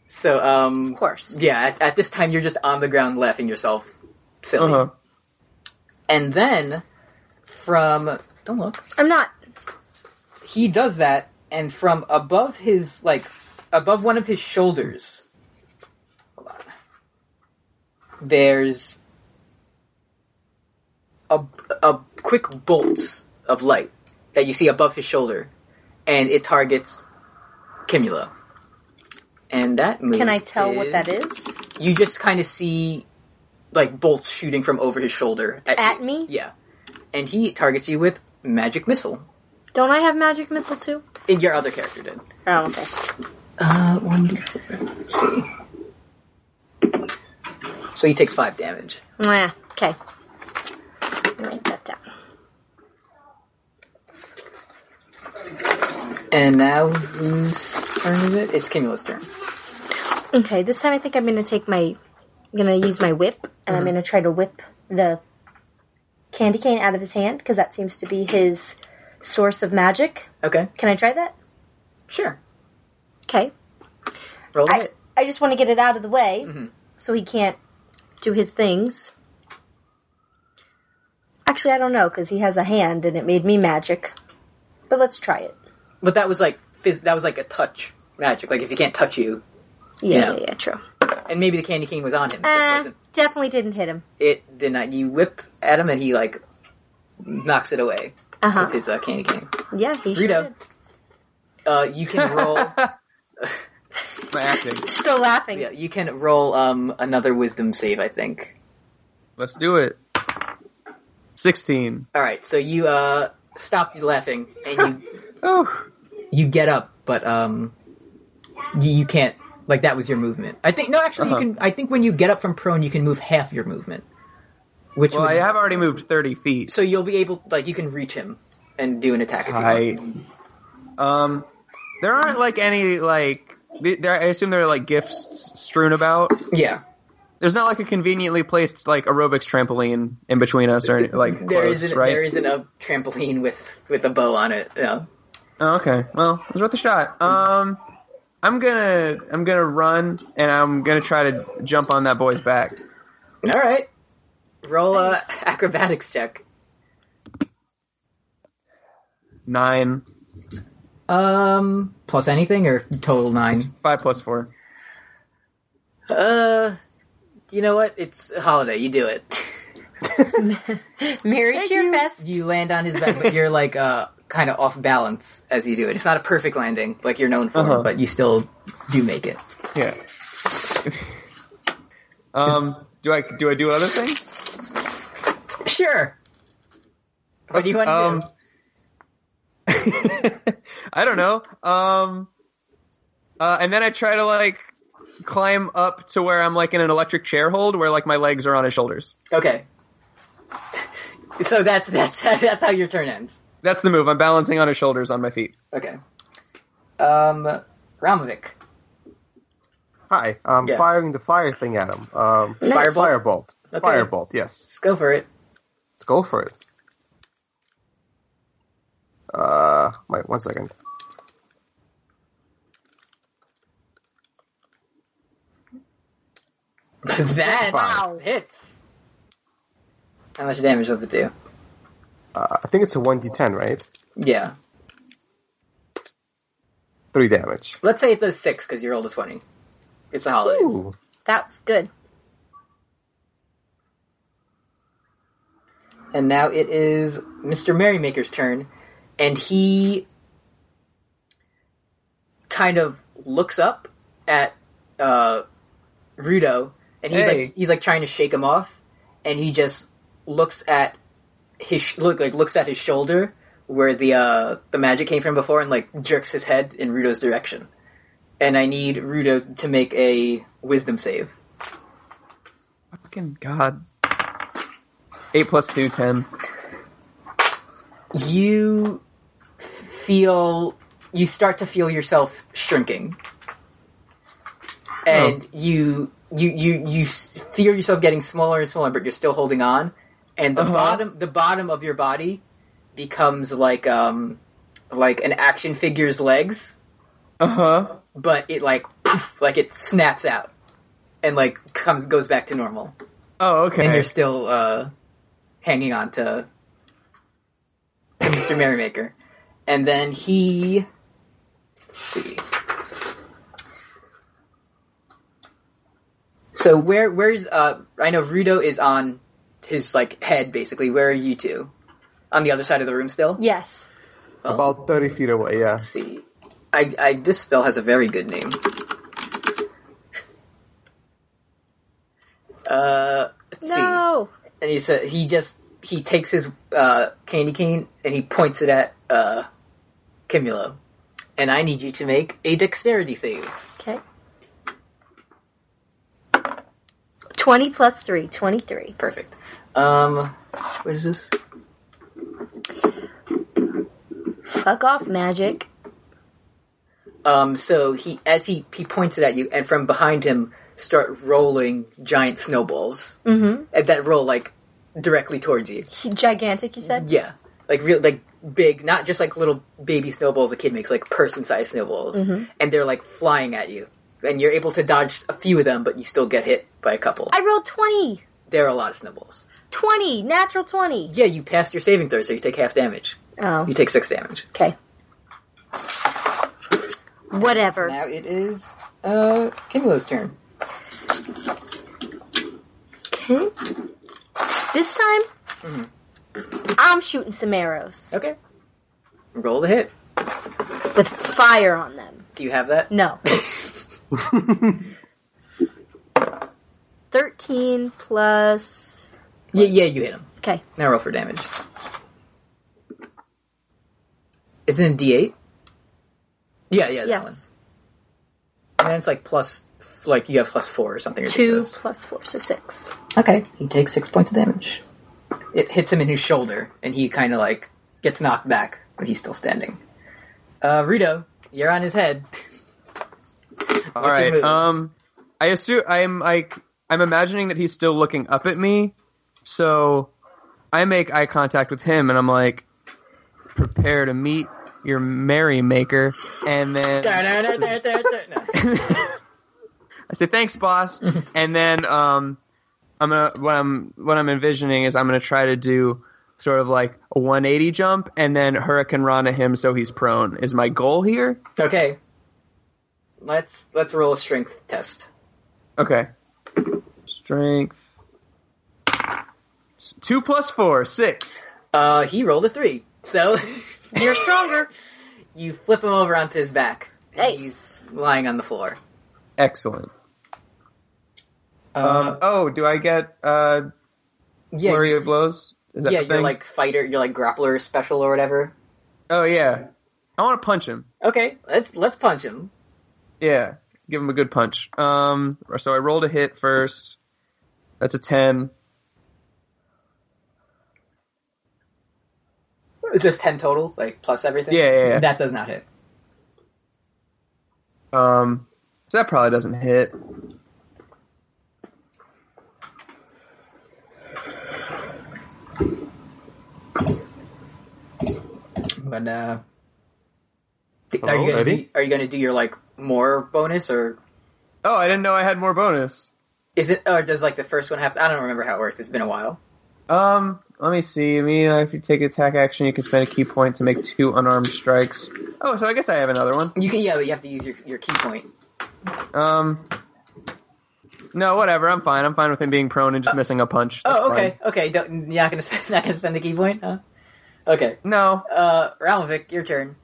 [SPEAKER 1] So um
[SPEAKER 2] Of course.
[SPEAKER 1] yeah, at, at this time you're just on the ground laughing yourself silly,
[SPEAKER 5] Uh-huh.
[SPEAKER 1] and then from don't look
[SPEAKER 2] I'm not.
[SPEAKER 1] he does that, and from above his like above one of his shoulders, hold on. There's a a quick bolts of light that you see above his shoulder, and it targets Kimula. And that move
[SPEAKER 2] Can I tell what that is?
[SPEAKER 1] You just kind of see like bolts shooting from over his shoulder
[SPEAKER 2] At
[SPEAKER 1] you.
[SPEAKER 2] me?
[SPEAKER 1] Yeah, and he targets you with magic missile.
[SPEAKER 2] Don't I have magic missile too?
[SPEAKER 1] And Your other character did.
[SPEAKER 2] Oh, okay.
[SPEAKER 1] Uh, one. Let's see. So he takes five damage.
[SPEAKER 2] Mwah. Okay. Write that down.
[SPEAKER 1] And now whose turn is it? It's Kimula's turn.
[SPEAKER 2] Okay, this time I think I'm gonna take my, I'm gonna use my whip, and
[SPEAKER 1] Mm-hmm.
[SPEAKER 2] I'm gonna try to whip the candy cane out of his hand because that seems to be his source of magic.
[SPEAKER 1] Okay,
[SPEAKER 2] Can I try that?
[SPEAKER 1] sure.
[SPEAKER 2] Okay.
[SPEAKER 1] Roll
[SPEAKER 2] I,
[SPEAKER 1] it.
[SPEAKER 2] I just want to get it out of the way
[SPEAKER 1] Mm-hmm.
[SPEAKER 2] so he can't do his things. Actually, I don't know because he has a hand and it made me magic. But let's try it.
[SPEAKER 1] But that was like phys- that was like a touch magic. Like if he can't touch you,
[SPEAKER 2] Yeah,
[SPEAKER 1] Yeah.
[SPEAKER 2] yeah, yeah true.
[SPEAKER 1] and maybe the candy cane was on him. but It,
[SPEAKER 2] Uh,
[SPEAKER 1] wasn't.
[SPEAKER 2] definitely didn't hit him.
[SPEAKER 1] it did not. You whip at him, and he like knocks it away
[SPEAKER 2] Uh huh.
[SPEAKER 1] with his uh, candy cane.
[SPEAKER 2] Yeah, he sure
[SPEAKER 1] Rito.
[SPEAKER 2] did.
[SPEAKER 1] Uh, you can roll.
[SPEAKER 5] My acting.
[SPEAKER 2] Still laughing.
[SPEAKER 1] yeah, you can roll um another wisdom save. I think.
[SPEAKER 5] Let's do it. Sixteen.
[SPEAKER 1] All right, so you uh stop laughing and you
[SPEAKER 5] Oh,
[SPEAKER 1] you get up, but um you, you can't like that was your movement. I think no, actually
[SPEAKER 5] Uh-huh.
[SPEAKER 1] you can. I think when you get up from prone, you can move half your movement, which
[SPEAKER 5] well,
[SPEAKER 1] would,
[SPEAKER 5] I have already moved thirty feet.
[SPEAKER 1] so you'll be able like you can reach him and do an attack. If you want.
[SPEAKER 5] I. Um, there aren't like any like. th- There, I assume there are like gifts strewn about.
[SPEAKER 1] Yeah,
[SPEAKER 5] There's not like a conveniently placed like aerobics trampoline in between us or any, like
[SPEAKER 1] there
[SPEAKER 5] close,
[SPEAKER 1] isn't
[SPEAKER 5] right?
[SPEAKER 1] there isn't a trampoline with with a bow on it. No.
[SPEAKER 5] Oh, okay. Well, it was worth a shot. Um, I'm gonna I'm gonna run and I'm gonna try to jump on that boy's back.
[SPEAKER 1] All right, roll a acrobatics check.
[SPEAKER 5] Nine,
[SPEAKER 1] Um, plus anything or total nine.
[SPEAKER 5] five plus four.
[SPEAKER 1] Uh, you know what? It's a holiday. You do it.
[SPEAKER 2] Merry Cheerfest.
[SPEAKER 1] you land on his back, but you're like uh, kind of off balance as you do it. It's not a perfect landing, like you're known for,
[SPEAKER 5] Uh-huh.
[SPEAKER 1] but you still do make it.
[SPEAKER 5] Yeah. um, do I do I do other things?
[SPEAKER 1] Sure. What do you want to
[SPEAKER 5] Um,
[SPEAKER 1] do?
[SPEAKER 5] I don't know. Um, uh, and then I try to like climb up to where I'm like in an electric chair hold where like my legs are on his shoulders.
[SPEAKER 1] Okay. so that's that's that's how your turn ends.
[SPEAKER 5] That's the move. I'm balancing on his shoulders on my feet.
[SPEAKER 1] Okay. Um, Ramovic,
[SPEAKER 4] Hi, I'm
[SPEAKER 1] Yeah.
[SPEAKER 4] firing the fire thing at him. Um,
[SPEAKER 1] Fireball?
[SPEAKER 4] Firebolt.
[SPEAKER 1] Okay.
[SPEAKER 4] Firebolt, yes.
[SPEAKER 1] let's go for it.
[SPEAKER 4] Let's go for it. Uh, wait, one second.
[SPEAKER 1] that
[SPEAKER 4] Wow.
[SPEAKER 1] hits. How much damage does it do?
[SPEAKER 4] Uh, I think it's a 1d10, right?
[SPEAKER 1] Yeah.
[SPEAKER 4] 3 damage.
[SPEAKER 1] Let's say it does six because you rolled a twenty. It's the holidays.
[SPEAKER 4] Ooh.
[SPEAKER 2] That's good.
[SPEAKER 1] And now it is Mr. Merrymaker's turn, and he kind of looks up at uh, Rudo, and he's
[SPEAKER 5] Hey.
[SPEAKER 1] like he's like trying to shake him off, and he just looks at his sh- look like looks at his shoulder where the uh, the magic came from before, and like jerks his head in Rudo's direction. And I need Rudo to make a wisdom save.
[SPEAKER 5] Fucking god. Eight plus two, ten.
[SPEAKER 1] you feel you start to feel yourself shrinking and you you you you s- feel yourself getting smaller and smaller but you're still holding on and the bottom the bottom of your body becomes like um like an action figure's legs
[SPEAKER 5] Uh huh.
[SPEAKER 1] but it like poof, like it snaps out and like comes goes back to normal
[SPEAKER 5] Oh, okay.
[SPEAKER 1] and you're still uh, hanging on to to Mr. Merrymaker, and then he let's see. So where where's uh I know Rudo is on his like head basically. Where are you two? On the other side of the room still.
[SPEAKER 2] Yes.
[SPEAKER 4] About 30 feet away, yeah.
[SPEAKER 1] Let's see. I, I this spell has a very good name. Uh, let's see
[SPEAKER 2] No.
[SPEAKER 1] and he said he just he takes his uh, candy cane and he points it at uh, Kimulo. And I need you to make a dexterity save.
[SPEAKER 2] Okay. 20 plus 3, 23.
[SPEAKER 1] Perfect. Um, what is this?
[SPEAKER 2] Fuck off, magic.
[SPEAKER 1] Um, so he as he he points it at you, and from behind him start rolling giant snowballs. Mm-hmm. And that roll like directly towards you.
[SPEAKER 2] He- Gigantic, you said?
[SPEAKER 1] Yeah, like real, like big, not just like little baby snowballs a kid makes, like person-sized snowballs, and they're like flying at you, and you're able to dodge a few of them, but you still get hit by a couple.
[SPEAKER 2] I rolled 20.
[SPEAKER 1] there are a lot of snowballs.
[SPEAKER 2] 20, natural 20.
[SPEAKER 1] Yeah, you passed your saving throw, so you take half damage.
[SPEAKER 2] Oh,
[SPEAKER 1] You take six damage.
[SPEAKER 2] okay. Whatever.
[SPEAKER 1] Now it is uh Kimulo's turn.
[SPEAKER 2] Okay. This time,
[SPEAKER 1] Mm-hmm.
[SPEAKER 2] I'm shooting some arrows
[SPEAKER 1] Okay, roll the hit.
[SPEAKER 2] with fire on them.
[SPEAKER 1] Do you have that?
[SPEAKER 2] No. 13 plus.
[SPEAKER 1] Yeah, yeah, you hit him.
[SPEAKER 2] Okay.
[SPEAKER 1] Now roll for damage. Is it a D8? Yeah, yeah, that one.
[SPEAKER 2] Yes.
[SPEAKER 1] And then it's like plus, like you have plus four or something.
[SPEAKER 2] Two
[SPEAKER 1] ridiculous.
[SPEAKER 2] plus four, so six.
[SPEAKER 1] Okay. He takes six points of damage. It hits him in his shoulder, and he kind of like gets knocked back, but he's still standing. Uh, Rito, you're on his head.
[SPEAKER 5] All
[SPEAKER 1] What's your
[SPEAKER 5] right.
[SPEAKER 1] move?
[SPEAKER 5] Um, I assume I'm like I'm imagining that he's still looking up at me, so I make eye contact with him, and I'm like, prepare to meet your merrymaker, and then
[SPEAKER 1] No.
[SPEAKER 5] I say thanks, boss, and then um, I'm gonna what I'm what I'm envisioning is I'm gonna try to do sort of like a 180 jump and then hurricane rana him so he's prone is my goal here.
[SPEAKER 1] okay. Let's let's roll a strength test.
[SPEAKER 5] Okay. Strength. S- Two plus four, six.
[SPEAKER 1] Uh, he rolled a three, so
[SPEAKER 2] You're stronger.
[SPEAKER 1] you flip him over onto his back.
[SPEAKER 2] Nice.
[SPEAKER 1] lying on the floor.
[SPEAKER 5] Excellent.
[SPEAKER 1] Uh,
[SPEAKER 5] Um, oh, do I get uh,
[SPEAKER 1] yeah,
[SPEAKER 5] flurry of blows? Is that
[SPEAKER 1] yeah,
[SPEAKER 5] the
[SPEAKER 1] you're
[SPEAKER 5] thing?
[SPEAKER 1] like fighter, you're like grappler special or whatever.
[SPEAKER 5] Oh yeah, I want to punch him.
[SPEAKER 1] Okay, let's let's punch him.
[SPEAKER 5] Yeah, give him a good punch. Um, so I rolled a hit first. That's a ten.
[SPEAKER 1] Just ten total, like plus everything.
[SPEAKER 5] Yeah, yeah, yeah.
[SPEAKER 1] That does not hit.
[SPEAKER 5] Um, so that probably doesn't hit.
[SPEAKER 1] But uh, are
[SPEAKER 4] Hello,
[SPEAKER 1] you gonna do,
[SPEAKER 4] Eddie?
[SPEAKER 1] are you gonna do your like more bonus or
[SPEAKER 5] Oh, I didn't know I had more bonus.
[SPEAKER 1] is it or does like the first one have to? I don't remember how it worked. It's been a while.
[SPEAKER 5] Um, let me see. I mean, uh, if you take attack action, you can spend a key point to make two unarmed strikes. Oh, so I guess I have another one.
[SPEAKER 1] You can yeah, but you have to use your your key point.
[SPEAKER 5] Um, No, whatever. I'm fine. I'm fine with him being prone and just missing a punch. That's
[SPEAKER 1] Oh, okay,
[SPEAKER 5] fine.
[SPEAKER 1] okay. Don't, you're not gonna spend, not gonna spend the key point, huh? Okay.
[SPEAKER 5] No,
[SPEAKER 1] Uh, Ralovic, your turn.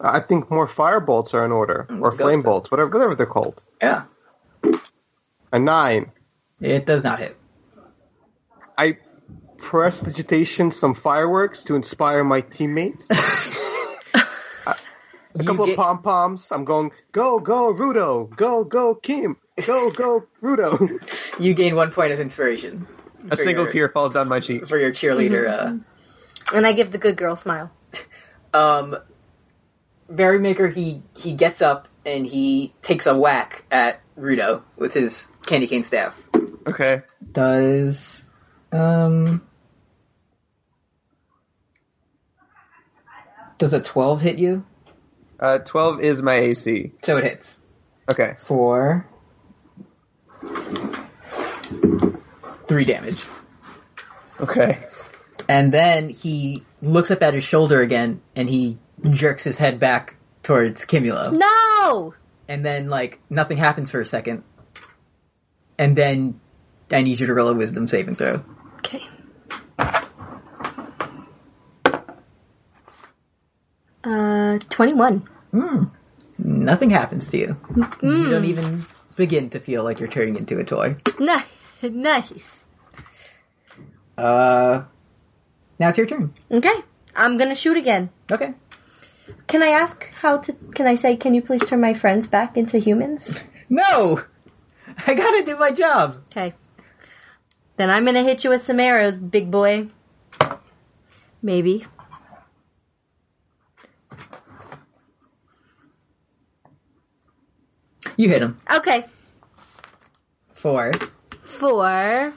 [SPEAKER 4] I think more firebolts are in order, or
[SPEAKER 1] let's go
[SPEAKER 4] flame
[SPEAKER 1] with Mm, that.
[SPEAKER 4] bolts, whatever, whatever they're called.
[SPEAKER 1] Yeah.
[SPEAKER 4] A nine.
[SPEAKER 1] It does not hit.
[SPEAKER 4] I press digitation some fireworks to inspire my teammates. A- A
[SPEAKER 1] You
[SPEAKER 4] couple
[SPEAKER 1] get-
[SPEAKER 4] of pom poms. I'm going, go, go, Rudo. Go, go, Kim. Go, go, Rudo.
[SPEAKER 1] You gain one point of inspiration.
[SPEAKER 5] a single
[SPEAKER 1] your,
[SPEAKER 5] tear falls down my cheek.
[SPEAKER 1] for your cheerleader.
[SPEAKER 2] And I give the good girl smile.
[SPEAKER 1] Uh, um, Berrymaker, he he gets up and he takes a whack at Rudo with his candy cane staff.
[SPEAKER 5] Okay.
[SPEAKER 1] Does um does a twelve hit you?
[SPEAKER 5] Uh, 12 is my AC.
[SPEAKER 1] So it hits.
[SPEAKER 5] Okay.
[SPEAKER 1] for three damage.
[SPEAKER 5] Okay.
[SPEAKER 1] And then he looks up at his shoulder again and he jerks his head back towards Kimulo.
[SPEAKER 2] No!
[SPEAKER 1] And then, like, nothing happens for a second. And then I need you to roll a wisdom saving throw.
[SPEAKER 2] Okay. Uh, 21.
[SPEAKER 1] Nothing happens to you. You don't even begin to feel like you're turning into a toy.
[SPEAKER 2] Nice. nice.
[SPEAKER 1] Uh, now it's your turn.
[SPEAKER 2] Okay. I'm gonna shoot again.
[SPEAKER 1] Okay.
[SPEAKER 2] Can I ask how to. Can I say, can you please turn my friends back into humans?
[SPEAKER 1] No! I gotta do my job!
[SPEAKER 2] Okay. Then I'm gonna hit you with some arrows, big boy. Maybe.
[SPEAKER 1] You hit him.
[SPEAKER 2] Okay.
[SPEAKER 1] Four.
[SPEAKER 2] Four.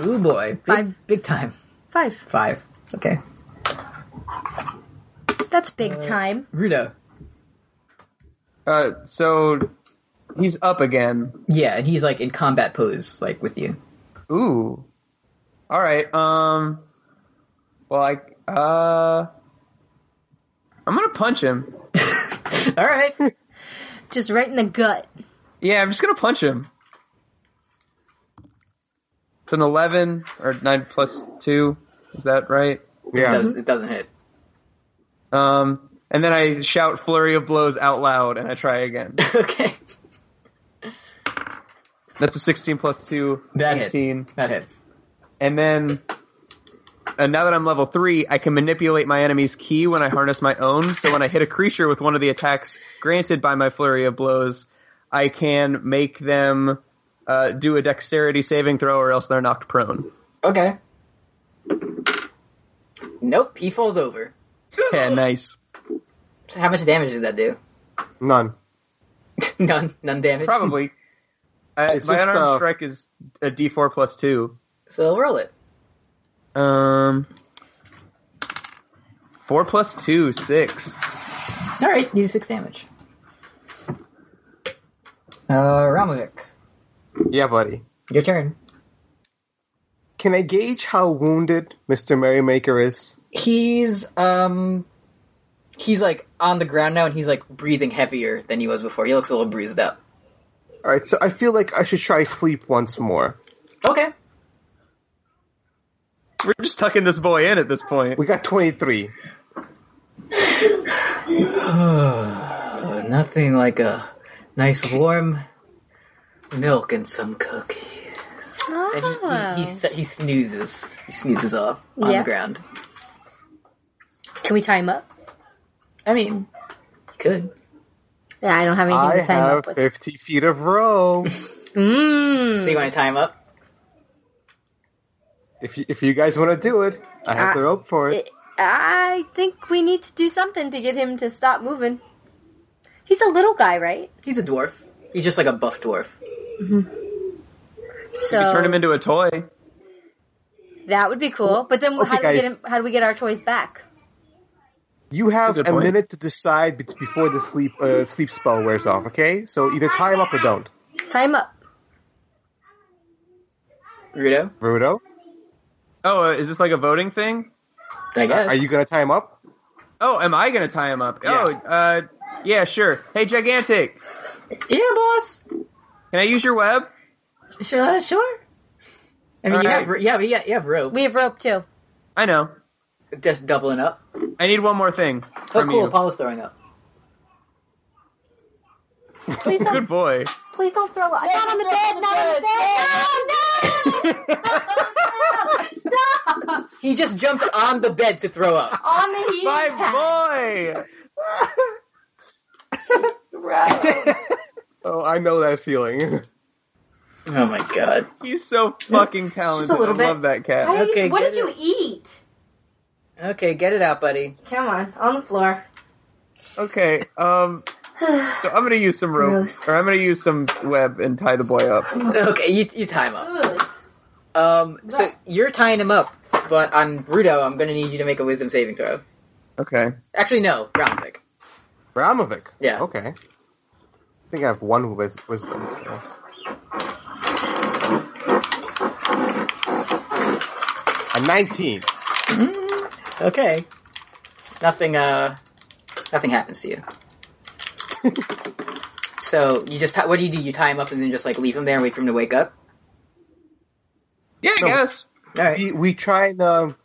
[SPEAKER 1] Ooh boy. Big,
[SPEAKER 2] Five.
[SPEAKER 1] Big time.
[SPEAKER 2] Five.
[SPEAKER 1] Five. Okay.
[SPEAKER 2] That's big time.
[SPEAKER 1] Rudo.
[SPEAKER 5] Uh, so he's up again.
[SPEAKER 1] Yeah, and he's like in combat pose, like with you.
[SPEAKER 5] Ooh. All right. Um, well, I, uh, I'm gonna punch him.
[SPEAKER 1] All right.
[SPEAKER 2] Just right in the gut.
[SPEAKER 5] Yeah, I'm just gonna punch him. It's an 11 or 9 plus 2. Is that right?
[SPEAKER 1] It,
[SPEAKER 4] Yeah.
[SPEAKER 1] does, it doesn't hit.
[SPEAKER 5] Um, and then I shout flurry of blows out loud and I try again.
[SPEAKER 1] okay.
[SPEAKER 5] That's a 16 plus 2,
[SPEAKER 1] That
[SPEAKER 5] 18.
[SPEAKER 1] hits. That hits.
[SPEAKER 5] And then and now that I'm level 3, I can manipulate my enemy's key when I harness my own. So when I hit a creature with one of the attacks granted by my flurry of blows, I can make them uh, do a dexterity saving throw or else they're knocked prone.
[SPEAKER 1] Okay. Nope, he falls over.
[SPEAKER 5] Yeah, nice.
[SPEAKER 1] So how much damage does that do?
[SPEAKER 4] None.
[SPEAKER 1] none. None damage.
[SPEAKER 5] Probably. Uh,
[SPEAKER 4] It's
[SPEAKER 5] my
[SPEAKER 4] just,
[SPEAKER 5] unarmed
[SPEAKER 4] uh,
[SPEAKER 5] strike is a d4 plus 2.
[SPEAKER 1] So roll it.
[SPEAKER 5] Um, four plus two, six.
[SPEAKER 1] All right, you do six damage. Uh, Ramovic,
[SPEAKER 4] Yeah, buddy.
[SPEAKER 1] your turn.
[SPEAKER 4] Can I gauge how wounded Mr. Merrymaker is?
[SPEAKER 1] He's um he's like on the ground now and he's like breathing heavier than he was before. He looks a little bruised up.
[SPEAKER 4] All right, so I feel like I should try sleep once more.
[SPEAKER 1] Okay.
[SPEAKER 5] We're just tucking this boy in at this point.
[SPEAKER 4] We got 23.
[SPEAKER 1] Uh, Nothing like a nice warm milk and some cookies.
[SPEAKER 2] Ah.
[SPEAKER 1] And he, he, he, s- he snoozes. He snoozes off on
[SPEAKER 2] Yeah.
[SPEAKER 1] the ground.
[SPEAKER 2] Can we time up?
[SPEAKER 1] I mean, he could.
[SPEAKER 2] Yeah, I don't have anything
[SPEAKER 4] I
[SPEAKER 2] to time
[SPEAKER 4] have
[SPEAKER 2] up with. Hmm.
[SPEAKER 4] 50 feet of row.
[SPEAKER 1] So you want to tie him up?
[SPEAKER 4] if, you, if you guys want to do it, I have
[SPEAKER 2] Uh,
[SPEAKER 4] the rope for it.
[SPEAKER 2] I think we need to do something to get him to stop moving. He's a little guy, right?
[SPEAKER 1] He's a dwarf. He's just like a buff dwarf.
[SPEAKER 2] So
[SPEAKER 5] Turn him into a toy.
[SPEAKER 2] that would be cool. But then, how
[SPEAKER 4] Okay,
[SPEAKER 2] do we get him?
[SPEAKER 4] guys.
[SPEAKER 2] How do we get our toys back?
[SPEAKER 4] You have
[SPEAKER 5] Good
[SPEAKER 4] a
[SPEAKER 5] point.
[SPEAKER 4] minute to decide bet- before the sleep uh, sleep spell wears off. Okay, so either tie him up or don't.
[SPEAKER 2] Time up.
[SPEAKER 1] Rudo?
[SPEAKER 4] Rudo,
[SPEAKER 5] Oh, uh, is this like a voting thing?
[SPEAKER 1] I guess.
[SPEAKER 4] are you gonna tie him up?
[SPEAKER 5] Oh, am I gonna tie him up? Oh, uh, yeah, sure. Hey, gigantic.
[SPEAKER 1] Yeah, boss! uh,
[SPEAKER 5] Can I use your web?
[SPEAKER 6] Sure, sure.
[SPEAKER 1] I mean, you
[SPEAKER 5] Alright.
[SPEAKER 1] have ro- yeah, but yeah, you have rope.
[SPEAKER 2] We have rope too.
[SPEAKER 5] I know.
[SPEAKER 1] Just doubling up.
[SPEAKER 5] I need one more thing
[SPEAKER 1] Oh,
[SPEAKER 5] from
[SPEAKER 1] cool.
[SPEAKER 5] you.
[SPEAKER 1] Apollo's throwing up.
[SPEAKER 2] Please
[SPEAKER 5] Good
[SPEAKER 2] don't,
[SPEAKER 5] boy.
[SPEAKER 2] please don't throw up. Not on the bed. Not on the bed. No, no, no, no, Stop.
[SPEAKER 1] He just jumped on the bed to throw up.
[SPEAKER 2] On the heating pad.
[SPEAKER 5] My boy.
[SPEAKER 4] Oh, I know that feeling.
[SPEAKER 1] Oh my god.
[SPEAKER 5] He's so fucking talented.
[SPEAKER 6] little
[SPEAKER 5] I
[SPEAKER 6] bit.
[SPEAKER 5] love that cat.
[SPEAKER 2] How did you-
[SPEAKER 1] Okay,
[SPEAKER 2] what
[SPEAKER 1] get
[SPEAKER 2] did you eat?
[SPEAKER 1] Okay, get it out, buddy.
[SPEAKER 2] Come on, on the floor.
[SPEAKER 5] Okay. Um. So I'm gonna use some rope,
[SPEAKER 2] Gross.
[SPEAKER 5] or I'm gonna use some web and tie the boy up.
[SPEAKER 1] Okay, you you tie him up.
[SPEAKER 2] Ooh, it's-
[SPEAKER 1] Um, so
[SPEAKER 2] Right.
[SPEAKER 1] you're tying him up, but on Rudo, I'm gonna need you to make a Wisdom saving throw.
[SPEAKER 5] Okay.
[SPEAKER 1] Actually, no, round pick.
[SPEAKER 4] Ramovic.
[SPEAKER 1] Yeah.
[SPEAKER 4] Okay. I think I have one wis- wisdom. So. A nineteen.
[SPEAKER 1] Okay. Nothing. Uh, nothing happens to you. so you just ti- what do you do? You tie him up and then just like leave him there and wait for him to wake up.
[SPEAKER 5] Yeah, I
[SPEAKER 4] No.
[SPEAKER 5] guess.
[SPEAKER 1] All right.
[SPEAKER 4] We, we try and um,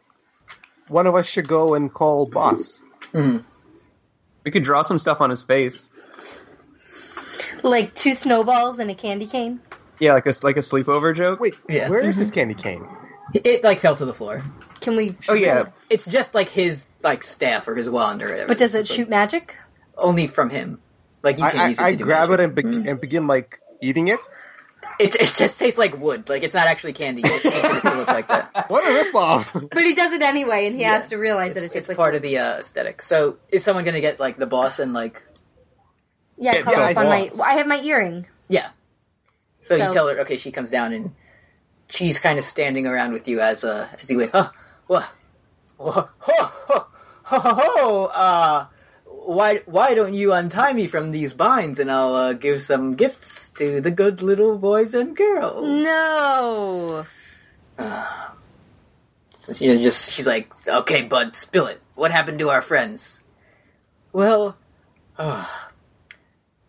[SPEAKER 4] one of us should go and call boss.
[SPEAKER 1] Mhm.
[SPEAKER 5] We could draw some stuff on his face.
[SPEAKER 2] Like two snowballs and a candy cane.
[SPEAKER 5] Yeah, like a like a sleepover joke.
[SPEAKER 4] Wait,
[SPEAKER 1] Yeah.
[SPEAKER 4] where is this candy cane?
[SPEAKER 1] It like fell to the floor.
[SPEAKER 2] Can we?
[SPEAKER 5] Oh yeah.
[SPEAKER 1] It's just like his like staff or his wand or whatever.
[SPEAKER 2] But does it
[SPEAKER 1] It's just,
[SPEAKER 2] shoot magic?
[SPEAKER 1] like, only from him? Like you can
[SPEAKER 4] I, I,
[SPEAKER 1] use it
[SPEAKER 4] I
[SPEAKER 1] to do
[SPEAKER 4] grab
[SPEAKER 1] magic. Mm-hmm.
[SPEAKER 4] it and, be- and begin like eating it.
[SPEAKER 1] it. It just tastes like wood. Like it's not actually candy. You just painted it to look like that.
[SPEAKER 4] What a ripoff!
[SPEAKER 2] But he does it anyway, and he has to realize that it
[SPEAKER 1] It's
[SPEAKER 2] tastes like
[SPEAKER 1] part of the uh, aesthetic. So is someone gonna get like the boss and like
[SPEAKER 2] Yeah, I
[SPEAKER 5] Yeah,
[SPEAKER 2] caught
[SPEAKER 5] yeah,
[SPEAKER 2] up on
[SPEAKER 4] I
[SPEAKER 2] my.
[SPEAKER 4] saw.
[SPEAKER 2] well, I have my earring.
[SPEAKER 1] Yeah. So, you
[SPEAKER 2] So-
[SPEAKER 1] tell her, okay, she comes down and she's kind of standing around with you as uh as you wait. Huh, wha, wha, ho, ho, ho, ho, ho, uh, why why don't you untie me from these binds and I'll uh, give some gifts to the good little boys and girls.
[SPEAKER 2] No.
[SPEAKER 1] So she just she's like, okay, bud, spill it. What happened to our friends? Well, ah,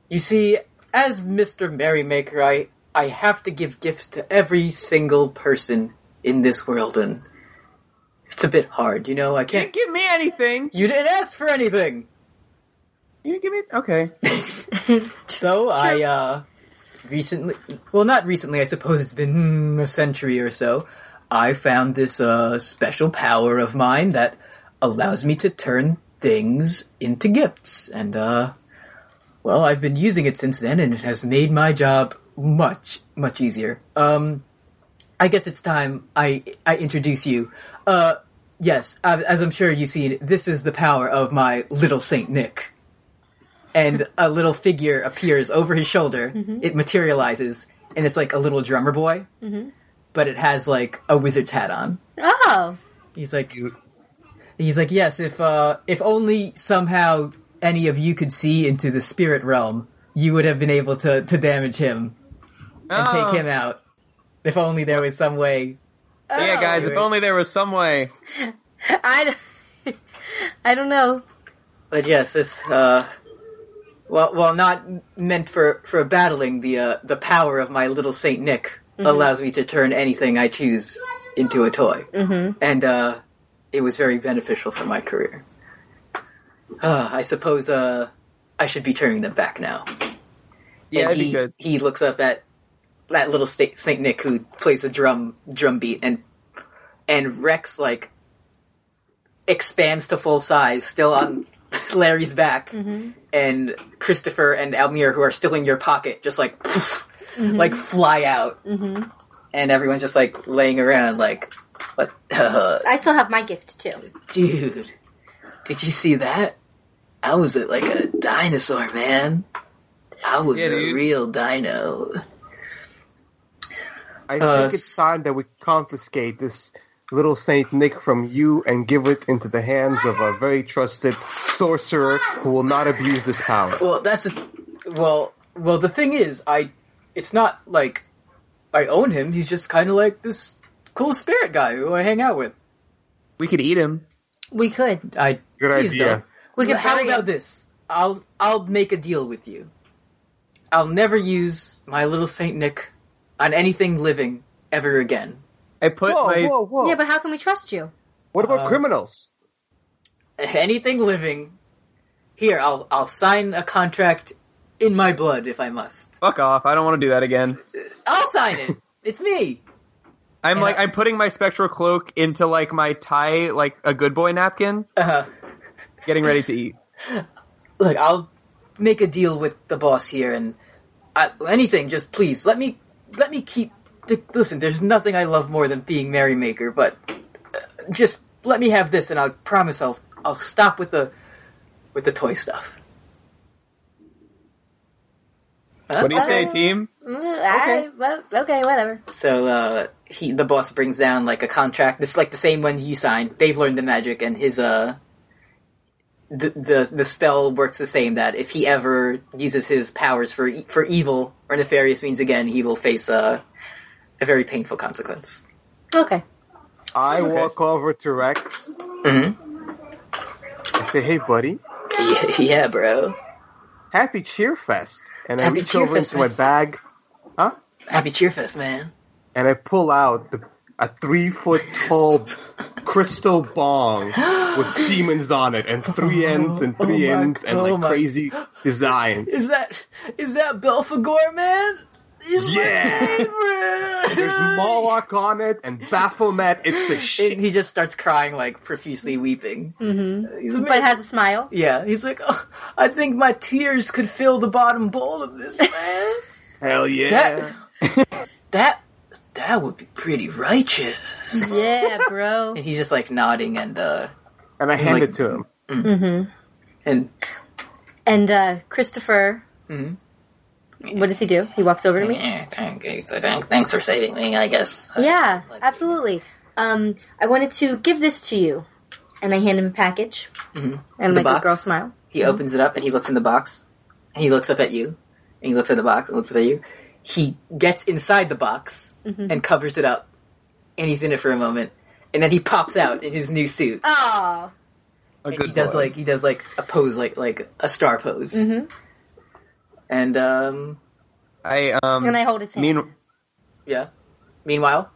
[SPEAKER 1] you see, as Mister Merrymaker, I I have to give gifts to every single person in this world, and it's a bit hard, you know. I
[SPEAKER 5] You didn't
[SPEAKER 1] can't.
[SPEAKER 5] give me anything.
[SPEAKER 1] You didn't ask for anything,
[SPEAKER 5] You didn't give me. Okay.
[SPEAKER 1] so I uh recently, well, not recently. I suppose it's been mm, a century or so. I found this uh special power of mine that allows me to turn things into gifts. And, uh, well, I've been using it since then and it has made my job much, much easier. Um, I guess it's time I, I introduce you. Uh, yes, a- as I'm sure you've seen, this is the power of my little Saint Nick. And a little figure appears over his shoulder. It materializes and it's like a little drummer boy, but it has like a wizard's hat on.
[SPEAKER 2] Oh.
[SPEAKER 1] He's like, he's like, yes. If uh, if only somehow any of you could see into the spirit realm, you would have been able to to damage him and
[SPEAKER 5] Oh.
[SPEAKER 1] take him out. If only there was some way.
[SPEAKER 5] Yeah,
[SPEAKER 2] Oh.
[SPEAKER 5] guys. If only there was some way.
[SPEAKER 2] I, d- I don't know.
[SPEAKER 1] But yes, this uh, well, well, not meant for for battling. The uh, the power of my little Saint Nick allows me to turn anything I choose into a toy, mm-hmm. and uh, it was very beneficial for my career. Uh, I suppose uh, I should be turning them back now.
[SPEAKER 5] Yeah,
[SPEAKER 1] and
[SPEAKER 5] that'd
[SPEAKER 1] he,
[SPEAKER 5] be good.
[SPEAKER 1] he looks up at that little sta- Saint Nick who plays a drum drum beat and and Rex like expands to full size, still on Larry's back, and Christopher and Almir who are still in your pocket, just like like fly out, and everyone's just like laying around like, what,
[SPEAKER 2] I still have my gift too.
[SPEAKER 1] dude? Did you see that? I was a, like a dinosaur, man. I was
[SPEAKER 5] Yeah,
[SPEAKER 1] a
[SPEAKER 5] dude.
[SPEAKER 1] real dino.
[SPEAKER 4] I
[SPEAKER 1] Uh,
[SPEAKER 4] think it's time that we confiscate this little Saint Nick from you and give it into the hands of a very trusted sorcerer who will not abuse this power.
[SPEAKER 1] Well, that's a, well, well. The thing is, I it's not like I own him. He's just kind of like this cool spirit guy who I hang out with.
[SPEAKER 5] We could eat him.
[SPEAKER 2] We could.
[SPEAKER 1] I
[SPEAKER 4] Good
[SPEAKER 1] please
[SPEAKER 4] idea.
[SPEAKER 1] Don't.
[SPEAKER 2] We could
[SPEAKER 1] How
[SPEAKER 2] bury
[SPEAKER 1] about
[SPEAKER 2] it.
[SPEAKER 1] this? I'll I'll make a deal with you. I'll never use my little Saint Nick on anything living ever again.
[SPEAKER 5] I put
[SPEAKER 4] Whoa,
[SPEAKER 5] my
[SPEAKER 4] whoa, whoa!
[SPEAKER 2] Yeah, but how can we trust you?
[SPEAKER 4] what about
[SPEAKER 1] Uh,
[SPEAKER 4] criminals?
[SPEAKER 1] Anything living. Here, I'll I'll sign a contract in my blood if I must.
[SPEAKER 5] fuck off. I don't want to do that again.
[SPEAKER 1] I'll sign it. It's me.
[SPEAKER 5] I'm
[SPEAKER 1] And
[SPEAKER 5] like
[SPEAKER 1] I-
[SPEAKER 5] I, am putting my spectral cloak into like my tie, like a good boy napkin,
[SPEAKER 1] Uh,
[SPEAKER 5] getting ready to eat.
[SPEAKER 1] look, I'll make a deal with the boss here, and I, anything. Just please let me let me keep. d- listen, there's nothing I love more than being merrymaker, but uh, just let me have this, and I promise I'll I'll stop with the with the toy stuff.
[SPEAKER 5] What do you say, team?
[SPEAKER 2] Okay. Mm, I, well, okay, whatever.
[SPEAKER 1] So uh, he, the boss, brings down like a contract. This is like the same one you signed. They've learned the magic, and his uh, the the the spell works the same. That if he ever uses his powers for e- for evil or nefarious means again, he will face a a very painful consequence.
[SPEAKER 2] Okay.
[SPEAKER 4] I walk over to Rex.
[SPEAKER 1] Mm-hmm.
[SPEAKER 4] I say, "Hey, buddy,
[SPEAKER 1] Yeah, yeah, bro.
[SPEAKER 4] happy cheer fest!" And I
[SPEAKER 1] Happy
[SPEAKER 4] reach
[SPEAKER 1] Cheer
[SPEAKER 4] over
[SPEAKER 1] Fest,
[SPEAKER 4] into my
[SPEAKER 1] man.
[SPEAKER 4] bag
[SPEAKER 1] Happy Cheerfest, man.
[SPEAKER 4] and I pull out the, a three foot tall crystal bong with demons on it and three ends and three
[SPEAKER 1] Oh my-
[SPEAKER 4] ends and
[SPEAKER 1] oh
[SPEAKER 4] like
[SPEAKER 1] my-
[SPEAKER 4] crazy designs.
[SPEAKER 1] Is that is that Belphegor, man? He's
[SPEAKER 4] Yeah.
[SPEAKER 1] my favorite.
[SPEAKER 4] There's Moloch on it and Baphomet. It's the shit.
[SPEAKER 1] And he just starts crying, like profusely weeping.
[SPEAKER 2] Mm-hmm.
[SPEAKER 1] He's
[SPEAKER 2] But has a smile.
[SPEAKER 1] Yeah, he's like, oh, I think my tears could fill the bottom bowl of this, man.
[SPEAKER 4] Hell
[SPEAKER 1] that,
[SPEAKER 4] yeah.
[SPEAKER 1] that, that would be pretty righteous.
[SPEAKER 2] Yeah, bro.
[SPEAKER 1] And he's just like nodding and, uh,
[SPEAKER 4] And I hand
[SPEAKER 1] Like-
[SPEAKER 4] it to him.
[SPEAKER 2] mm-hmm.
[SPEAKER 1] and
[SPEAKER 2] And uh, Christopher,
[SPEAKER 1] Mhm.
[SPEAKER 2] what does he do? He walks over to me.
[SPEAKER 1] "Eh, thank you, thank- thanks for saving me, I guess.
[SPEAKER 2] Yeah,
[SPEAKER 1] Like-
[SPEAKER 2] absolutely. Um, I wanted to give this to you, and I hand him a package,
[SPEAKER 1] Mhm.
[SPEAKER 2] and
[SPEAKER 1] The
[SPEAKER 2] like a
[SPEAKER 1] box?
[SPEAKER 2] girl smile.
[SPEAKER 1] He opens it up and he looks in the box. And he looks up at you. And he looks at the box and looks up at you. He gets inside the box
[SPEAKER 5] Mm-hmm.
[SPEAKER 1] and covers it up. And he's in it for a moment. And then he pops out in his new suit.
[SPEAKER 2] Oh,
[SPEAKER 5] A
[SPEAKER 1] and
[SPEAKER 5] good
[SPEAKER 1] he does
[SPEAKER 5] boy. Mm-hmm.
[SPEAKER 1] like he does like a pose like like a star pose
[SPEAKER 2] Mhm.
[SPEAKER 1] and um
[SPEAKER 5] I um.
[SPEAKER 2] and I hold his hand.
[SPEAKER 5] mean,
[SPEAKER 1] yeah meanwhile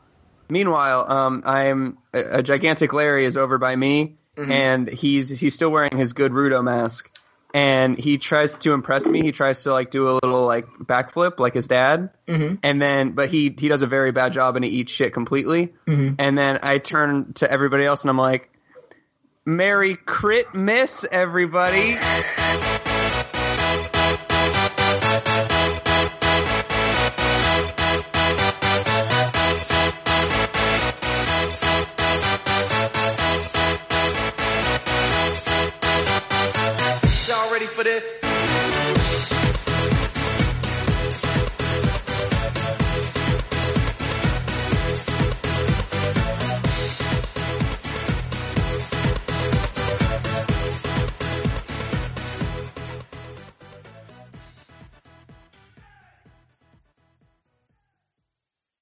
[SPEAKER 5] meanwhile, um, I'm a, a gigantic Larry is over by me, and he's he's still wearing his good Rudo mask, and he tries to impress me. He tries to like do a little like backflip like his dad,
[SPEAKER 1] Mhm.
[SPEAKER 5] and then but he he does a very bad job and he eats shit completely. And then I turn to everybody else and I'm like, "Merry crit miss, everybody!" Y'all ready for this?